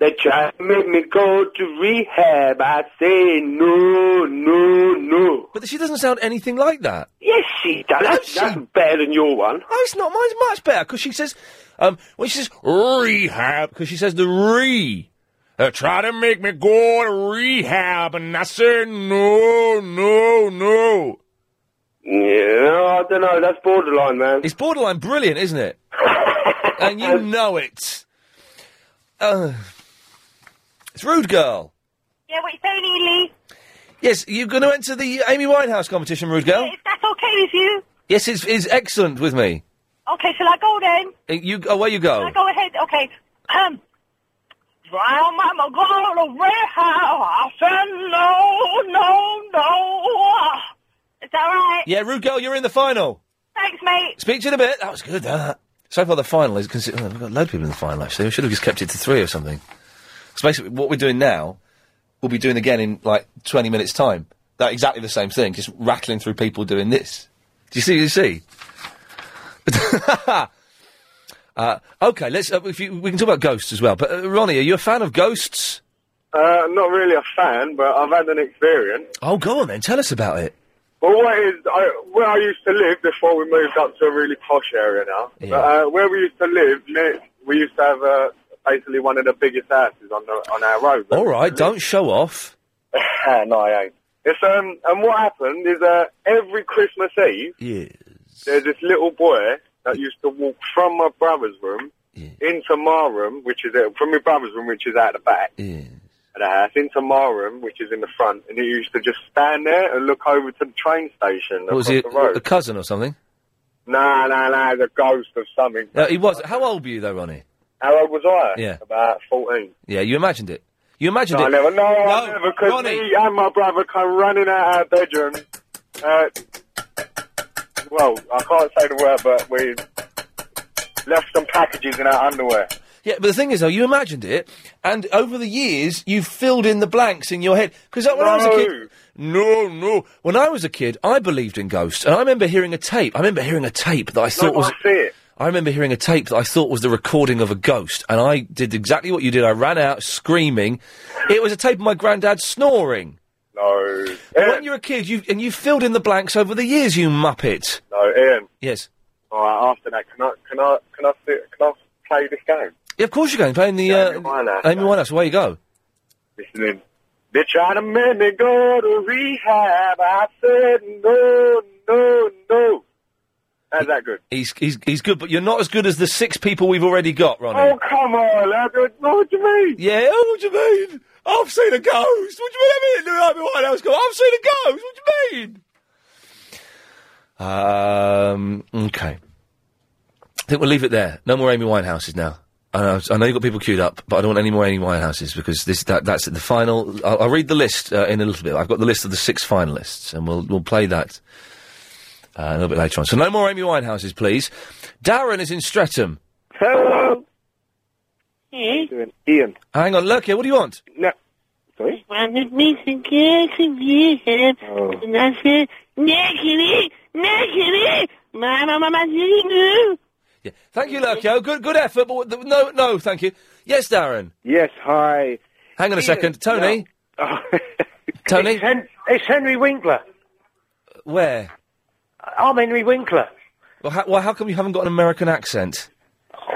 S8: They try to make me go to rehab. I say no, no, no.
S1: But she doesn't sound anything like that.
S8: Yes, she does. That's, that's better than your one.
S1: Oh, it's not. Mine's much better because she says, um, when she says rehab, because she says the re. uh,
S26: They try to make me go to rehab, and I said no, no, no.
S8: Yeah, I don't know. That's borderline, man.
S1: It's borderline brilliant, isn't it? and you know it. Uh, it's rude, girl.
S24: Yeah, what you saying, Ely?
S1: Yes, you're going to enter the Amy Winehouse competition, rude girl.
S24: If that's okay with you.
S1: Yes, it's, it's excellent with me.
S24: Okay, shall I go then?
S1: Uh, You away you go.
S24: I go ahead. Okay. Um, Drown mama go to rehab. I said no, no, no. Is that right?
S1: Yeah, rude girl, you're in the final.
S24: Thanks, mate.
S1: Speak to you in a bit. That was good. That. So far, the final is. Consi- oh, we've got a load of people in the final, actually. We should have just kept it to three or something. Because basically, what we're doing now, we'll be doing again in like 20 minutes' time. That exactly the same thing, just rattling through people doing this. Do you see? You see? uh, okay, let's. Uh, if you, we can talk about ghosts as well. But uh, Ronnie, are you a fan of ghosts?
S8: Uh, not really a fan, but I've had an experience.
S1: Oh, go on then. Tell us about it.
S8: Well, what is I, where I used to live before we moved up to a really posh area now.
S1: Yeah.
S8: But, uh, where we used to live, ne- we used to have uh, basically one of the biggest houses on the on our road.
S1: All right, don't show off.
S8: Uh, no, I ain't. It's um, and what happened is uh, every Christmas Eve,
S1: Yeah.
S8: there's this little boy that used to walk from my brother's room into my room, which is uh, from my brother's room, which is out the back of the house, into my room, which is in the front, and he used to just stand there and look over to the train station
S1: What was
S8: across
S1: he?
S8: the road.
S1: A cousin or something?
S8: No, no, no, the ghost of something.
S1: Uh, he was. How old were you though, Ronnie?
S8: How old was I?
S1: Yeah.
S8: About 14.
S1: Yeah, you imagined it. You imagined
S8: No,
S1: it.
S8: I never, no, I never, because me and my brother come running out of our bedroom Uh, well, I can't say the word, but we left some packages in our underwear.
S1: Yeah, but the thing is, though, you imagined it, and over the years, you've filled in the blanks in your head. Because when I was a kid, no, no. When I was a kid, I believed in ghosts, and I remember hearing a tape. I remember hearing a tape that I thought was.
S8: I see it.
S1: I remember hearing a tape that I thought was the recording of a ghost, and I did exactly what you did. I ran out screaming. It was a tape of my granddad snoring.
S8: No.
S1: And When you're a kid, you and you filled in the blanks over the years, you muppet.
S8: No, Ian.
S1: Yes.
S8: All right. After that, can I can I can I see, can I play this game?
S1: Yeah, of course you can. Playing the uh,
S8: Winehouse,
S1: Amy Winehouse. Away you go.
S8: Listening. They try to make me go to rehab. I said no, no, no. How's that good?
S1: He's he's he's good, but you're not as good as the six people we've already got, Ronnie.
S8: Oh come on, lad. What do you mean?
S1: Yeah, oh, what do you mean? I've seen a ghost. What do you mean? I mean, what else? I've seen a ghost. What do you mean? Um, okay. I think we'll leave it there. No more Amy Winehouses now. I know, I know you've got people queued up, but I don't want any more Amy Winehouses because this that that's the final. I'll, I'll read the list uh, in a little bit. I've got the list of the six finalists, and we'll we'll play that uh, a little bit later on. So no more Amy Winehouses, please. Darren is in Streatham.
S15: Hello.
S1: Ian. Hang on, look here. What do you want?
S8: No.
S15: Sorry?
S24: Wanted me to get to rehab,
S8: Oh.
S24: and I said, "Naked, naked, my mama, my you."
S1: Thank you, Lurkio. Good, good effort, but th- no, no, thank you. Yes,
S14: Hmm?
S1: Darren.
S15: Yes, hi.
S1: Hang on a
S15: Ian,
S1: second, Tony. Tony. Uh,
S15: It's, Hen- it's Henry Winkler.
S1: Where?
S15: I'm Henry Winkler.
S1: Well, how, well, how come you haven't got an American accent?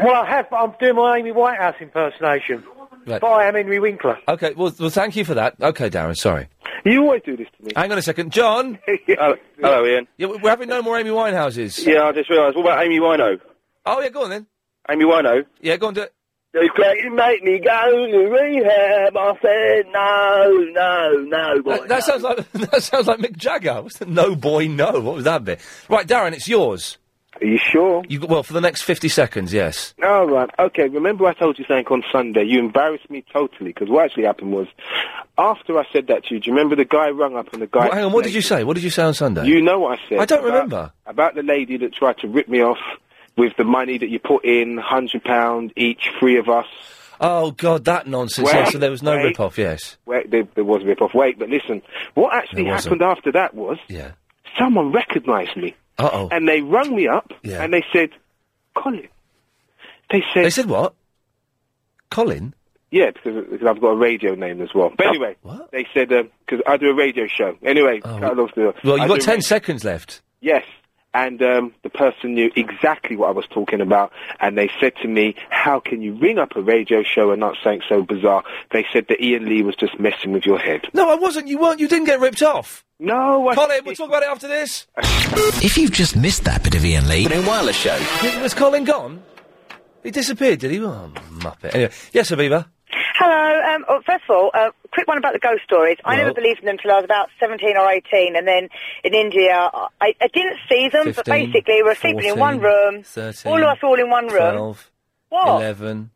S15: Well, I have, but I'm doing my Amy Whitehouse impersonation.
S1: Right.
S15: But I am Henry Winkler.
S1: Okay, well, well, thank you for that. Okay, Darren, sorry.
S15: You always do this to me.
S1: Hang on a second, John.
S15: hello,
S1: hello, Ian. Yeah, we- we're having no more Amy Winehouses.
S14: Yeah, I just realised. What about Amy Wino?
S1: Oh yeah, go on then.
S14: Amy Wino.
S1: Yeah, go on. Do-
S14: They play you make me go to rehab. I said no, no, no.
S1: That, that sounds like that sounds like Mick Jagger. What's the no boy no? What was that bit? Right, Darren, it's yours.
S15: Are you sure?
S1: You well for the next fifty seconds, yes.
S15: All right. Okay. Remember, I told you something on Sunday. You embarrassed me totally because what actually happened was, after I said that to you, do you remember the guy rung up and the guy?
S1: Well, hang on, what did you say? What did you say on Sunday?
S15: You know what I said?
S1: I don't
S15: about-
S1: remember.
S15: about the lady that tried to rip me off with the money that you put in, hundred pound each, three of us.
S1: Oh God, that nonsense.
S15: Wait,
S1: yes, so there was no
S15: wait.
S1: rip off. Yes.
S15: Wait, there, there was a rip off. Wait, but listen, what actually
S1: There wasn't.
S15: happened after that was
S1: Yeah.
S15: someone recognised me.
S1: Uh oh.
S15: And they rung me up
S1: Yeah.
S15: and they said, Colin. They said.
S1: They said what? Colin?
S15: Yeah, because, because I've got a radio name as well.
S1: Oh,
S15: But anyway, what? they said, because I do a radio show. Anyway, cut off the.
S1: Oh. Well,
S15: I
S1: you've got
S15: do
S1: ten
S15: ra-
S1: seconds left.
S15: Yes. And um, the person knew exactly what I was talking about, and they said to me, "How can you ring up a radio show and not saying so bizarre?" They said that Ian Lee was just messing with your head.
S1: No, I wasn't. You weren't. You didn't get ripped off.
S15: No, I...
S1: Colin, we'll talk about it after this.
S7: If you've just missed that bit of Ian Lee, in Wireless Show.
S1: Was Colin gone? He disappeared, did he? Oh, muppet. Anyway, yes, Abiba.
S21: Hello. Um, well, first of all, uh, quick one about the ghost stories. I
S1: Well-
S21: never believed in them until I was about 17 or 18, and then in India, I, I didn't see them,
S1: 15,
S21: but basically we were sleeping in one
S1: 14,
S21: room,
S1: 13,
S21: all of us all in one room.
S1: 12,
S21: What?
S1: 11,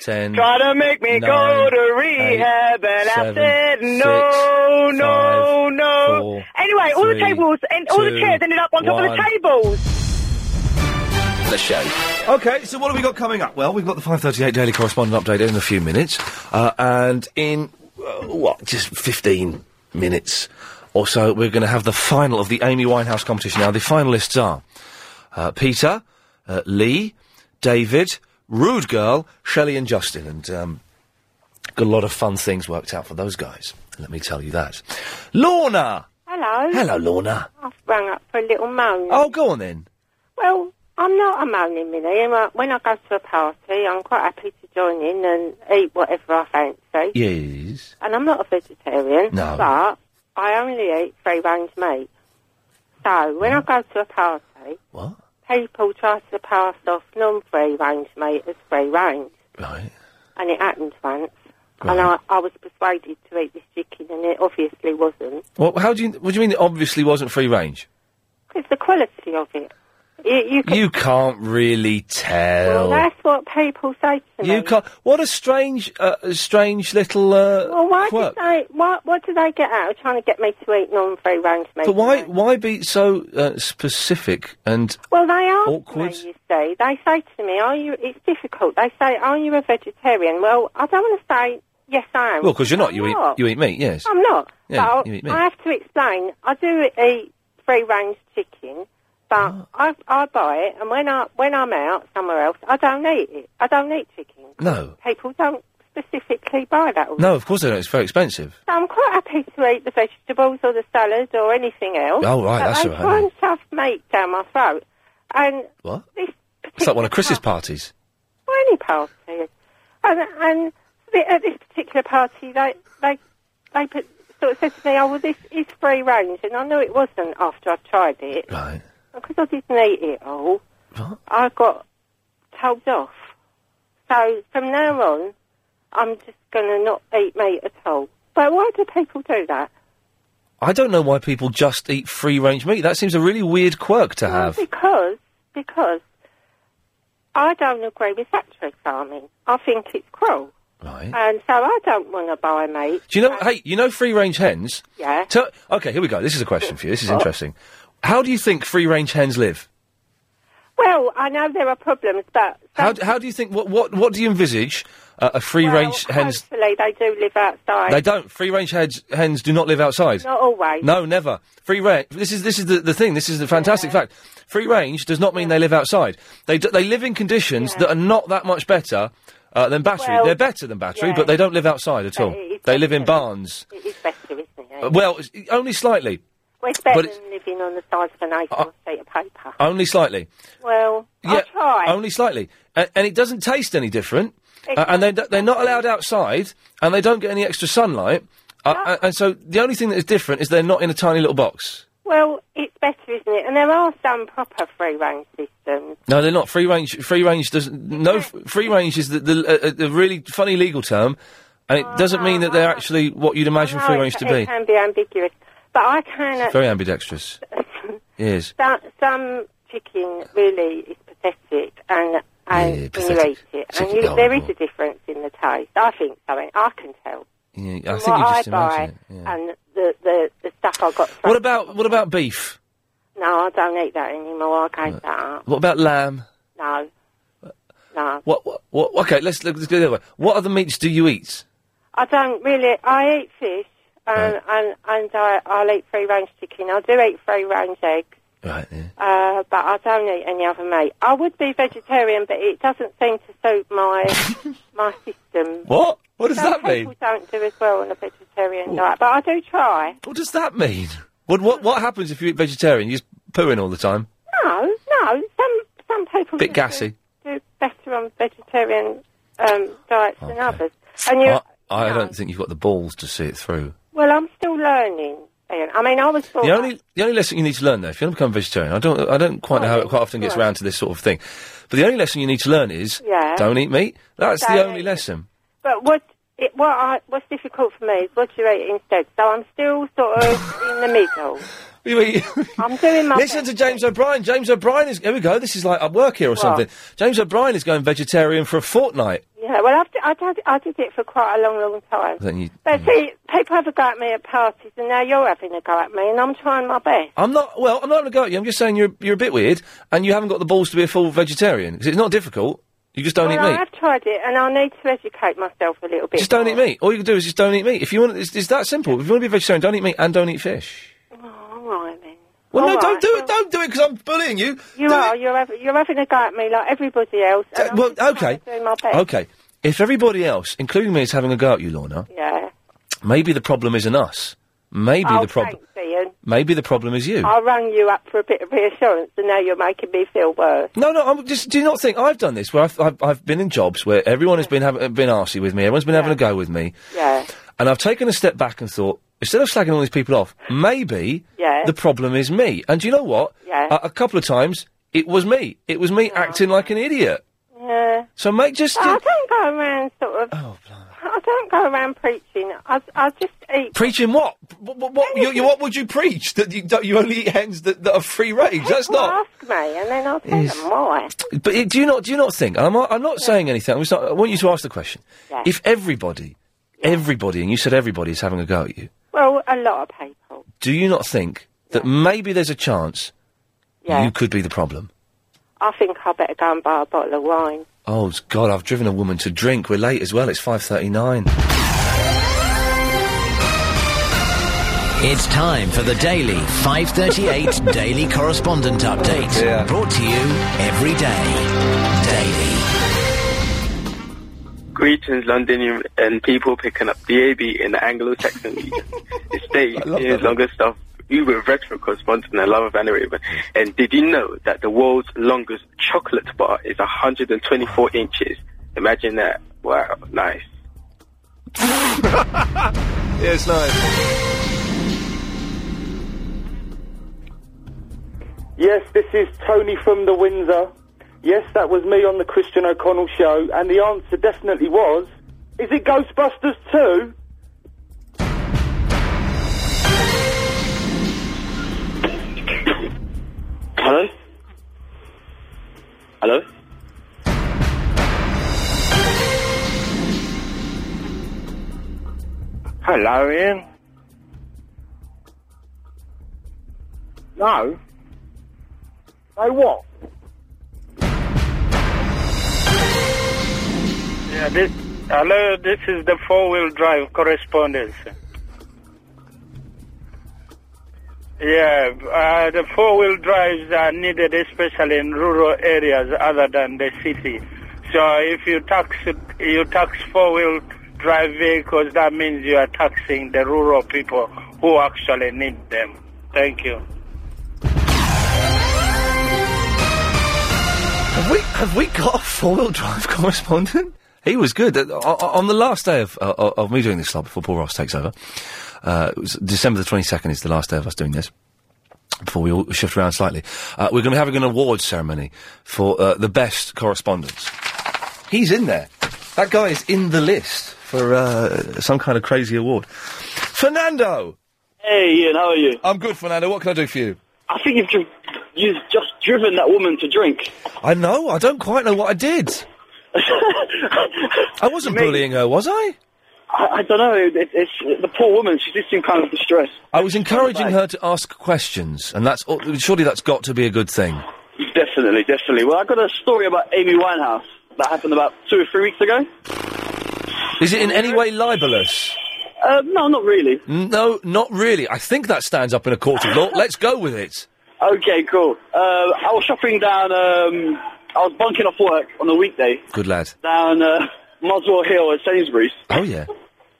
S1: 10.
S21: Try to make me go
S1: nine,
S21: to
S1: eight,
S21: rehab,
S1: seven,
S21: and I said
S1: six,
S21: no, no,
S1: five,
S21: no.
S1: four,
S21: anyway, all the
S1: three,
S21: tables and all
S1: two,
S21: the chairs ended up on top of
S1: one.
S21: the tables.
S1: The show. Okay, so what have we got coming up? Well, we've got the 538 Daily Correspondent update in a few minutes. Uh, and in, uh, what, just 15 minutes or so, we're going to have the final of the Amy Winehouse competition. Now, the finalists are uh, Peter, uh, Lee, David, Rude Girl, Shelley, and Justin. And um, got a lot of fun things worked out for those guys. Let me tell you that. Lorna!
S25: Hello.
S1: Hello, Lorna.
S25: I've rang up for a little moan.
S1: Oh, go on then.
S25: Well, I'm not a moaning minnie. and, uh, When I go to a party, I'm quite happy to join in and eat whatever I fancy.
S1: Yes.
S25: And I'm not a vegetarian,
S1: No.
S25: but I only eat free range meat. So when I go to a party,
S1: What?
S25: people try to pass off non free range meat as free range.
S1: Right.
S25: And it happened once. And I, I was persuaded to eat this chicken, and it obviously wasn't.
S1: Well, how do you, what do you mean it obviously wasn't free range?
S25: Because the quality of it. You, you can,
S1: You can't really
S25: well,
S1: tell.
S25: that's what people say to me.
S1: you can't. What a strange, uh, strange little uh,
S25: Well, why
S1: quirk.
S25: did they? What, what did they get out of trying to get me to eat non-free range meat?
S1: But why, why be so uh, specific and
S25: Well, they ask
S1: Awkward.
S25: me. You see, they say to me, "Are you?" It's difficult. They say, "Are you a vegetarian?" Well, I don't want to say yes. I am.
S1: well? Because you're not.
S25: I'm
S1: You eat. You eat meat. Yes.
S25: I'm not.
S1: Yeah,
S25: but
S1: you eat meat.
S25: I have to explain. I do eat free range chicken, but
S1: Ah.
S25: I I buy it, and when I when I'm out somewhere else, I don't eat it. I don't eat chicken.
S1: No.
S25: People don't specifically buy that.
S1: No. Of course they don't. It's very expensive.
S25: So I'm quite happy to eat the vegetables or the salad or anything else.
S1: Oh, right,
S25: but
S1: that's
S25: they
S1: all right,
S25: try and shove meat down my throat, and
S1: What?
S25: this
S1: It's like one of Chris's parties.
S25: or any party, and and the, at this particular party, they they they put, sort of said to me, "Oh, well, this is free range," and I knew it wasn't after I tried it.
S1: Right.
S25: Because I didn't eat it all, I got told off. So from now on, I'm just going to not eat meat at all. But why do people do that?
S1: I don't know why people just eat free range meat. That seems a really weird quirk to have.
S25: Because because I don't agree with factory farming. I think it's cruel.
S1: Right.
S25: And so I don't want to buy meat.
S1: Do you know? Hey, you know free range hens.
S25: Yeah.
S1: Tell- okay, here we go. This is a question for you. This is interesting. How do you think free range hens live?
S25: Well, I know there are problems, but
S1: How, d- how do you think? What what what do you envisage? Uh, a free range hens?
S25: hopefully they do live outside.
S1: They don't. Free range hens hens do not live outside.
S25: Not always.
S1: No, never. Free range. This is this is the, the thing. This is the fantastic fact. Free range does not mean they live outside. They d- they live in conditions that are not that much better uh, than battery.
S25: Well,
S1: They're better than battery,
S25: yeah.
S1: but they don't live outside at
S25: But
S1: all.
S25: it's
S1: They live in barns.
S25: It is better, isn't it?
S1: Uh, well, it's- only slightly.
S25: Well, it's better
S1: but it's-
S25: than living on the size of an A4 sheet of paper.
S1: Only slightly.
S25: Well,
S1: Yeah,
S25: I'll try.
S1: only slightly, and, and it doesn't taste any different. Uh, and they d- they're not allowed outside, and they don't get any extra sunlight. Uh, uh, and so the only thing that is different is they're not in a tiny little box.
S25: Well, it's better, isn't it? And there are some proper free range systems.
S1: No, they're not free range. Free range doesn't. No, f- free range is the the, uh, uh, the really funny legal term, and
S25: Ah,
S1: it doesn't mean that they're actually what you'd imagine free
S25: No, it
S1: range to
S25: ca-
S1: be.
S25: It can be ambiguous. But I can.
S1: It's Very ambidextrous. It is.
S25: some, some chicken really is pathetic, and, and when you eat it, and you, there is a difference in the taste. I think so. I I can tell.
S1: Yeah, I
S25: From
S1: think you
S25: what
S1: just
S25: I
S1: imagine
S25: buy
S1: it.
S25: and the, the, the stuff I got.
S1: What about what about beef?
S25: No, I don't eat that anymore. I gave that up.
S1: What about lamb?
S25: No. No.
S1: What what? what okay, let's look. Let's go the other way. What other meats do you eat?
S25: I don't really. I eat fish, and and, and I, I'll eat free range chicken. I do eat free range eggs.
S1: Right.
S25: Uh, but I don't eat any other meat. I would be vegetarian, but it doesn't seem to suit my my system.
S1: What? What does
S25: Some
S1: that mean?
S25: People don't do as well on a vegetarian diet, but I do try.
S1: What does that mean? What what what happens if you eat vegetarian? You just pooing all the time.
S25: No, no. Some some people
S1: Bit gassy.
S25: do better on vegetarian um, diets than others. And you,
S1: I, I don't think you've got the balls to see it through.
S25: well, I'm still learning. Ian. I mean, I was born.
S1: The only the only lesson you need to learn, though, if you want to become vegetarian, I don't I don't quite know how it quite often gets
S25: Right.
S1: round to this sort of thing, but the only lesson you need to learn is
S25: Yeah.
S1: don't eat meat. That's the
S25: Don't
S1: only
S25: eat-
S1: lesson.
S25: But what it, what I, what's difficult for me is what you eat instead. So I'm still sort of in the middle.
S1: You eat-
S25: I'm doing my
S1: Listen to James O'Brien. James O'Brien is here we go. This is like at work here or
S25: What?
S1: something. James O'Brien is going vegetarian for a fortnight.
S25: yeah. Well, I've, d- I did I did it for quite a long, long time.
S1: Then you,
S25: But see, people have a go at me at parties, and now you're having a go at me, and I'm trying my best.
S1: I'm not. Well, I'm not going to go at you. I'm just saying you're you're a bit weird, and you haven't got the balls to be a full vegetarian because it's not difficult. You just don't
S25: well,
S1: eat
S25: I
S1: meat.
S25: have tried it, and I need to educate myself a little bit.
S1: Just don't eat meat. All you can do is just don't eat meat. If you want, it's, it's that simple. If you want to be vegetarian, don't eat meat and don't eat fish.
S25: Oh, all right then.
S1: Well,
S25: All
S1: no,
S25: right.
S1: don't do it. Don't do it because I'm bullying you.
S25: You are. You're, hav- you're having a go at me like everybody else. And I'm
S1: Uh, well,
S25: just trying
S1: okay.
S25: to do my best.
S1: Okay. If everybody else, including me, is having a go at you, Lorna,
S25: Yeah.
S1: maybe the problem isn't us. Maybe
S25: oh,
S1: the problem.
S25: thanks, Oh. Ian.
S1: Maybe the problem is you.
S25: I rang you up for a bit of reassurance, and now you're making me feel worse.
S1: No, no. I'm just. Do you not think I've done this? Where I've, I've, I've been in jobs where everyone has been having, been arsy with me. Everyone's been having a go with me.
S25: Yeah.
S1: And I've taken a step back and thought, instead of slagging all these people off, maybe
S25: Yeah.
S1: the problem is me. And do you know what?
S25: Yeah. Oh.
S1: A, a couple of times, it was me. It was me acting like an idiot.
S25: Yeah.
S1: So make just Oh,
S25: I don't go around sort of. I don't go around preaching. I, I just eat.
S1: preaching what? P- what, what, what, you, you, what would you preach? That you, don't, you only eat hens that, that are free range? That's
S25: People
S1: not.
S25: Ask me, and then I'll tell
S1: Yes.
S25: them why.
S1: But uh, do you not do you not think? and I'm not- I'm not saying anything. I'm just not, I want you to ask the question.
S25: Yeah.
S1: If everybody, everybody, and you said everybody is having a go at you,
S25: Well, a lot of people.
S1: do you not think that maybe there's a chance
S25: Yeah.
S1: you could be the problem?
S25: I think I better go and buy a bottle of wine.
S1: Oh s- God, I've driven a woman to drink. We're late as well. It's five thirty-nine.
S7: It's time for the daily 538 Daily Correspondent Update. Brought to you every day. Daily.
S3: Greetings, London and people picking up the AB in the Anglo-Saxon region. It's Dave, here's longest stuff. Uber retro correspondent and lover of Anna Raven. And did you know that the world's longest chocolate bar is 124 inches? Imagine that. Wow, nice.
S1: Yes, nice.
S4: Yes, this is Tony from the Windsor. Yes, that was me on the Christian O'Connell show, and the answer definitely was, is it Ghostbusters 2?
S3: Hello? Hello?
S17: Hello, Ian. No. No what? Yeah, this. Hello, this is the four-wheel drive correspondence. Yeah, uh, the four-wheel drives are needed, especially in rural areas other than the city. So if you tax you tax four-wheel drive vehicles, that means you are taxing the rural people who actually need them. Thank you.
S1: Have we have we got a four-wheel drive correspondent? He was good Uh, o- o- on the last day of uh, of me doing this slot before Paul Ross takes over. Uh, it was December the twenty second is the last day of us doing this. Before we all shift around slightly, uh, we're going to be having an award ceremony for uh, the best correspondence. He's in there. That guy is in the list for uh, some kind of crazy award. Fernando.
S9: Hey Ian, how are you?
S1: I'm good, Fernando. What can I do for you?
S9: I think you've dri- you've just driven that woman to drink.
S1: I know. I don't quite know what I did. I wasn't bullying her, was I?
S9: I, I don't know. It, it's the poor woman. She did seem kind of distressed.
S1: I was encouraging her to ask questions, and that's al- surely that's got to be a good thing.
S9: Definitely, definitely. Well, I got a story about Amy Winehouse that happened about two or three weeks ago.
S1: Is it in any way libelous?
S9: Uh, no, not really.
S1: No, not really. I think that stands up in a court of law. Let's go with it.
S9: Okay, cool. Uh, I was shopping down. Um, I was bunking off work on a weekday
S1: Good lad.
S9: down uh, Muswell Hill at Sainsbury's,
S1: Oh yeah.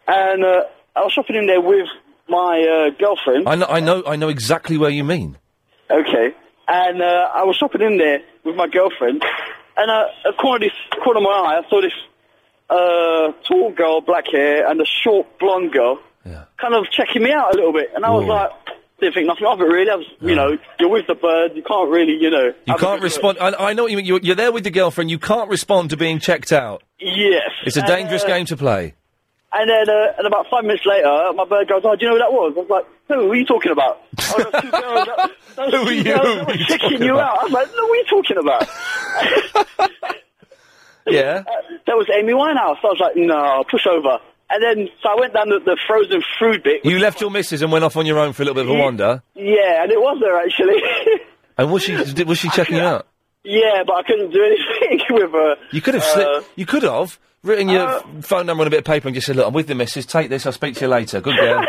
S9: and uh, I was shopping in there with my uh, girlfriend.
S1: I know. I know. I know exactly where you mean.
S9: Okay. And uh, I was shopping in there with my girlfriend, and uh, a corner of this corner of my eye, I saw this uh, tall girl, black hair, and a short blonde girl, kind of checking me out a little bit. And I was like, didn't think nothing of it really. I was, you know, you're with the bird, you can't really, you know.
S1: You
S9: have a
S1: can't
S9: good look.
S1: respond. I, I know what you mean. You're, you're there with your girlfriend. You can't respond to being checked out.
S9: Yes.
S1: It's a dangerous
S9: Uh,
S1: game to play.
S9: And then, uh, and about five minutes later, my bird goes, "Oh, do you know who that was?" I was like, "Who? Who are you talking about?" Oh, those two girls, that, those
S1: Who
S9: two
S1: are you?
S9: girls that
S1: Who are
S9: were
S1: you
S9: checking
S1: talking
S9: you
S1: about?
S9: out. I'm like, "No, what are you talking about?" Uh,
S1: Yeah.
S9: that was Amy Winehouse. I was like, "No, push over." And then, so I went down the, the frozen food bit.
S1: You left your missus and went off on your own for a little bit of a wander.
S9: Yeah, and it was there actually.
S1: And was she did- was she checking you out?
S9: yeah, but I couldn't do anything with uh, her.
S1: You could have slipped. You could have written your
S9: uh,
S1: f- phone number on a bit of paper and just said, "Look, I'm with the missus. Take this. I'll speak to you later. Good girl.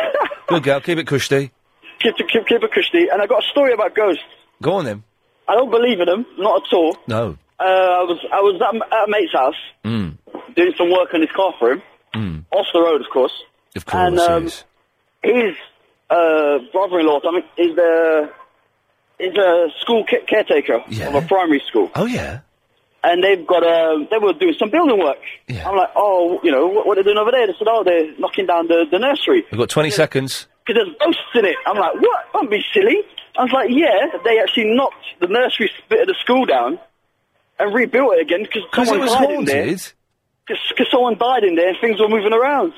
S1: Good girl. Keep it cushy.
S9: Keep, keep, keep it cushy. And I got a story about ghosts.
S1: Go on then.
S9: I don't believe in them, not at all.
S1: No.
S9: Uh, I was I was at, m- at a mate's house
S1: Mm.
S9: doing some work on his car for him,
S1: Mm.
S9: off the road, of course.
S1: Of
S9: course, and, um, his uh, brother-in-law, I mean, is the is a school ca- caretaker of a primary school.
S1: Oh yeah.
S9: And they've got um, they were doing some building work. I'm like, oh, you know, what, what are they doing over there? They said, oh, they're knocking down the, the nursery
S1: We've got 20 seconds.
S9: because there's ghosts in it. I'm like, what? Don't be silly. I was like, yeah, they actually knocked the nursery bit of the school down and rebuilt it again because
S1: it
S9: someone
S1: was
S9: died in there.
S1: haunted?
S9: Because someone died in there and things were moving around.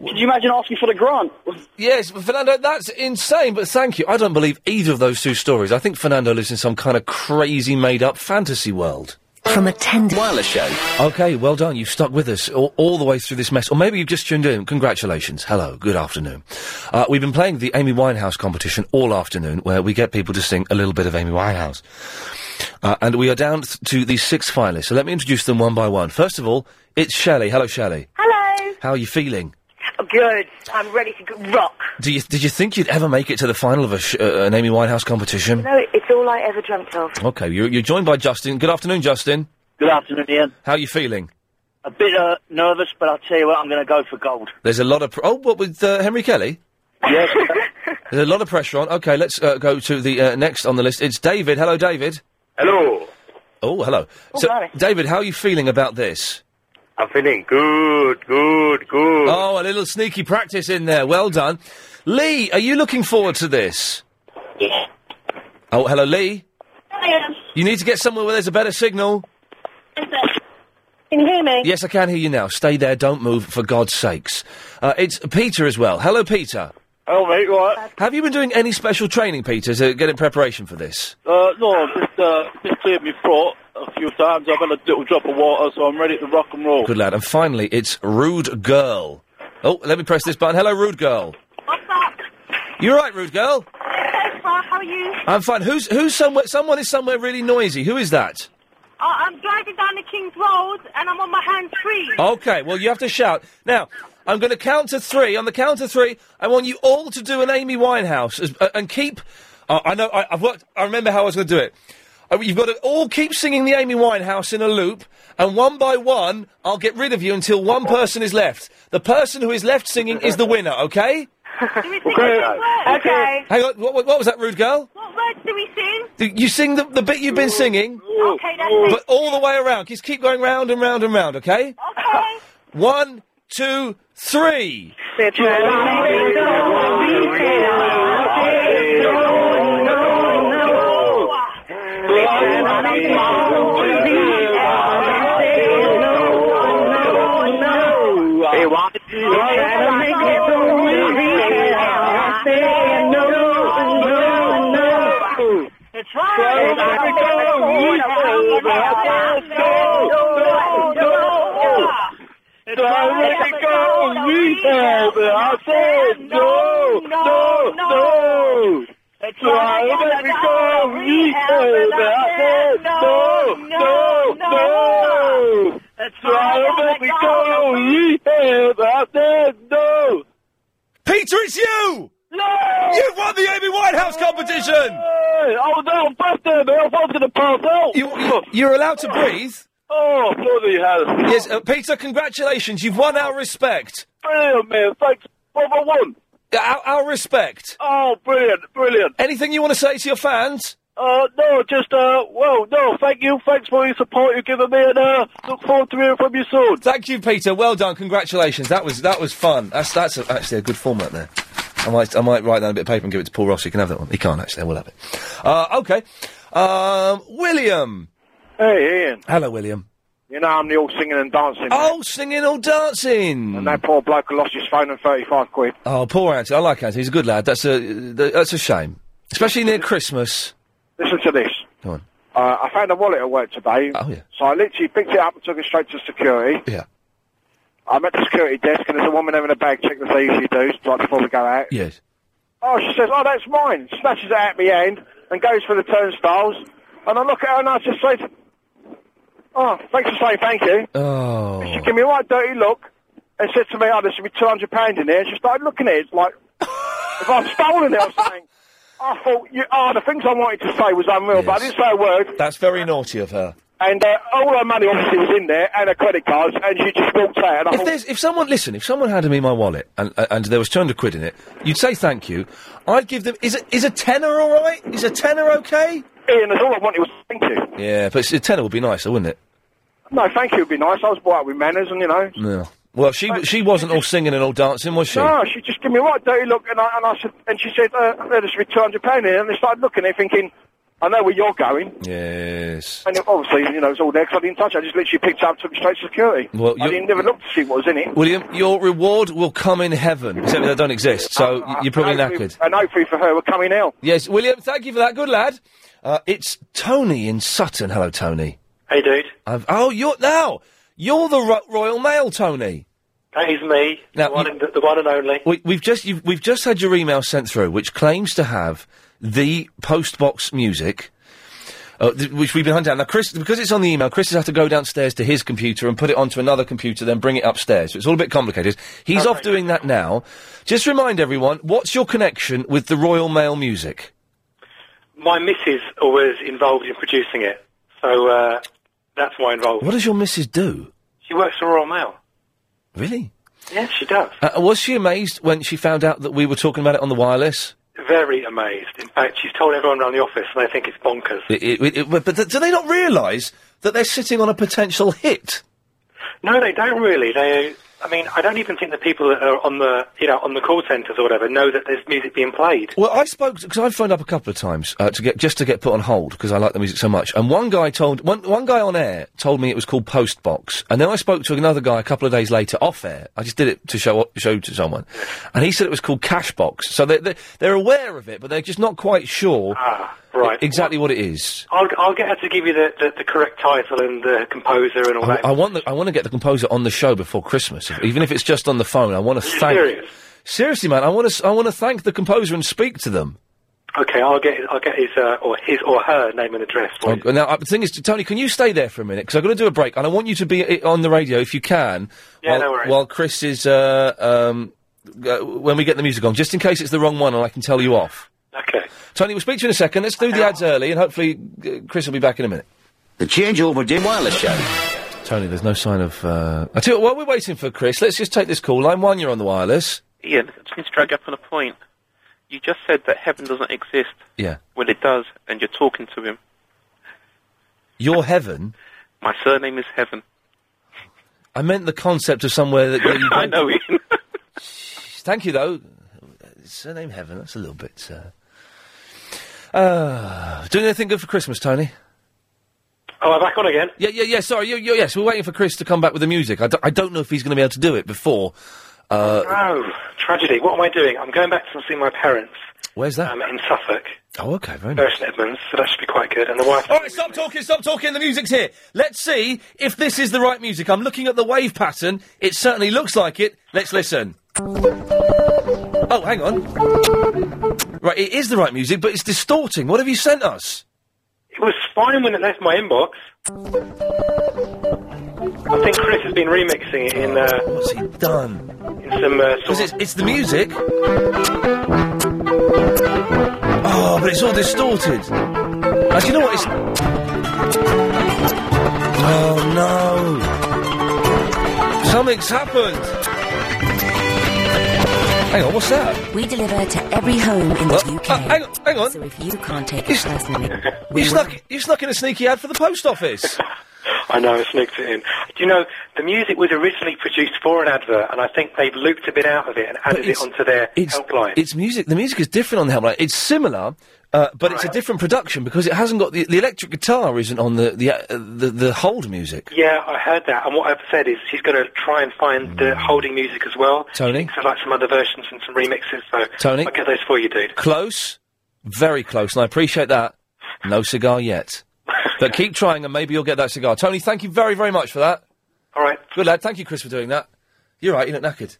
S1: Could you imagine asking for the grant? Yes, but Fernando, that's insane, but thank you. I don't believe either of those two stories. I think Fernando lives in some kind of crazy made up fantasy world.
S36: From a tender.
S1: Wireless show. Okay, well done. You've stuck with us all, all the way through this mess. Or maybe you've just tuned in. Congratulations. Hello. Good afternoon. Uh, we've been playing the Amy Winehouse competition all afternoon, where we get people to sing a little bit of Amy Winehouse. Uh, and we are down th- to the six finalists. So let me introduce them one by one. First of all, it's Shelley. Hello, Shelley.
S10: Hello.
S1: How are you feeling?
S10: Good. I'm ready to go rock.
S1: Do you, did you think you'd ever make it to the final of a sh- uh, an Amy Winehouse competition?
S10: No, it's all I ever dreamt of.
S1: Okay, you're, you're joined by Justin. Good afternoon, Justin.
S8: Good afternoon, Ian.
S1: How are you feeling?
S8: A bit uh, nervous, but I'll tell you what, I'm going to go for gold.
S1: There's a lot of pr- oh, what with uh, Henry Kelly?
S8: Yes.
S1: There's a lot of pressure on. Okay, let's uh, go to the uh, next on the list. It's David. Hello, David.
S37: Hello.
S1: Oh, hello.
S37: Oh,
S1: so,
S37: blimey.
S1: David, how are you feeling about this?
S37: I'm feeling good, good, good.
S1: Oh, a little sneaky practice in there. Well done, Lee. Are you looking forward to this? Oh, hello, Lee. You need to get somewhere where there's a better signal.
S21: Can you hear me?
S1: Yes, I can hear you now. Stay there. Don't move, for God's sakes. Uh, it's Peter as well. Hello, Peter.
S8: Hello, mate, right?
S1: Have you been doing any special training, Peter, to get in preparation for this?
S8: Uh, no, I've just, uh, just cleared my throat a few times. I've had a little drop of water, so I'm ready to rock and roll.
S1: Good lad. And finally, it's Rude Girl. Oh, let me press this button. Hello, Rude Girl.
S10: What's up?
S1: You all right, Rude Girl?
S10: So far, how are you?
S1: I'm fine. Who's who's somewhere? Someone is somewhere really noisy. Who is that?
S10: Uh, I'm driving down the King's Road and I'm on my hands free.
S1: Okay, well you have to shout now. I'm going to count to three. On the count of three, I want you all to do an Amy Winehouse as, uh, and keep. Uh, I know I, I've worked. I remember how I was going to do it. Uh, you've got to all keep singing the Amy Winehouse in a loop, and one by one, I'll get rid of you until one person is left. The person who is left singing is the winner. Okay?
S10: Okay.
S1: Hang on. What, what, what was that, rude girl?
S10: What words do we sing?
S1: Do You sing the, the bit you've been singing.
S10: Okay, that's it.
S1: But all the way around. Just keep going round and round and round, okay?
S10: Okay.
S1: One, two, three. Peter, it's you! You've won the Amy Winehouse competition!
S8: Oh, no, I'm busted, man. I'm busted the past out.
S1: You, you're allowed to breathe.
S8: Oh, bloody hell.
S1: Yes, uh, Peter, congratulations. You've won our respect.
S8: Brilliant, man. Thanks. What have I won?
S1: Our, our respect.
S8: Oh, brilliant, brilliant.
S1: Anything you want to say to your fans?
S8: Uh, no, just, uh, well, no, thank you. Thanks for your support you've given me, and, uh, look forward to hearing from you soon.
S1: Thank you, Peter. Well done. Congratulations. That was that was fun. That's that's a, actually a good format there. I might I might write down a bit of paper and give it to Paul Ross. He can have that one. He can't actually. I will have it. Uh, okay. Um, William.
S8: Hey, Ian.
S1: Hello, William.
S8: You know, I'm the all singing and dancing.
S1: Oh, singing or dancing.
S8: And that poor bloke who lost his phone and 35 quid.
S1: Oh, poor Anthony. I like Anthony. He's a good lad. That's a th- that's a shame, especially near Christmas.
S8: Listen to this.
S1: Go on.
S8: Uh, I found a wallet at work today.
S1: Oh, yeah.
S8: So I literally picked it up and took it straight to security.
S1: Yeah.
S8: I'm at the security desk and there's a woman having a bag check that they usually do right before we go out.
S1: Yes.
S8: Oh, she says, oh, that's mine. Snatches it out of my hand and goes for the turnstiles. And I look at her and I just say, oh, thanks for saying thank you.
S1: Oh.
S8: She gave me a right dirty look and said to me, oh, there should be £200 in there. And she started looking at it like, if I've stolen it or something. I thought, you, oh, the things I wanted to say was unreal, but I didn't say a word.
S1: That's very naughty of her.
S8: And uh, all her money obviously was in there and her credit cards and she just walked out. And I
S1: If
S8: thought,
S1: there's, if someone listen, if someone handed me my wallet and uh, and there was two hundred quid in it, you'd say thank you. I'd give them. Is a, is a tenner all right? Is a tenner okay?
S8: Ian, that's all I wanted was thank you.
S1: Yeah, but s- a tenner would be nicer, wouldn't it?
S8: No, thank you would be nice. I was brought up with manners and, you know.
S1: No. Well, she w- she wasn't all singing and all dancing, was she?
S8: No, she just gave me a right dirty look and I, and I said, and she said, uh, there should be £200 in there. And they started looking at it thinking, I know where you're going.
S1: Yes.
S8: And obviously, you know, it's all there 'cause I didn't touch it. I just literally picked it up, took it straight to security.
S1: Well,
S8: I
S1: you're-
S8: didn't never look to see what was in it.
S1: William, your reward will come in heaven, except that don't exist, so y- you're probably
S8: And hopefully-
S1: knackered.
S8: And hopefully for her, we're coming out.
S1: Yes, William, thank you for that. Good lad. Uh, it's Tony in Sutton. Hello, Tony.
S38: Hey, dude.
S1: I've, oh, you're now. You're the Ro- Royal Mail, Tony.
S38: That is me.
S1: Now,
S38: the, one and, the one and only.
S1: We, we've just you've, we've just had your email sent through, which claims to have the postbox music, uh, th- which we've been hunting down. Now, Chris, because it's on the email, Chris has had to go downstairs to his computer and put it onto another computer, then bring it upstairs. So it's all a bit complicated. He's off doing that now. Just remind everyone, what's your connection with the Royal Mail music?
S38: My missus was involved in producing it, so uh, that's why involved.
S1: What does your missus do?
S38: She works for Royal Mail.
S1: Really?
S38: Yeah, she does.
S1: Uh, was she amazed when she found out that we were talking about it on the wireless?
S38: Very amazed. In fact, she's told everyone around the office, and they think it's bonkers.
S1: It- it- it- but th- do they not realise that they're sitting on a potential hit?
S38: No, they don't really. They, I mean, I don't even think the people that are on the, you know, on the call centres or whatever know that there's music being played.
S1: Well, I spoke because I've phoned up a couple of times uh, to get just to get put on hold because I like the music so much. And one guy told one one guy on air told me it was called Postbox, and then I spoke to another guy a couple of days later off air. I just did it to show up, show to someone, and he said it was called Cashbox. So they, they they're aware of it, but they're just not quite sure
S38: Ah,
S1: e-,
S38: right.
S1: exactly what it is.
S38: I'll, I'll get her to give you the, the, the correct title and the composer and all
S1: I,
S38: that.
S1: I want the, I want to get the composer on the show before Christmas, if- even if it's just on the phone. I want to thank.
S38: serious?
S1: Seriously, man, I want to I want to thank the composer and speak to them.
S38: Okay, I'll get I'll get his uh, or his or her name and address.
S1: Oh, g- now, uh, the thing is, Tony, can you stay there for a minute? Because I've got to do a break, and I want you to be uh, on the radio if you can.
S38: Yeah,
S1: while,
S38: no worries.
S1: While Chris is, uh, um, g- uh, when we get the music on, just in case it's the wrong one and I can tell you off.
S38: Okay.
S1: Tony, we'll speak to you in a second. Let's do the ads early, and hopefully uh, Chris will be back in a minute.
S39: The changeover Jim Wireless Show.
S1: Tony, there's no sign of. Uh... I tell you what, while we're waiting for Chris, let's just take this call. Line one, you're on the wireless.
S40: Ian, I just need to drag you up on a point. You just said that heaven doesn't exist.
S1: Yeah.
S40: Well, it does, and you're talking to him.
S1: Your heaven.
S40: My surname is Heaven.
S1: I meant the concept of somewhere that. that you
S40: I
S1: don't-
S40: know, Ian.
S1: Thank you, though. Surname Heaven, that's a little bit. Uh... Uh, doing anything good for Christmas, Tony?
S38: Oh, I'm back on again.
S1: Yeah, yeah, yeah. Sorry, you, you, yes, we're waiting for Chris to come back with the music. I, do, I don't know if he's going to be able to do it before. Uh,
S38: Oh, tragedy! What am I doing? I'm going back to see my parents
S1: Where's that?
S38: um, in Suffolk,
S1: oh, okay, very nice.
S38: Burton Edmonds, so that should be quite good. And the wife.
S1: All right, stop talking, stop talking. The music's here. Let's see if this is the right music. I'm looking at the wave pattern. It certainly looks like it. Let's listen. Oh, hang on. Right, it is the right music, but it's distorting. What have you sent us?
S38: It was fine when it left my inbox. I think Chris has been remixing it in. Uh,
S1: What's he done?
S38: In some. Uh, sort
S1: it's, it's the music. Oh, but it's all distorted. And do you know what? It's... Oh no! Oh, Something's happened. Hang on, what's that? uh,
S41: We deliver to every home in the UK.
S1: hang on, hang on.
S41: So if you can't take it personally, we will.
S1: You snuck, you snuck in a sneaky ad for the post office.
S38: I know, I sneaked it in. Do you know, the music was originally produced for an advert, and I think they've looped a bit out of it and added it
S1: it's-
S38: onto their
S1: it's,
S38: helpline.
S1: It's music. The music is different on the helmet. It's similar, uh, but it's a different production because it hasn't got the, the electric guitar isn't on the the, uh, the the hold music.
S38: Yeah, I heard that. And what I've said is she's going to try and find the holding music as well.
S1: Mm. Tony,
S38: So like some other versions and some remixes. So
S1: Tony?
S38: I'll get those for you, dude.
S1: close, very close, and I appreciate that. No cigar yet, but keep trying, and maybe you'll get that cigar. Tony, thank you very very much for that.
S38: All right,
S1: good lad. Thank you, Chris, for doing that. You're right. You're not knackered.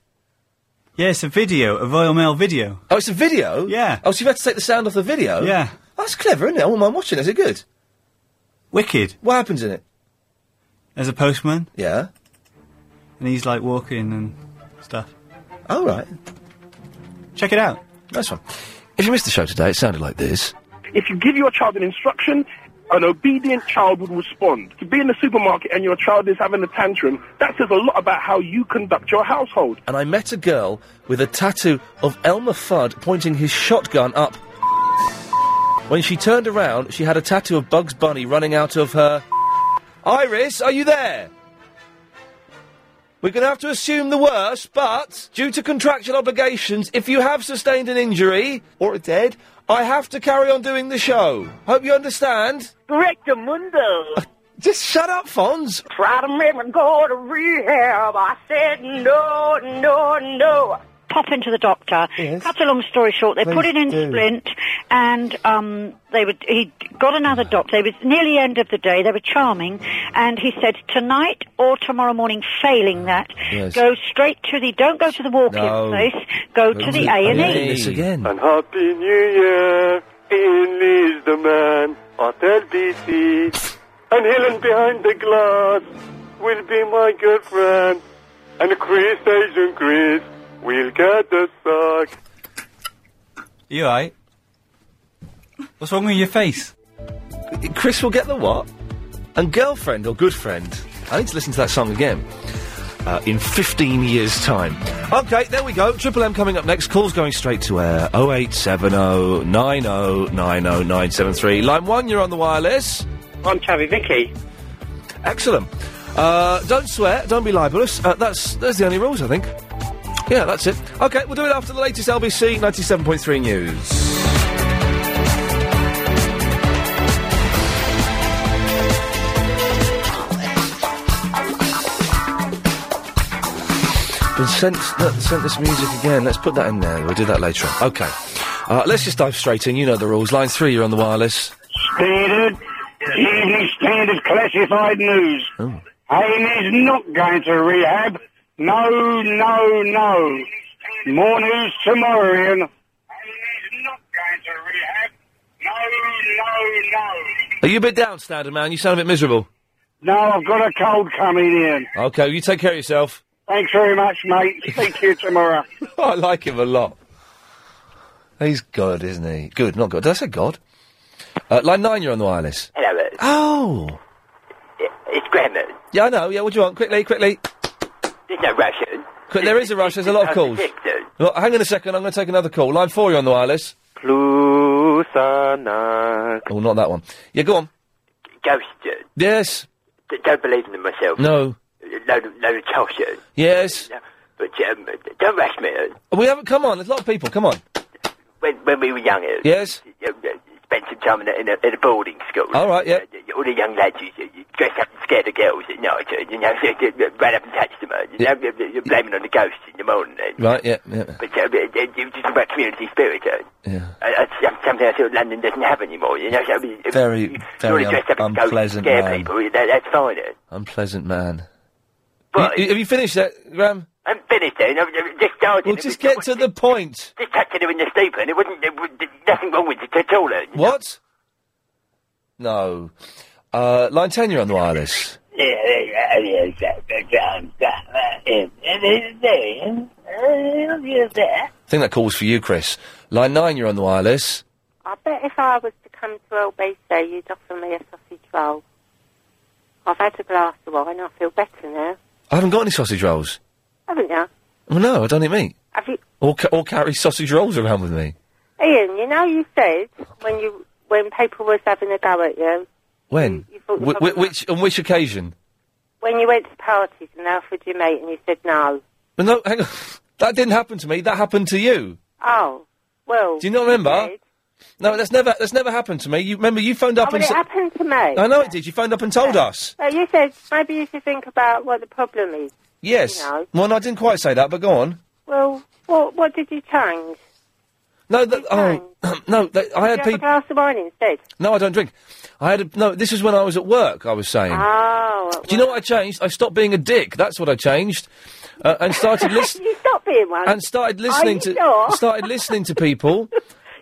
S9: Yeah, it's a video, a Royal Mail video.
S1: Oh, it's a video. Yeah. Oh, so you've had to take the sound off the video.
S9: Yeah.
S1: That's clever, isn't it? I wouldn't mind watching. it. Is it good?
S9: Wicked.
S1: What happens in it?
S9: There's a postman.
S1: Yeah.
S9: And he's like walking and stuff.
S1: All right.
S9: Check it out.
S1: Nice one. If you missed the show today, it sounded like this.
S17: If you give your child an instruction, an obedient child would respond. To be in the supermarket and your child is having a tantrum, that says a lot about how you conduct your household.
S1: and I met a girl with a tattoo of Elmer Fudd pointing his shotgun up. When she turned around, she had a tattoo of Bugs Bunny running out of her. Iris, are you there? We're going to have to assume the worst, but due to contractual obligations, if you have sustained an injury or are dead, I have to carry on doing the show. Hope you understand. Uh,
S42: Correct mundo.
S1: Just shut up, Fonz.
S42: Try to make me go to rehab. I said no, no, no.
S3: pop into the doctor. Cut a long story short, they
S4: Please
S3: put it in
S4: do.
S3: splint, and um, they would. He got another doctor. It was nearly the end of the day. They were charming, and he said tonight or tomorrow morning. Failing that,
S1: Yes.
S3: go straight to the. Don't go to the walk-in
S1: No.
S3: place. Go to the A and E.
S1: This again.
S5: And Happy New Year, Ian Lee's the man, Hotel BC. And Helen behind the glass will be my girlfriend. And Chris, Asian Chris, will get the sack.
S43: You alright? What's wrong with your face?
S1: Chris will get the what? And girlfriend or good friend? I need to listen to that song again. Uh, in 15 years' time. Okay, there we go. Triple M coming up next. Calls going straight to air. 0870 90 90 973. Line 1, you're on the wireless.
S8: I'm Chavi Vicky.
S1: Excellent. Uh, don't swear, don't be libelous. Uh, that's, that's the only rules, I think. Yeah, that's it. Okay, we'll do it after the latest LBC 97.3 news. Been sent, th- sent this music again. Let's put that in there. We'll do that later on. Okay. Uh, let's just dive straight in. You know the rules. Line three, you're on the wireless.
S8: Standard, Evening Standard classified news.
S1: Oh.
S8: Hayden is not going to rehab. No, no, no. More news tomorrow, Ian.
S1: Are you a bit down, Standard Man? You sound a bit miserable.
S8: No, I've got a cold coming in.
S1: Okay, you take care of yourself.
S8: Thanks very much, mate. Speak to you tomorrow.
S1: I like him a lot. He's God, isn't he? Good, not God. Did I say God? Uh, line nine, you're on the wireless.
S2: Hello, uh,
S1: Oh.
S2: it's Graham. uh,
S1: Yeah, I know. Yeah, what do you want? Quickly, quickly.
S2: There's no Russian.
S1: Quick, there is a rush. There's a lot of calls. Look, hang on a second. I'm going to take another call. Line four, you're on the wireless. Clusanak. Oh, not that one. Yeah, go on.
S2: Ghosted.
S1: Yes.
S2: D- don't believe in them myself.
S1: No.
S2: Load of, load of Chelsea.
S1: Yes.
S2: But um, don't rush me. uh,
S1: We haven't. Come on. There's a lot of people. Come on.
S2: When, when we were young, uh,
S1: Yes.
S2: you know, uh, spent some time in a, in a, in a boarding school.
S1: All right. Yeah.
S2: Uh, All the young lads you, you dress up and scare the girls at night, uh, you know, so you, you ran up and touched them, uh, you
S1: Yeah.
S2: know, you're blaming on the ghosts in the morning. uh,
S1: Right. Yeah. Yeah.
S2: But uh, it, it, it's just about community spirit. Uh,
S1: Yeah.
S2: uh, it's some- something I feel London doesn't have anymore. You know, so we- if
S1: Very,
S2: you
S1: very
S2: wanna dress up
S1: un-
S2: and go
S1: unpleasant
S2: scare
S1: man.
S2: people, that, that's fine. Uh,
S1: Unpleasant man. You- you- have you finished that, Graham?
S2: I'm finished. Uh, and I'm- I'm just starting.
S1: Well, just get to the point.
S2: Just touching her in the sleeper, and it wasn't there was nothing wrong with it at all. Uh,
S1: What? No. Uh, line ten, you're on the wireless. I think that calls for you, Chris. Line nine, you're on the wireless.
S25: I bet if I was to come to LBC, you'd offer me a sausage roll. I've had a glass of wine. I feel better now,
S1: I haven't got any sausage rolls.
S25: haven't you?
S1: Well, no, I don't eat meat.
S25: Have you,
S1: Or, ca- or carry sausage rolls around with me.
S25: Ian? You know you said when you when people was having a go at you
S1: When?
S25: You thought
S1: Wh-
S25: something-
S1: wh- which on which occasion?
S25: when you went to parties and they offered you meat and you said no.
S1: Well, no, hang on. that didn't happen to me. That happened to you.
S25: Oh, well.
S1: Do you not remember? No, that's never that's never happened to me. You remember you phoned up
S25: Oh,
S1: and
S25: well, it
S1: sa-
S25: happened to me.
S1: I know it did. You phoned up and told us.
S25: But you said maybe you should think about what the problem is.
S1: Yes.
S25: You know.
S1: Well, no, I didn't quite say that, but go on.
S25: Well, what what did you change?
S1: No, that, oh, no, that, I
S25: Did you
S1: had
S25: have a
S1: people.
S25: glass of wine instead.
S1: No, I don't drink. I had a, no. This is when I was at work. I was saying.
S25: Oh,
S1: Do you know what I changed? I stopped being a dick. That's what I changed, uh, and started listening.
S25: you stop being one.
S1: and started
S25: Are
S1: listening
S25: you
S1: to
S25: sure?
S1: started listening to people.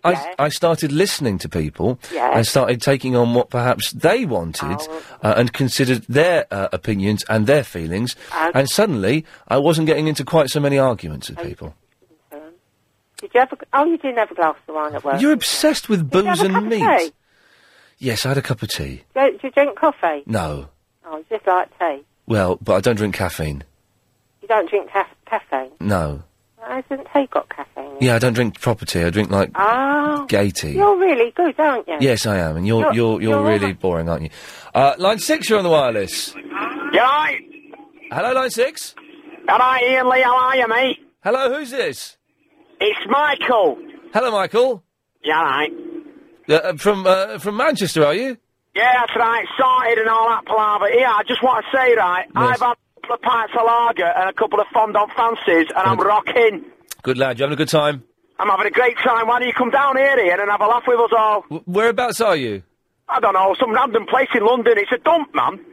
S1: I,
S25: Yeah.
S1: I started listening to people
S25: Yeah.
S1: and started taking on what perhaps they wanted
S25: Oh.
S1: uh, and considered their uh, opinions and their feelings.
S25: Okay.
S1: And suddenly, I wasn't getting into quite so many arguments with people.
S25: Did you have a? Oh, you didn't have a glass of wine at work.
S1: You're obsessed with
S25: Did you have
S1: booze
S25: a cup
S1: and
S25: of
S1: meat.
S25: tea?
S1: Yes, I had a cup of tea.
S25: Do, do you drink coffee?
S1: No,
S25: Oh, you just like tea.
S1: well, but I don't drink caffeine.
S25: You don't drink ca- caffeine.
S1: No,
S25: Hasn't tea got caffeine?
S1: yeah, I don't drink proper tea. I drink like
S25: Oh,
S1: gay tea.
S25: you're really good, aren't you?
S1: Yes, I am, and you're
S25: You're-
S1: you're you're,
S25: you're
S1: really boring, aren't you? Uh, line six, you're on the wireless.
S8: Yeah,
S1: Hello, line six.
S8: Hello, Ian Lee. How are you, mate?
S1: Hello, who's this?
S8: It's Michael.
S1: Hello, Michael.
S2: Yeah, right.
S1: Uh, Uh, from uh, from Manchester, are you?
S2: Yeah, that's right. Sorted and all that palaver. Yeah, I just want to say, right,
S1: Yes.
S2: I've had a couple of pints of lager and a couple of fondant fancies, and I'm rocking.
S1: Good lad. You having a good time?
S2: I'm having a great time. Why don't you come down here, Ian, and have a laugh with us all?
S1: W- whereabouts are you?
S2: I don't know, some random place in London. It's a dump, man.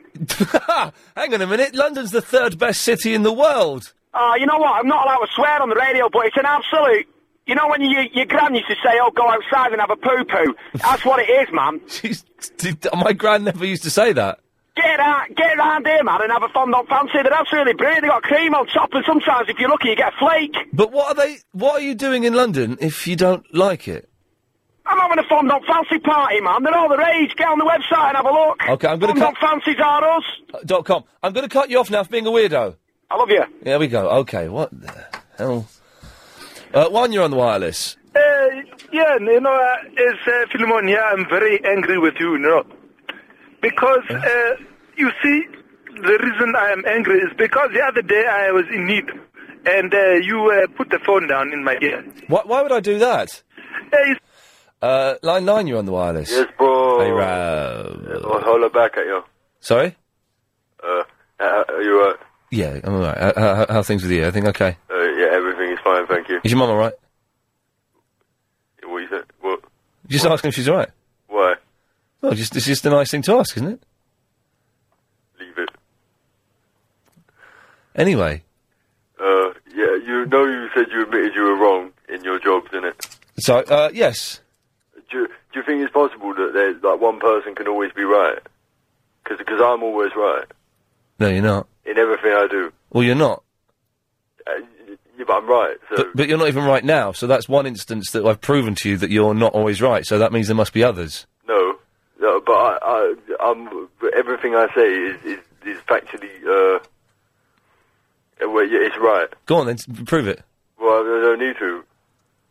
S1: Hang on a minute. London's the third best city in the world.
S2: Uh, you know what? I'm not allowed to swear on the radio, but it's an absolute. You know when you, your gran used to say, "Oh, go outside and have a poo poo." That's what it is, man.
S1: She's, my gran never used to say that.
S2: Get out, get round here, man, and have a fondant fancy. They're absolutely brilliant. They got cream on top, and sometimes, if you're lucky, you get a flake.
S1: But what are they? What are you doing in London if you don't like it?
S2: I'm having a fondant fancy party, man. They're all the rage. Get on the website and have a look.
S1: Okay, I'm going to
S2: Fondant
S1: cut.
S2: fancies are us.
S1: dot com. I'm going to cut you off now for being a weirdo.
S2: I love you.
S1: There we go. Okay. What the hell? Uh, one, you're on the wireless.
S2: Uh, yeah, you know, uh, it's uh, Philemon, yeah, I'm very angry with you, you know. Because, uh, you see, the reason I am angry is because the other day I was in need, and uh, you uh, put the phone down in my ear.
S1: Why, why would I do that? Uh, line nine, you're on the wireless.
S14: Yes, bro.
S1: Hey, Rob.
S14: I'll holler back at you.
S1: Sorry.
S14: Uh, uh, are you right?
S1: Yeah, I'm all right. How, how, how are things with you? I think okay.
S14: Uh, yeah, everything is fine, thank you.
S1: Is your mum all right?
S14: What you said? What?
S1: Just asking if she's all right.
S14: Why?
S1: Well, just it's just a nice thing to ask, isn't it?
S14: Leave it.
S1: Anyway,
S14: Uh, yeah, you know you said you admitted you were wrong in your job, didn't it?
S1: so uh, yes,
S14: Do you, do you think it's possible that there's, like, one person can always be right? Because I'm always right
S1: no, you're not.
S14: in everything I do.
S1: Well, you're not.
S14: Uh, yeah, but I'm right, so...
S1: But, but you're not even right now. So that's one instance that I've proven to you that you're not always right. So that means there must be others.
S14: No, no, but I, I, I'm, everything I say is is, is factually, uh, well, yeah, it's right.
S1: Go on, then s- prove it.
S14: Well, I don't need to.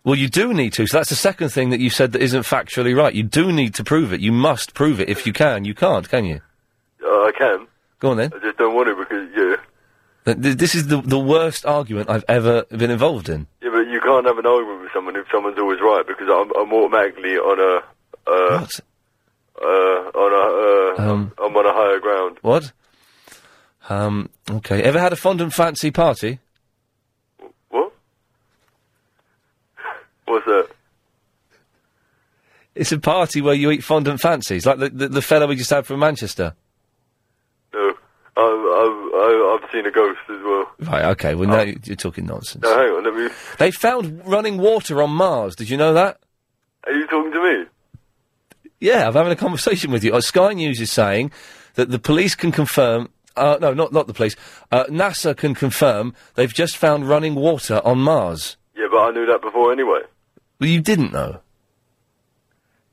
S1: Well, you do need to. So that's the second thing that you said that isn't factually right. You do need to prove it. You must prove it. If you can, you can't, can you?
S14: Uh, I can.
S1: Go on then.
S14: I just don't want to because yeah,
S1: Th- th- This is the the worst argument I've ever been involved in.
S14: yeah, but you can't have an argument with someone if someone's always right because I'm, I'm automatically on a, uh, uh, on a, uh,
S1: Um.
S14: I'm on a higher ground.
S1: What? Um. Okay. Ever had a fondant fancy party?
S14: What's that?
S1: It's a party where you eat fondant fancies, like the the, the fellow we just had from Manchester.
S14: No, I've, I've, I've seen a ghost as well.
S1: Right. Okay. Well, now
S14: Oh.
S1: you- you're talking nonsense.
S14: No, hang on, let me.
S1: They found running water on Mars. Did you know that?
S14: Are you talking to me?
S1: Yeah, I'm having a conversation with you. Uh, Sky News is saying that the police can confirm. Uh, no, not not the police. Uh, NASA can confirm they've just found running water on Mars.
S14: Yeah, but I knew that before anyway.
S1: Well, you didn't know.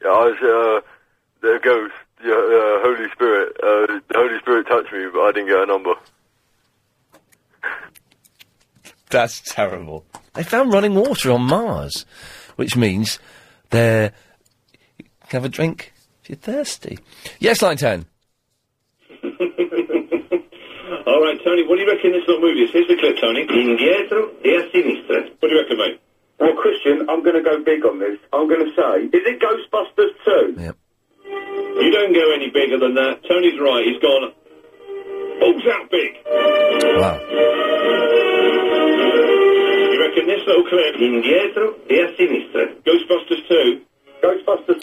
S14: Yeah, I was, uh, the ghost, yeah, uh, Holy Spirit, uh, the Holy Spirit touched me, but I didn't get a number.
S1: That's terrible. They found running water on Mars, which means they're. Have a drink if you're thirsty. Yes, line 10.
S8: All right, Tony, what do you reckon this little movie is? Here's the clip, Tony. Indietro e a sinistra. What do you reckon, mate?
S44: Well, Christian, I'm going to go big on this. I'm going to say, is it Ghostbusters 2?
S8: You don't go any bigger than that. Tony's right, he's gone. Balls out big.
S1: Wow.
S8: You reckon this little clip? Indietro e a sinistra. Ghostbusters 2.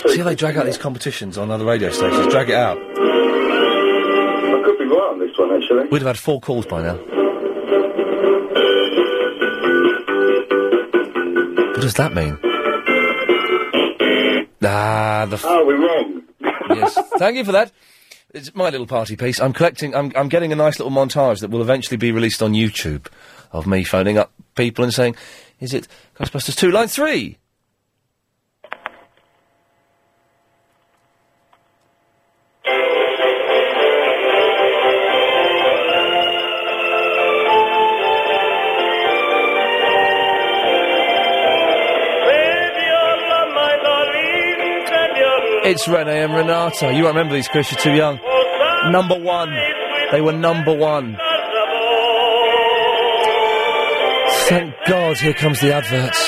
S1: See how they drag out these competitions on other radio stations? Drag it out.
S8: I could be right on this one, actually.
S1: We'd have had four calls by now. What does that mean? Ah, the. F-
S8: Oh, we're wrong.
S1: yes. Thank you for that. It's my little party piece. I'm collecting. I'm, I'm getting a nice little montage that will eventually be released on YouTube of me phoning up people and saying, "Is it Ghostbusters two line three? It's Rene and Renata. You won't remember these, Chris. You're too young. Number one. They were number one. Thank God. Here comes the adverts.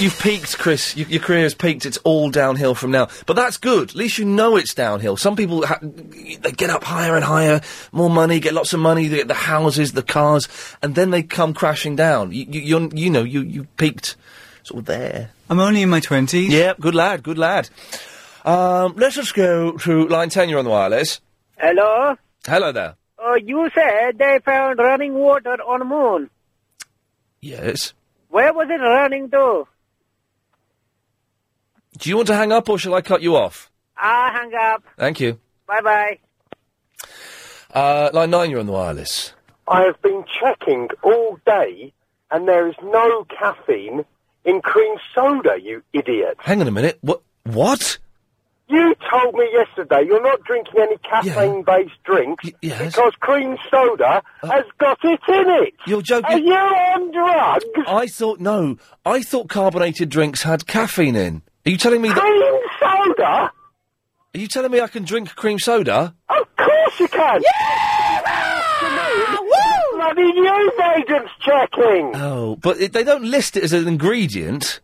S1: you, you've peaked, Chris. You, your career has peaked. It's all downhill from now. But that's good. At least you know it's downhill. Some people ha- they get up higher and higher, more money, get lots of money, they get the houses, the cars, and then they come crashing down. You, you, you're, you know, you you peaked sort of there.
S45: I'm only in my twenties.
S1: Yep, good lad, good lad. Um, let's just go to line ten. You're on the wireless.
S46: Hello?
S1: Hello there.
S46: Uh, you said they found running water on moon.
S1: Yes.
S46: Where was it running to?
S1: Do you want to hang up or shall I cut you off?
S46: Ah, hang up.
S1: Thank you.
S46: Bye bye.
S1: Uh, line nine. You're on the wireless.
S47: I have been checking all day, and there is no caffeine in cream soda, you idiot.
S1: Hang on a minute. What? What?
S47: You told me yesterday you're not drinking any caffeine based drinks because cream soda
S1: Oh.
S47: has got it in it.
S1: You're joking.
S47: Are you on drugs?
S1: I thought no. I thought carbonated drinks had caffeine in. Are you telling me that
S47: cream soda?
S1: Are you telling me I can drink cream soda?
S47: Of course you can. Bloody news agents checking
S1: Oh, but it, they don't list it as an ingredient.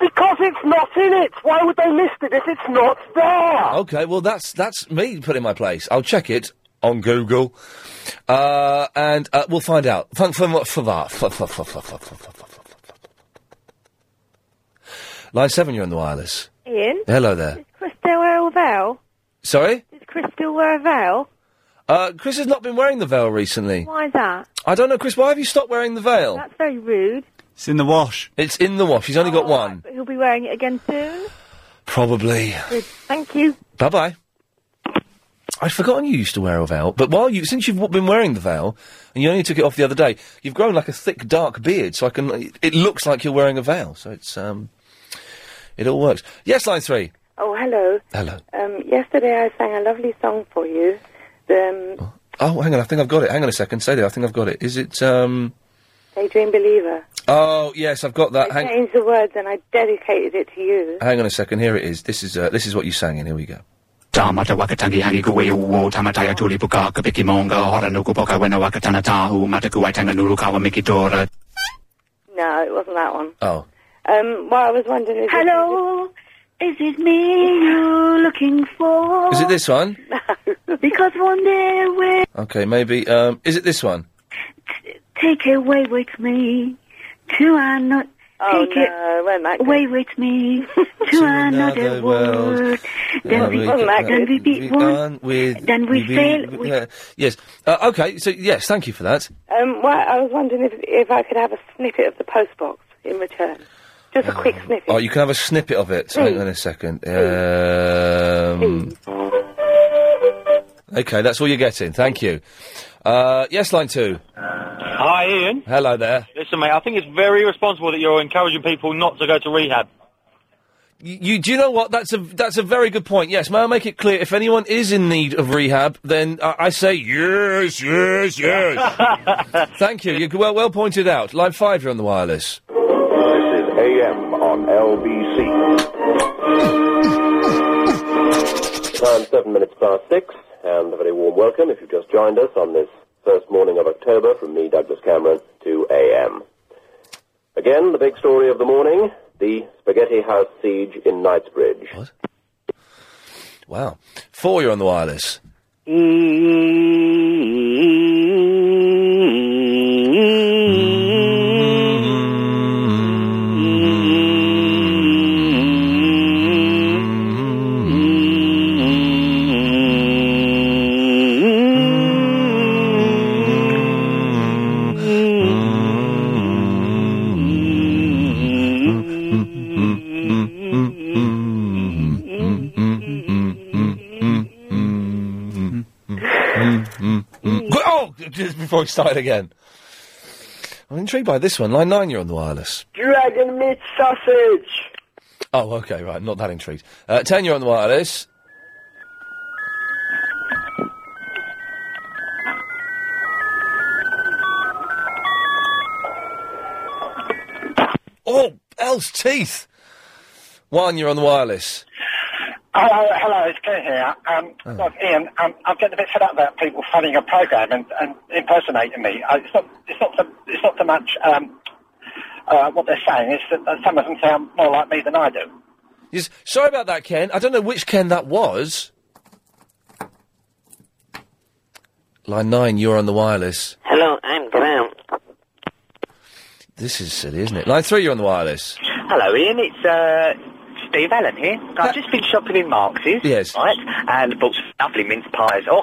S47: because it's not in it. Why would they list it if it's not there?
S1: Okay, well that's that's me put in my place. I'll check it on Google, uh, and uh, we'll find out. Thank for mu- for that. F- f- f- f- f- f- f- f- f- f- Line seven, you're on the wireless.
S3: Ian,
S1: Hello there.
S3: Chris still wear a veil?
S1: Sorry,
S3: Does Chris still wear a veil?
S1: uh, Chris has not been wearing the veil recently.
S3: Why is that?
S1: I don't know, Chris. Why have you stopped wearing the veil?
S3: That's very rude.
S1: It's in the wash. It's in the wash. He's only got one,
S3: But he'll be wearing it again soon.
S1: probably.
S3: Good. Thank you.
S1: Bye bye. I'd forgotten you used to wear a veil, but while you, since you've w- been wearing the veil, and you only took it off the other day, you've grown like a thick, dark beard, so I can, it- it looks like you're wearing a veil, so it's, um, it all works. Yes, line three.
S20: Oh, hello.
S1: Hello.
S20: Um, yesterday I sang a lovely song for you. The um,
S1: Oh, hang on, I think I've got it. Hang on a second, stay there, I think I've got it. Is it, um,
S20: Daydream Believer.
S1: oh, yes, I've got that.
S20: I
S1: Hang,
S20: changed the words and I dedicated it to you.
S1: hang on a second, here it is. This is, uh, this is what you sang in, here we go.
S4: Tāmata wakatangi hangi kuwe uo, tamataya tulipuka, kapiki monga, hora nuku poka wena wakatana tahu, mataku waitanga nuru kawa miki tora.
S20: No, it wasn't that one.
S1: Oh.
S20: Um, well, I was wondering. If
S3: Hello, is it me you're looking for?
S1: Is it this one?
S3: Because one day will
S1: Okay, maybe, um, is it this one?
S3: take away with me to another.
S20: Oh,
S3: take
S20: no,
S3: it away with me to another world.
S1: Uh,
S3: Then we, then we beat one.
S1: on with
S3: then we fail,
S1: beat-
S3: we-
S1: uh, yes. Uh, okay. So yes, thank you for that.
S20: Um, well, I was wondering if, if I could have a snippet of the postbox in return. Just a quick snippet.
S1: Oh, you can have a snippet of it. So Hang on a second. Um, okay, that's all you're getting. Thank you. Uh, yes, line two.
S48: Hi, Ian.
S1: Hello there.
S48: Listen, mate, I think it's very responsible that you're encouraging people not to go to rehab.
S1: You, you do you know what? That's a that's a very good point. Yes, may I make it clear? If anyone is in need of rehab, then I, I say yes, yes, yes. Thank you. You well well pointed out. Line five, you're on the wireless.
S8: AM on LBC. Time seven minutes past six, and a very warm welcome if you've just joined us on this first morning of October from me, Douglas Cameron, to AM. Again, the big story of the morning the Spaghetti House siege in Knightsbridge. What?
S1: Wow. Four, you're on the wireless.
S8: mm,
S1: Qu- Oh, just before we start it again. I'm intrigued by this one. Line nine, you're on the wireless.
S2: Dragon meat sausage.
S1: Oh, okay, right. Not that intrigued. Uh, ten, you're on the wireless. Oh, El's teeth. One, you're on the wireless.
S2: Hello, Oh, hello, it's Claire here. Um, look, Ian, um, I'm getting a bit fed up about people phoning a Uh, program and, and impersonating me. I, it's not, it's not, so, it's not so much. Um,
S49: uh, what they're saying is that uh, some of them sound more like me than I do.
S1: Yes, sorry about that, Ken. I don't know which Ken that was. Line nine, you're on the wireless.
S2: Hello, I'm Graham.
S1: This is silly, isn't it? Line three, you're on the wireless.
S2: Hello, Ian. It's uh, Steve Allen here. I've just been shopping in Marx's.
S1: Yes.
S2: Right, and bought some lovely mince pies. Oh,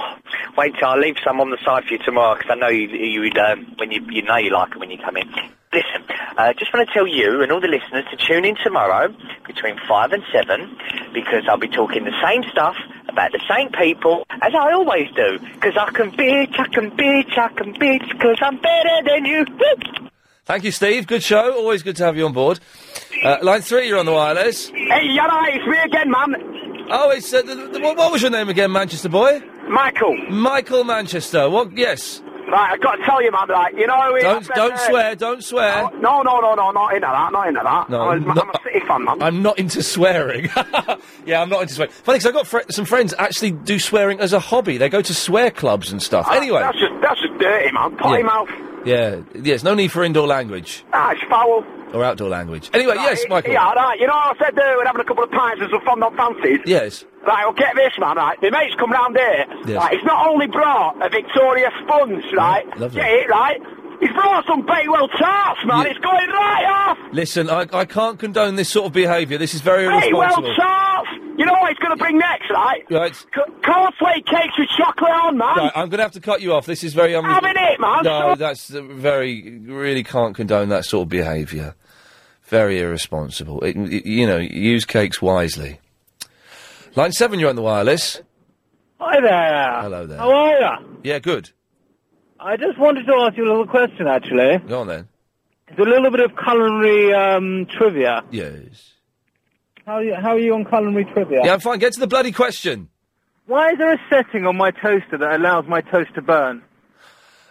S2: wait till I leave some on the side for you tomorrow because I know you, you'd um, when you you know you like them when you come in. Listen, uh, just want to tell you and all the listeners to tune in tomorrow between five and seven because I'll be talking the same stuff about the same people as I always do because I can bitch, I can bitch, I can bitch because I'm better than you.
S1: Thank you, Steve. Good show. Always good to have you on board. Uh, line three, you're on the wireless.
S17: Hey, you're right, it's me again, man.
S1: Oh, it's uh, the, the, what, what was your name again, Manchester boy?
S17: Michael.
S1: Michael Manchester. What? Yes.
S17: Right, I've got to tell you, man, like, you know... uh, it's,
S1: Don't- don't swear, don't swear.
S17: Oh, No, no, no, no, not into that, not into that.
S1: No,
S17: oh, I'm,
S1: I'm
S17: I'm a City fan, man.
S1: I'm not into swearing. yeah, I'm not into swearing. Funny, because I've got fr- some friends actually do swearing as a hobby. They go to swear clubs and stuff.
S17: Ah,
S1: anyway.
S17: That's just, that's just dirty, man. Potty
S1: Yeah.
S17: mouth.
S1: Yeah, yes, no need for indoor language.
S17: Ah, it's foul.
S1: Or outdoor language. Anyway,
S17: Right,
S1: yes, Michael.
S17: Yeah, right, you know what I said there, we're having a couple of pints and some fond on fancies?
S1: Yes.
S17: Right, well, get this, man, right, my mate's come round here,
S1: Yes.
S17: right, he's not only brought a Victoria sponge, right,
S1: lovely.
S17: get it, right, he's brought some Bakewell tarts, man,
S1: Yeah.
S17: it's going right off,
S1: Listen, I, I can't condone this sort of behaviour. This is very
S17: Bakewell
S1: irresponsible.
S17: tarts, you know what he's going to bring next, right,
S1: Right.
S17: C- cornflake cakes with chocolate on, man,
S1: Right, I'm going to have to cut you off. This is very un-
S17: Having it, man,
S1: No,
S17: so-
S1: that's uh, very. Really can't condone that sort of behaviour. Very irresponsible. It, it- you know, use cakes wisely. Line seven, you're on the wireless.
S8: Hi there.
S1: Hello there.
S8: How are you?
S1: Yeah, good.
S8: I just wanted to ask you a little question, actually.
S1: Go on then.
S8: It's a little bit of culinary um, trivia.
S1: Yes.
S8: How are, you, how are you on culinary trivia?
S1: Yeah, I'm fine. Get to the bloody question.
S8: Why is there a setting on my toaster that allows my toast to burn?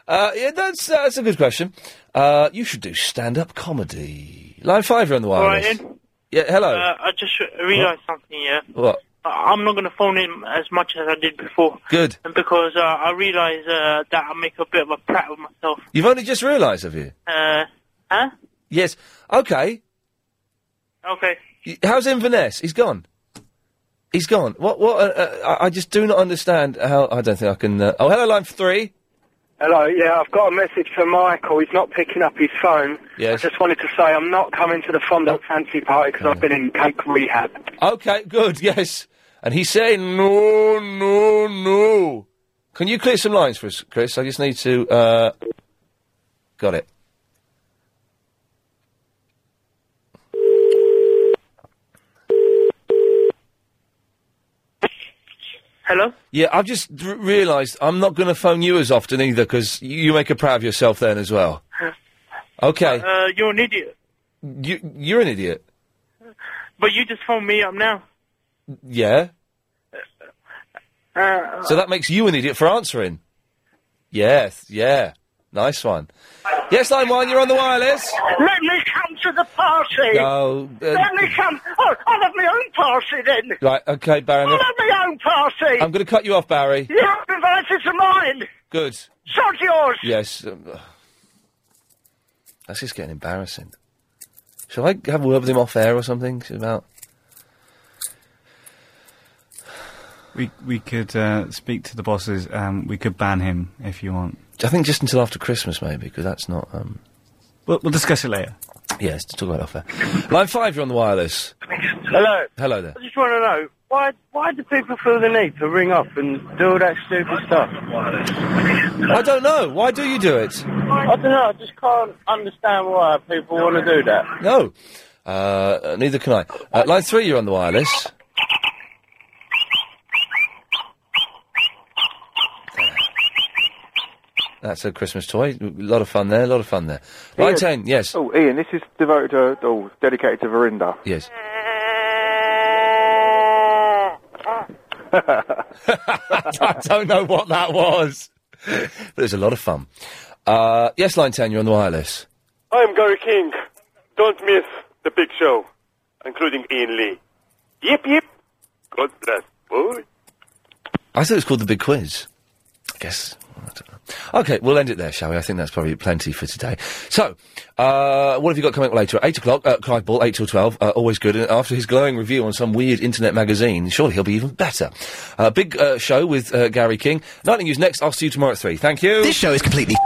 S1: Uh, yeah, that's that's a good question. Uh, you should do stand-up comedy. Line five, you're on the
S7: All right,
S1: wireless.
S7: Ian.
S1: Yeah, hello.
S7: Uh, I just realised something, yeah.
S1: what?
S7: I- I'm not going to phone in as much as I did before.
S1: Good.
S7: And because uh, I realise uh, that I make a bit of a prat of myself.
S1: You've only just realised, have you?
S7: Uh, huh?
S1: Yes. Okay.
S7: Okay.
S1: Y- How's Inverness? He's gone. He's gone. What? What? Uh, uh, I I just do not understand how. I don't think I can. Uh, oh, hello, line three.
S50: Hello, yeah, I've got a message for Michael. He's not picking up his phone.
S1: Yes. Oh.
S50: I just wanted to say I'm not coming to the Fondant Fancy Party because I've been in cake rehab.
S1: Okay, good. Yes. And he's saying no, no, no. Can you clear some lines for us, Chris? I just need to. Uh... Got it.
S7: Hello?
S1: Yeah, I've just r- realised I'm not going to phone you as often either because you make a prat of yourself then as well. Okay,
S8: Uh-huh.
S7: Uh, you're an idiot.
S1: you you're an idiot.
S7: But you just phoned me up now.
S1: Yeah.
S7: Uh,
S1: So that makes you an idiot for answering. Yes, yeah. Nice one. Yes, line one, you're on the wireless.
S17: Let me come to the party.
S1: No. uh,
S17: Let me come. Oh, I'll have my own party then.
S1: right, okay,
S17: I'll
S1: Baron.
S17: have my own party.
S1: I'm going to cut you off, Barry.
S17: You're invited to mine.
S1: Good.
S17: Sod yours.
S1: Yes. um, ugh. That's just getting embarrassing. Shall I have a word with him off air or something about?
S51: We we could uh, speak to the bosses. Um, we could ban him if you want.
S1: I think just until after Christmas, maybe, because that's not. Um...
S51: We'll, we'll discuss it later.
S1: Yes, to talk about it off air. Line five, you're on the wireless.
S52: Hello.
S1: Hello there.
S52: I just want to know why why do people feel the need to ring up and do all that stupid stuff?
S1: I don't know. Why do you do it?
S52: I don't know. I just can't understand why people want to do that.
S1: No. Uh, neither can I. Uh, line three, you're on the wireless. That's a Christmas toy. A lot of fun there. A lot of fun there. Line
S22: Ian.
S1: ten, yes.
S22: Oh, Ian, this is devoted to, oh, dedicated to Verinda.
S1: Yes. I don't know what that was, but it was a lot of fun. Uh, yes, line ten, you're on the wireless.
S5: I'm Gary King. Don't miss the big show, including Ian Lee. Yep, yep. God bless. Boy.
S1: I thought it was called the Big Quiz. I guess. I don't know. Okay, we'll end it there, shall we? I think that's probably plenty for today. So, uh, what have you got coming up later? At 8 o'clock, uh, Clive Ball, 8 till 12, uh, always good. And after his glowing review on some weird internet magazine, surely he'll be even better. Uh, big uh, show with uh, Gary King. Nightly News next. I'll see you tomorrow at 3. Thank you. This show is completely.